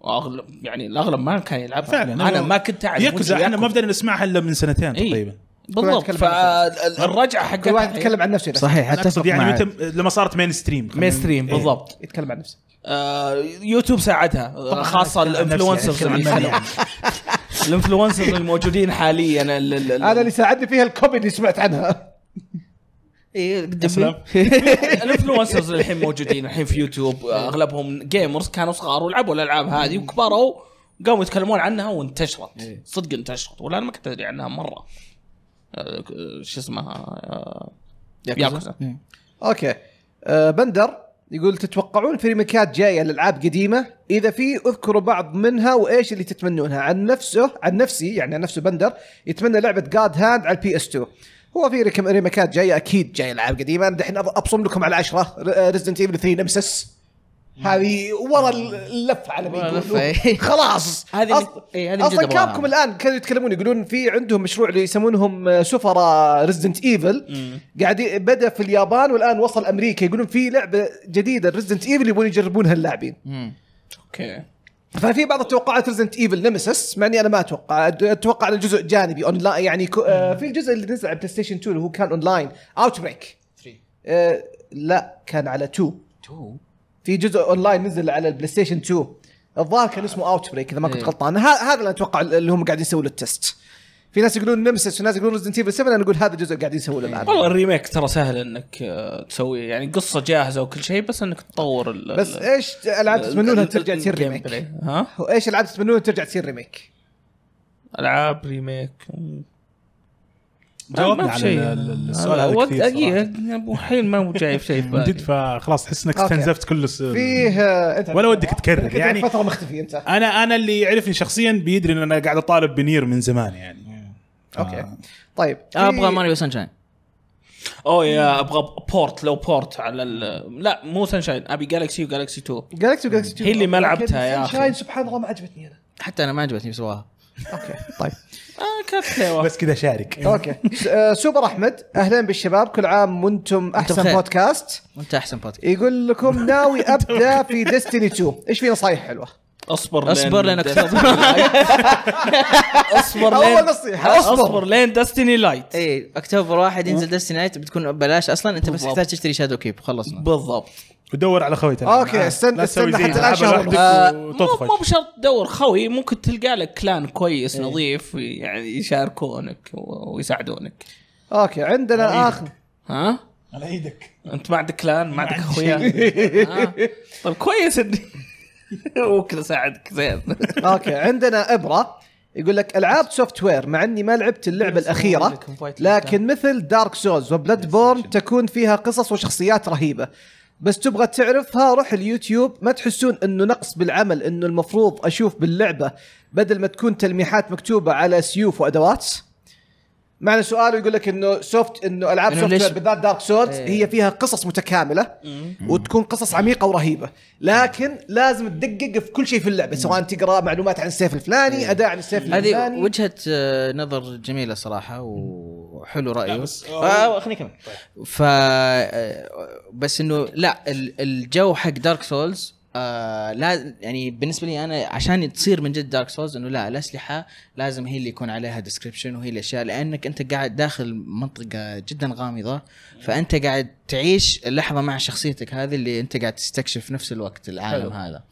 واغلب يعني الاغلب ما كان يلعبها فعلا انا ما كنت اعرف وش ياكوزا احنا ما ياكوزا. بدنا نسمعها الا من سنتين إيه. تقريبا بالضبط كل واحد فالرجعه حقتها كل واحد يتكلم عن نفسه صح صحيح أنا اتفق اقصد يعني معك متى لما صارت مين ستريم مين ستريم إيه. بالضبط يتكلم عن نفسه آه، يوتيوب ساعدها آه، خاصه أتكلم عن نفسي، الانفلونسرز أتكلم عن اللي- مليان. الانفلونسرز الموجودين حاليا ال- ال- ال- انا اللي ساعدني فيها الكوبي اللي سمعت عنها إيه، قدم. أسلم. الانفلونسرز اللي الحين موجودين الحين في يوتيوب إيه. آه، اغلبهم جيمرز كانوا صغار ولعبوا الالعاب هذه وكبروا قاموا يتكلمون عنها إيه. وانتشرت صدق انتشرت ولا انا ما كنت ادري عنها مره آه، آه، شو اسمها آه، ياكوزا إيه. اوكي آه بندر يقول تتوقعون في ريميكات جايه لالعاب قديمه اذا في اذكروا بعض منها وايش اللي تتمنونها عن نفسه عن نفسي يعني عن نفسه بندر يتمنى لعبه جاد هاند على البي اس 2 هو في ريكم- ريميكات جايه اكيد جايه العاب قديمه انا دحين أب- ابصم لكم على آه، 10 ريزدنت ايفل 3 نمسس هذه ورا اللفه على ما ورا يقولوا اللفة. إيه. خلاص هذه أص- من- إيه، هذه من اصلا جد أبغاها. كابكم الان كانوا يتكلمون يقولون في عندهم مشروع اللي يسمونهم آه، سفراء ريزدنت ايفل قاعد ي- بدا في اليابان والان وصل امريكا يقولون في لعبه جديده ريزدنت ايفل يبون يجربونها اللاعبين أمم. اوكي ففي بعض التوقعات ريزدنت ايفل نمسس مع اني انا ما اتوقع أد- اتوقع انه جزء جانبي اونلاين يعني كو... آه في الجزء اللي نزل على بلاي ستيشن 2 اللي هو كان اونلاين اوت بريك 3 آه لا كان على 2 2 في جزء اونلاين نزل على البلاي ستيشن 2 الظاهر كان اسمه اوت بريك اذا ما كنت إيه. غلطان ه- هذا اللي اتوقع اللي هم قاعدين يسووا له التست في ناس يقولون نمسس وناس يقولون ريزدنت ايفل 7 انا اقول هذا الجزء قاعدين يسووا له الان والله الريميك ترى سهل انك آه، تسوي يعني قصه جاهزه وكل شيء بس انك تطور ال بس ال- ايش العاب تتمنونها ال- ترجع ال- تصير الجيم ريميك؟ بلاي. ها وايش العاب تتمنونها ترجع تصير ريميك؟ العاب ريميك مم. جاوبنا ما في على شيء. ال- ال- السؤال أنا- هذا ود- كثير إيه، صراحة. أبو الحين ما هو جاي في شيء في من جد بالي. فاخلاص تحس انك أوكي. استنزفت كل الس- فيه آه، انت ولا ودك تكرر كنت يعني فتره مختفي انت انا انا اللي يعرفني شخصيا بيدري ان انا قاعد اطالب بنير من زمان يعني اوكي طيب ابغى في- ماريو سانشاين اوه يا ابغى بورت لو بورت على ال... لا مو سانشاين ابي جالكسي وجالكسي 2 جالكسي جالكسي هي اللي ما لعبتها يا أخي. شاين سبحان الله ما عجبتني انا حتى انا ما عجبتني بس ابغاها اوكي طيب آه كانت حلوه بس كذا شارك اوكي س- آه، سوبر احمد اهلا بالشباب كل عام وانتم احسن بخير. بودكاست وانت احسن بودكاست يقول لكم ناوي ابدا في ديستني 2 ايش في نصايح حلوه؟ اصبر لين اصبر لين دست- اكتوبر اصبر لين اول نصيحه اصبر لين دستني لايت اي اكتوبر إيه، واحد ينزل ديستني نايت بتكون ببلاش اصلا انت بس بالضبط. تحتاج تشتري شادو كيب خلصنا بالضبط ودور على خويتك اوكي استنى لا تسوي استنى زي حتى الان العاب شهر لوحدك آه، مو مو وتطفش بشرط تدور خوي ممكن تلقى لك كلان كويس نظيف يعني يشاركونك و- ويساعدونك اوكي عندنا اخر ها على ايدك انت ما عندك كلان ما عندك اخويا ها؟ طيب كويس اني ممكن اساعدك زين اوكي عندنا ابره يقول لك العاب سوفت وير مع اني ما لعبت اللعبه الاخيره لكن مثل دارك سولز وبلاد بورن تكون فيها قصص وشخصيات رهيبه بس تبغى تعرفها روح اليوتيوب ما تحسون انه نقص بالعمل انه المفروض اشوف باللعبه بدل ما تكون تلميحات مكتوبه على سيوف وادوات معنى سؤاله يقول لك انه سوفت انه العاب إنه سوفت ليش- وير بالذات دارك سولز إيه. هي فيها قصص متكامله وتكون قصص عميقه ورهيبه لكن لازم تدقق في كل شيء في اللعبه سواء تقرا معلومات عن السيف الفلاني اداء عن السيف إيه. هذه الفلاني وجهه آه، نظر جميله صراحه وحلو رايه بس- آه، خليني كمان ف آه، بس انه لا ال- الجو حق دارك سولز آه لا يعني بالنسبه لي انا عشان تصير من جد دارك سولز انه لا الاسلحه لازم هي اللي يكون عليها ديسكربشن وهي الاشياء لانك انت قاعد داخل منطقه جدا غامضه فانت قاعد تعيش اللحظه مع شخصيتك هذه اللي انت قاعد تستكشف في نفس الوقت العالم هذا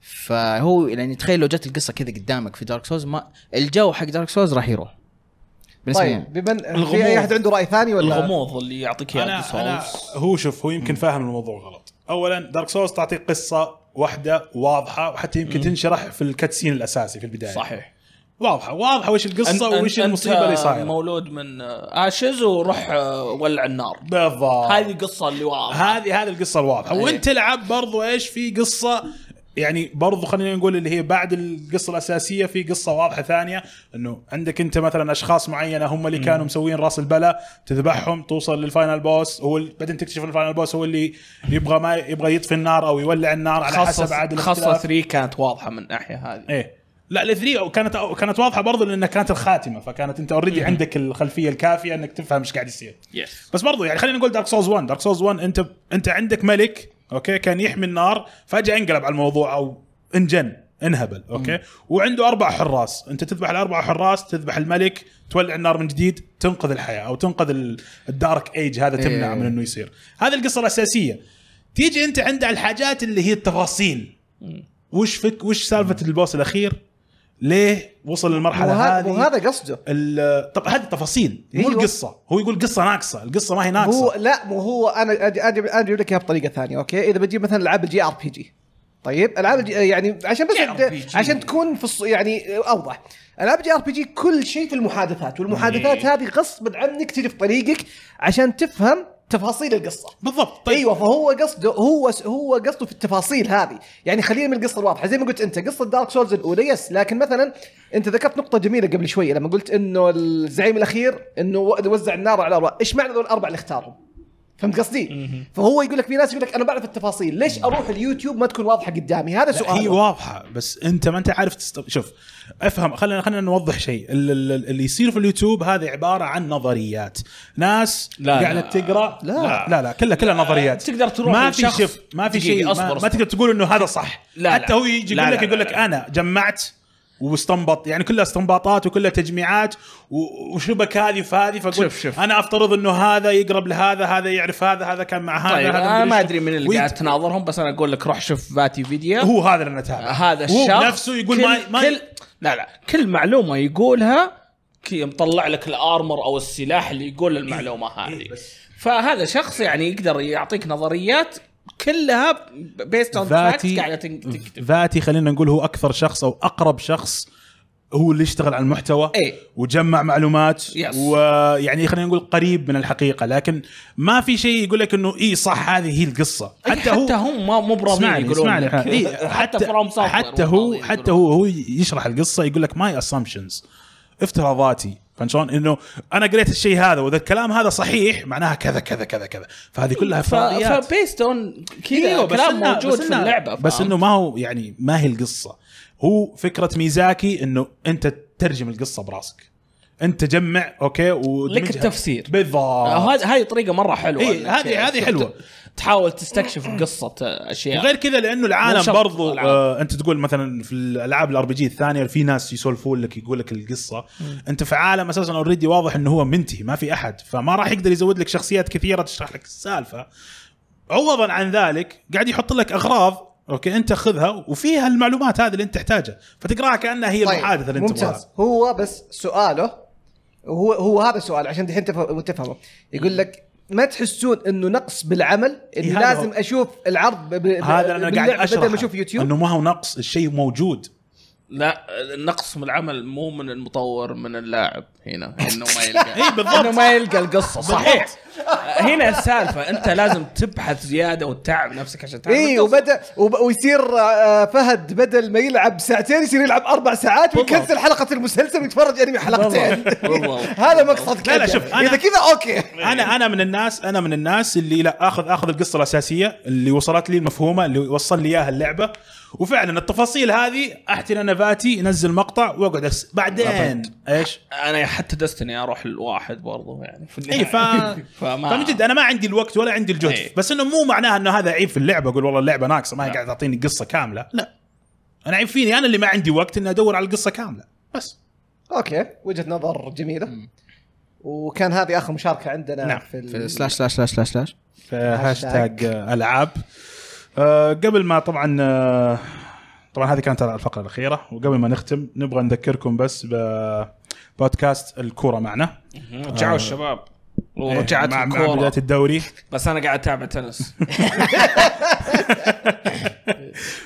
فهو يعني تخيل لو جت القصه كذا قدامك في دارك سولز ما الجو حق دارك سولز راح يروح بالنسبه لي طيب بمن في الغموض. اي احد عنده راي ثاني ولا الغموض اللي يعطيك اياه انا انا دارك سولز. هو شوف هو يمكن فاهم الموضوع غلط اولا دارك سولز تعطيك قصه واحده واضحه وحتى يمكن تنشرح في الكاتسين الاساسي في البدايه صحيح واضحه واضحه وش القصه أن- أن- وش أنت المصيبه اللي صايره مولود من آه، اشز وروح آه، ولع النار بالضبط هذه القصه اللي واضحه هذه هذه القصه الواضحه أيه. وانت تلعب برضو ايش في قصه يعني برضو خلينا نقول اللي هي بعد القصه الاساسيه في قصه واضحه ثانيه انه عندك انت مثلا اشخاص معينه هم اللي كانوا مسوين راس البلا تذبحهم توصل للفاينل بوس هو ال- بعدين تكتشف إن الفاينل بوس هو اللي يبغى ما يبغى يطفي النار او يولع النار على حسب عاد خاصه خاصه الاختلاف. 3 كانت واضحه من الناحيه هذه ايه لا الثري كانت كانت واضحه برضو لانها كانت الخاتمه فكانت انت اوريدي عندك الخلفيه الكافيه انك تفهم ايش قاعد يصير يس بس برضو يعني خلينا نقول دارك سولز 1 دارك سولز 1 انت انت عندك ملك اوكي كان يحمي النار فجاه انقلب على الموضوع او انجن انهبل اوكي وعنده اربع حراس انت تذبح الاربع حراس تذبح الملك تولع النار من جديد تنقذ الحياه او تنقذ ال- الدارك ايج هذا تمنع إيه. من انه يصير هذه القصه الاساسيه تيجي انت عند الحاجات اللي هي التفاصيل وش فك وش سالفه البوس الاخير ليه وصل للمرحله وهذا هذه وهذا قصده ال- طب هذه التفاصيل مو أيوة. القصه هو يقول قصه ناقصه القصه ما هي ناقصه هو لا مو هو انا أجي- أجي- انا اجيب لك اياها بطريقه ثانيه اوكي اذا بجيب مثلا العاب الجي ار بي جي طيب العاب الجي- يعني عشان بس RPG. عشان تكون في الص... يعني اوضح العاب الجي ار بي جي كل شيء في المحادثات والمحادثات هذه غصب عنك تجي في طريقك عشان تفهم تفاصيل القصه بالضبط طيب. ايوه فهو قصده هو هو قصده في التفاصيل هذه يعني خلينا من القصه الواضحه زي ما قلت انت قصه دارك سولز الاولى يس لكن مثلا انت ذكرت نقطه جميله قبل شويه لما قلت انه الزعيم الاخير انه و- وزع النار على رأ... ايش معنى ذول الاربعه اللي اختارهم فهمت قصدي فهو يقول لك في ناس يقول لك انا بعرف التفاصيل ليش اروح اليوتيوب ما تكون واضحه قدامي هذا لا، هي سؤال واضحه بس انت ما انت عارف تست... شوف افهم خلينا خلينا نوضح شيء ال- ال- اللي يصير في اليوتيوب هذا عباره عن نظريات ناس لا، قاعده لا. تقرا لا. لا لا, لا كلها كلها نظريات تقدر تروح ما في لشخص- شف ما في دقيقة، شيء أصبر، ما, أصبر. ما تقدر تقول انه هذا صح لا، حتى لا. هو يجي لا، يقول لا، لك لا، يقول لك لا. انا جمعت واستنبط يعني كلها استنباطات وكلها تجميعات و- وشبك هذه فهذه فقلت شوف- شوف. انا افترض انه هذا يقرب لهذا هذا يعرف هذا هذا كان مع هذا طيب هذا انا مدري ما شو. ادري من اللي ويت- قاعد تناظرهم بس انا اقول لك روح شوف فاتي فيديو هو هذا اللي نتابع هذا الشخص هو نفسه يقول ما كل- ما كل لا لا كل معلومه يقولها كي- مطلع لك الارمر او السلاح اللي يقول المعلومه إيه، هذه فهذا شخص يعني يقدر يعطيك نظريات كلها بيست اون فاكت قاعده تن- تكتب ذاتي خلينا نقول هو اكثر شخص او اقرب شخص هو اللي يشتغل على المحتوى إيه. وجمع معلومات Yes. ويعني خلينا نقول قريب من الحقيقه لكن ما في شيء يقول لك انه اي صح هذه هي القصه أي حتى هم ما- مو براضيين اسمعني يقولون اسمعني لك. إيه، حتى حتى From Software حتى مو هو راضيين حتى يقولون. هو هو يشرح القصه يقول لك ماي اسامبشنز افتراضاتي فهمت شلون؟ انه انا قريت الشيء هذا واذا الكلام هذا صحيح معناها كذا كذا كذا كذا فهذه كلها افتراضيات فبيست اون كذا ايوه بس كلام إنه- إيوه، موجود بس في إنه- اللعبه بس فاهم؟ انه ما هو يعني ما هي القصه هو فكره ميزاكي انه انت تترجم القصه براسك انت تجمع اوكي ودمجها. لك التفسير. بالضبط هذه هذه طريقه مره حلوه إيه، إنك هذه- هذه تت- حلوة. تحاول تستكشف قصه اشياء غير كذا لانه مو العالم شرط برضو ألعاب. آه انت تقول مثلا في الالعاب الار بي جي الثانيه في ناس يسولفون لك يقول لك القصه انت في عالم اساسا اوريدي واضح انه هو منتهي ما في احد فما راح يقدر يزود لك شخصيات كثيره تشرح لك السالفه عوضا عن ذلك قاعد يحط لك اغراض اوكي انت خذها وفيها المعلومات هذه اللي انت تحتاجها فتقراها كانها هي المحادثه اللي انت طيب، ممتاز تبغاها. هو بس سؤاله هو هو هذا السؤال عشان دحين تفهم تفهمه يقول لك ما تحسون انه نقص بالعمل اني إيه، هذا لازم هو. اشوف العرض ب... ب... هذا انا قاعد باللعبة بدل ما اشرح اشوف يوتيوب انه ما هو نقص الشيء موجود لا النقص من العمل مو من المطور من اللاعب هنا انه ما يلقى إيه، بالضبط. انه ما يلقى القصه صحيح هنا السالفه انت لازم تبحث زياده وتتعب نفسك عشان تعرف اي القصة. وبدا إيه، وب... ويصير آه، فهد بدل ما يلعب ساعتين يصير يلعب اربع ساعات ويكنسل حلقه المسلسل ويتفرج انمي حلقتين بالضبط. هذا مقصدك لا، لا، أنت. شوف، أنا- اذا كذا اوكي إيه. انا انا من الناس انا من الناس اللي لا اخذ اخذ القصه الاساسيه اللي وصلت لي المفهومه اللي وصل لي اياها اللعبه وفعلا التفاصيل هذه احتل انا فاتي انزل مقطع واقعد أس... بعدين ايش؟ انا حتى دستني اروح الواحد برضه يعني في النهاية. اي إيه، ف فما فمن جد انا ما عندي الوقت ولا عندي الجهد إيه. بس انه مو معناها انه هذا عيب في اللعبه اقول والله اللعبه ناقصه ما هي قاعده تعطيني قصه كامله لا انا عيب فيني انا اللي ما عندي وقت اني ادور على القصه كامله بس اوكي وجهه نظر جميله وكان هذه اخر مشاركه عندنا نعم، في, في ال... سلاش سلاش سلاش سلاش سلاش هاشتاج العاب آه، قبل ما طبعا آه، طبعا هذه كانت الفقره الاخيره وقبل ما نختم نبغى نذكركم بس ببودكاست الكوره معنا رجعوا الشباب ورجعت إيه، مع, مع بدايه الكوره الدوري بس انا قاعد اتابع تنس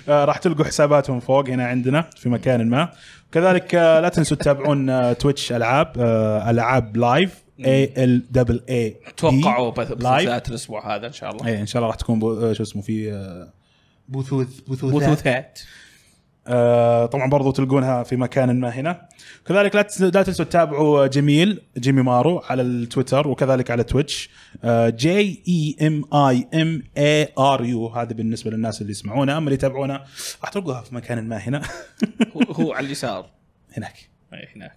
آه، راح تلقوا حساباتهم فوق هنا عندنا في مكان ما كذلك آه، لا تنسوا تتابعون آه، تويتش العاب آه، العاب لايف اي ال دبل اي توقعوا بث- لايف بثلاث الاسبوع هذا ان شاء الله ايه ان شاء الله راح تكون بو- آه، شو اسمه في آه، بثوث بثوثات بثوثات آه، طبعا برضو تلقونها في مكان ما هنا كذلك لا تس- لا تنسوا تتابعوا جميل جيمي مارو على التويتر وكذلك على تويتش آه، E جي اي ام اي ام اي ار يو هذا بالنسبه للناس اللي يسمعونا اما اللي يتابعونا راح تلقوها في مكان ما هنا هو- هو على اليسار هناك أي هناك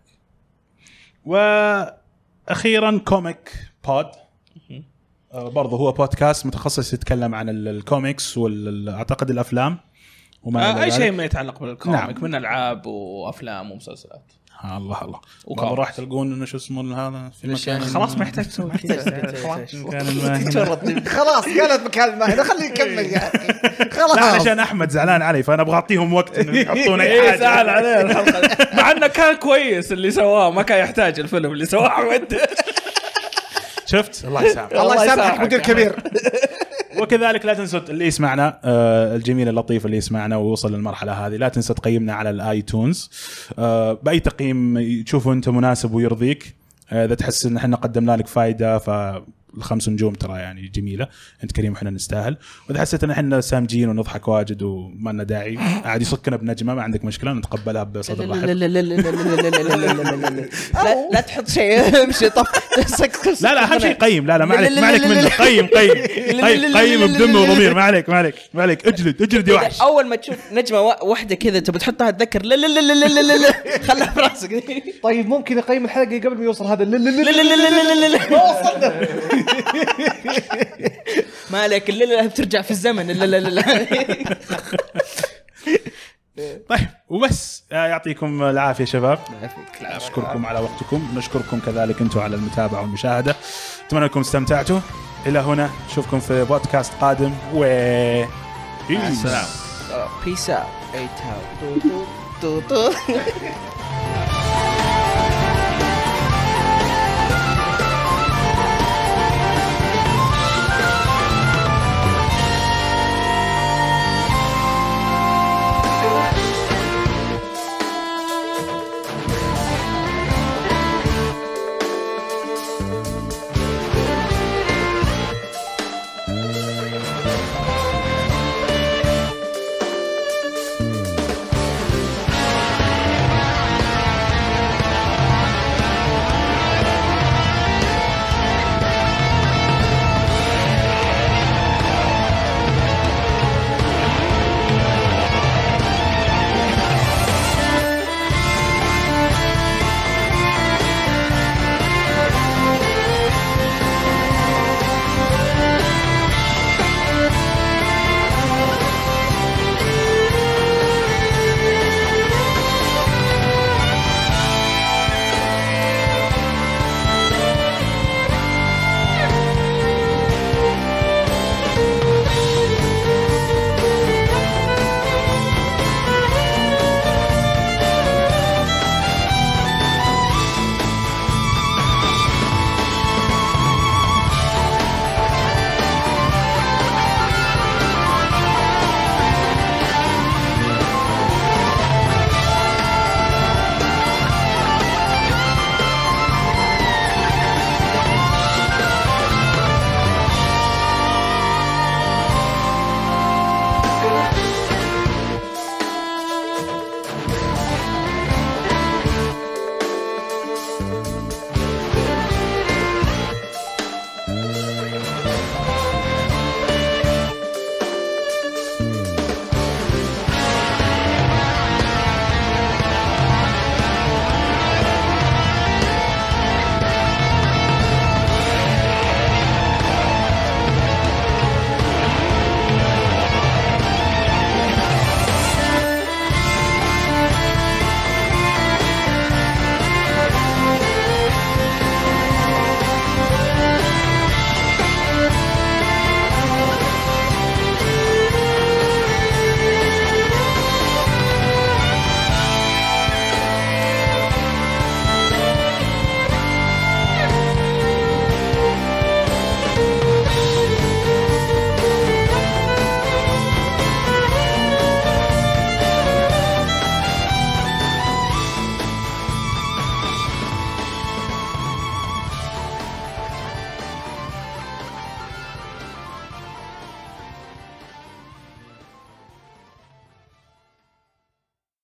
واخيرا كوميك بود آه، برضو هو بودكاست متخصص يتكلم عن ال- الكوميكس واعتقد الافلام وما إلى آه، اي ذلك. شيء ما يتعلق بالكوميك نعم. من العاب وافلام ومسلسلات آه، الله الله وكوميكس. راح تلقون انه شو اسمه هذا في ليش مكان يعني خلاص ما يحتاج تسوي كذا خلاص. تشرد. خلاص قالت مكان ما هنا خليه يكمل يا اخي إيه. لا خلاص عشان احمد زعلان علي فانا ابغى اعطيهم وقت انه يحطون اي ايه حاجه زعل عليه الحلقه مع انه كان كويس اللي سواه ما كان يحتاج الفيلم اللي سواه احمد شفت الله يسامحك الله الله يسامحك يسامحك. مدير كبير وكذلك لا تنسوا اللي يسمعنا آه، الجميل اللطيف اللي يسمعنا ووصل للمرحله هذه لا تنسى تقيمنا على الايتونز آه، باي تقييم تشوفه انت مناسب ويرضيك آه، اذا تحس ان احنا قدمنا لك فائده ف الخمس نجوم ترى يعني جميله انت كريم واحنا نستاهل واذا حسيت ان احنا سامجين ونضحك واجد وما لنا داعي عادي يصكنا بنجمه ما عندك مشكله نتقبلها بصدر رحب لا لا تحط شيء امشي طف سكت لا لا اهم شيء قيم لا لا ما عليك ما عليك منه قيم قيم قيم قيم بدمه وضمير ما عليك ما عليك ما عليك اجلد اجلد يا وحش اول ما تشوف نجمه وا- واحده كذا تبي تحطها تذكر لا لا لا لا لا لا لا خلها في راسك طيب ممكن يقيم الحلقه قبل ما يوصل هذا لا لا لا لا لا لا لا لا لا لا ما وصلنا ما عليك لا لا بترجع في الزمن لا لا لا لا طيب وبس آه، يعطيكم العافيه شباب يعافيك. اشكركم على وقتكم نشكركم كذلك انتم على المتابعه والمشاهده اتمنى انكم استمتعتوا الى هنا نشوفكم في بودكاست قادم و السلامه بيس اوت ايت اوت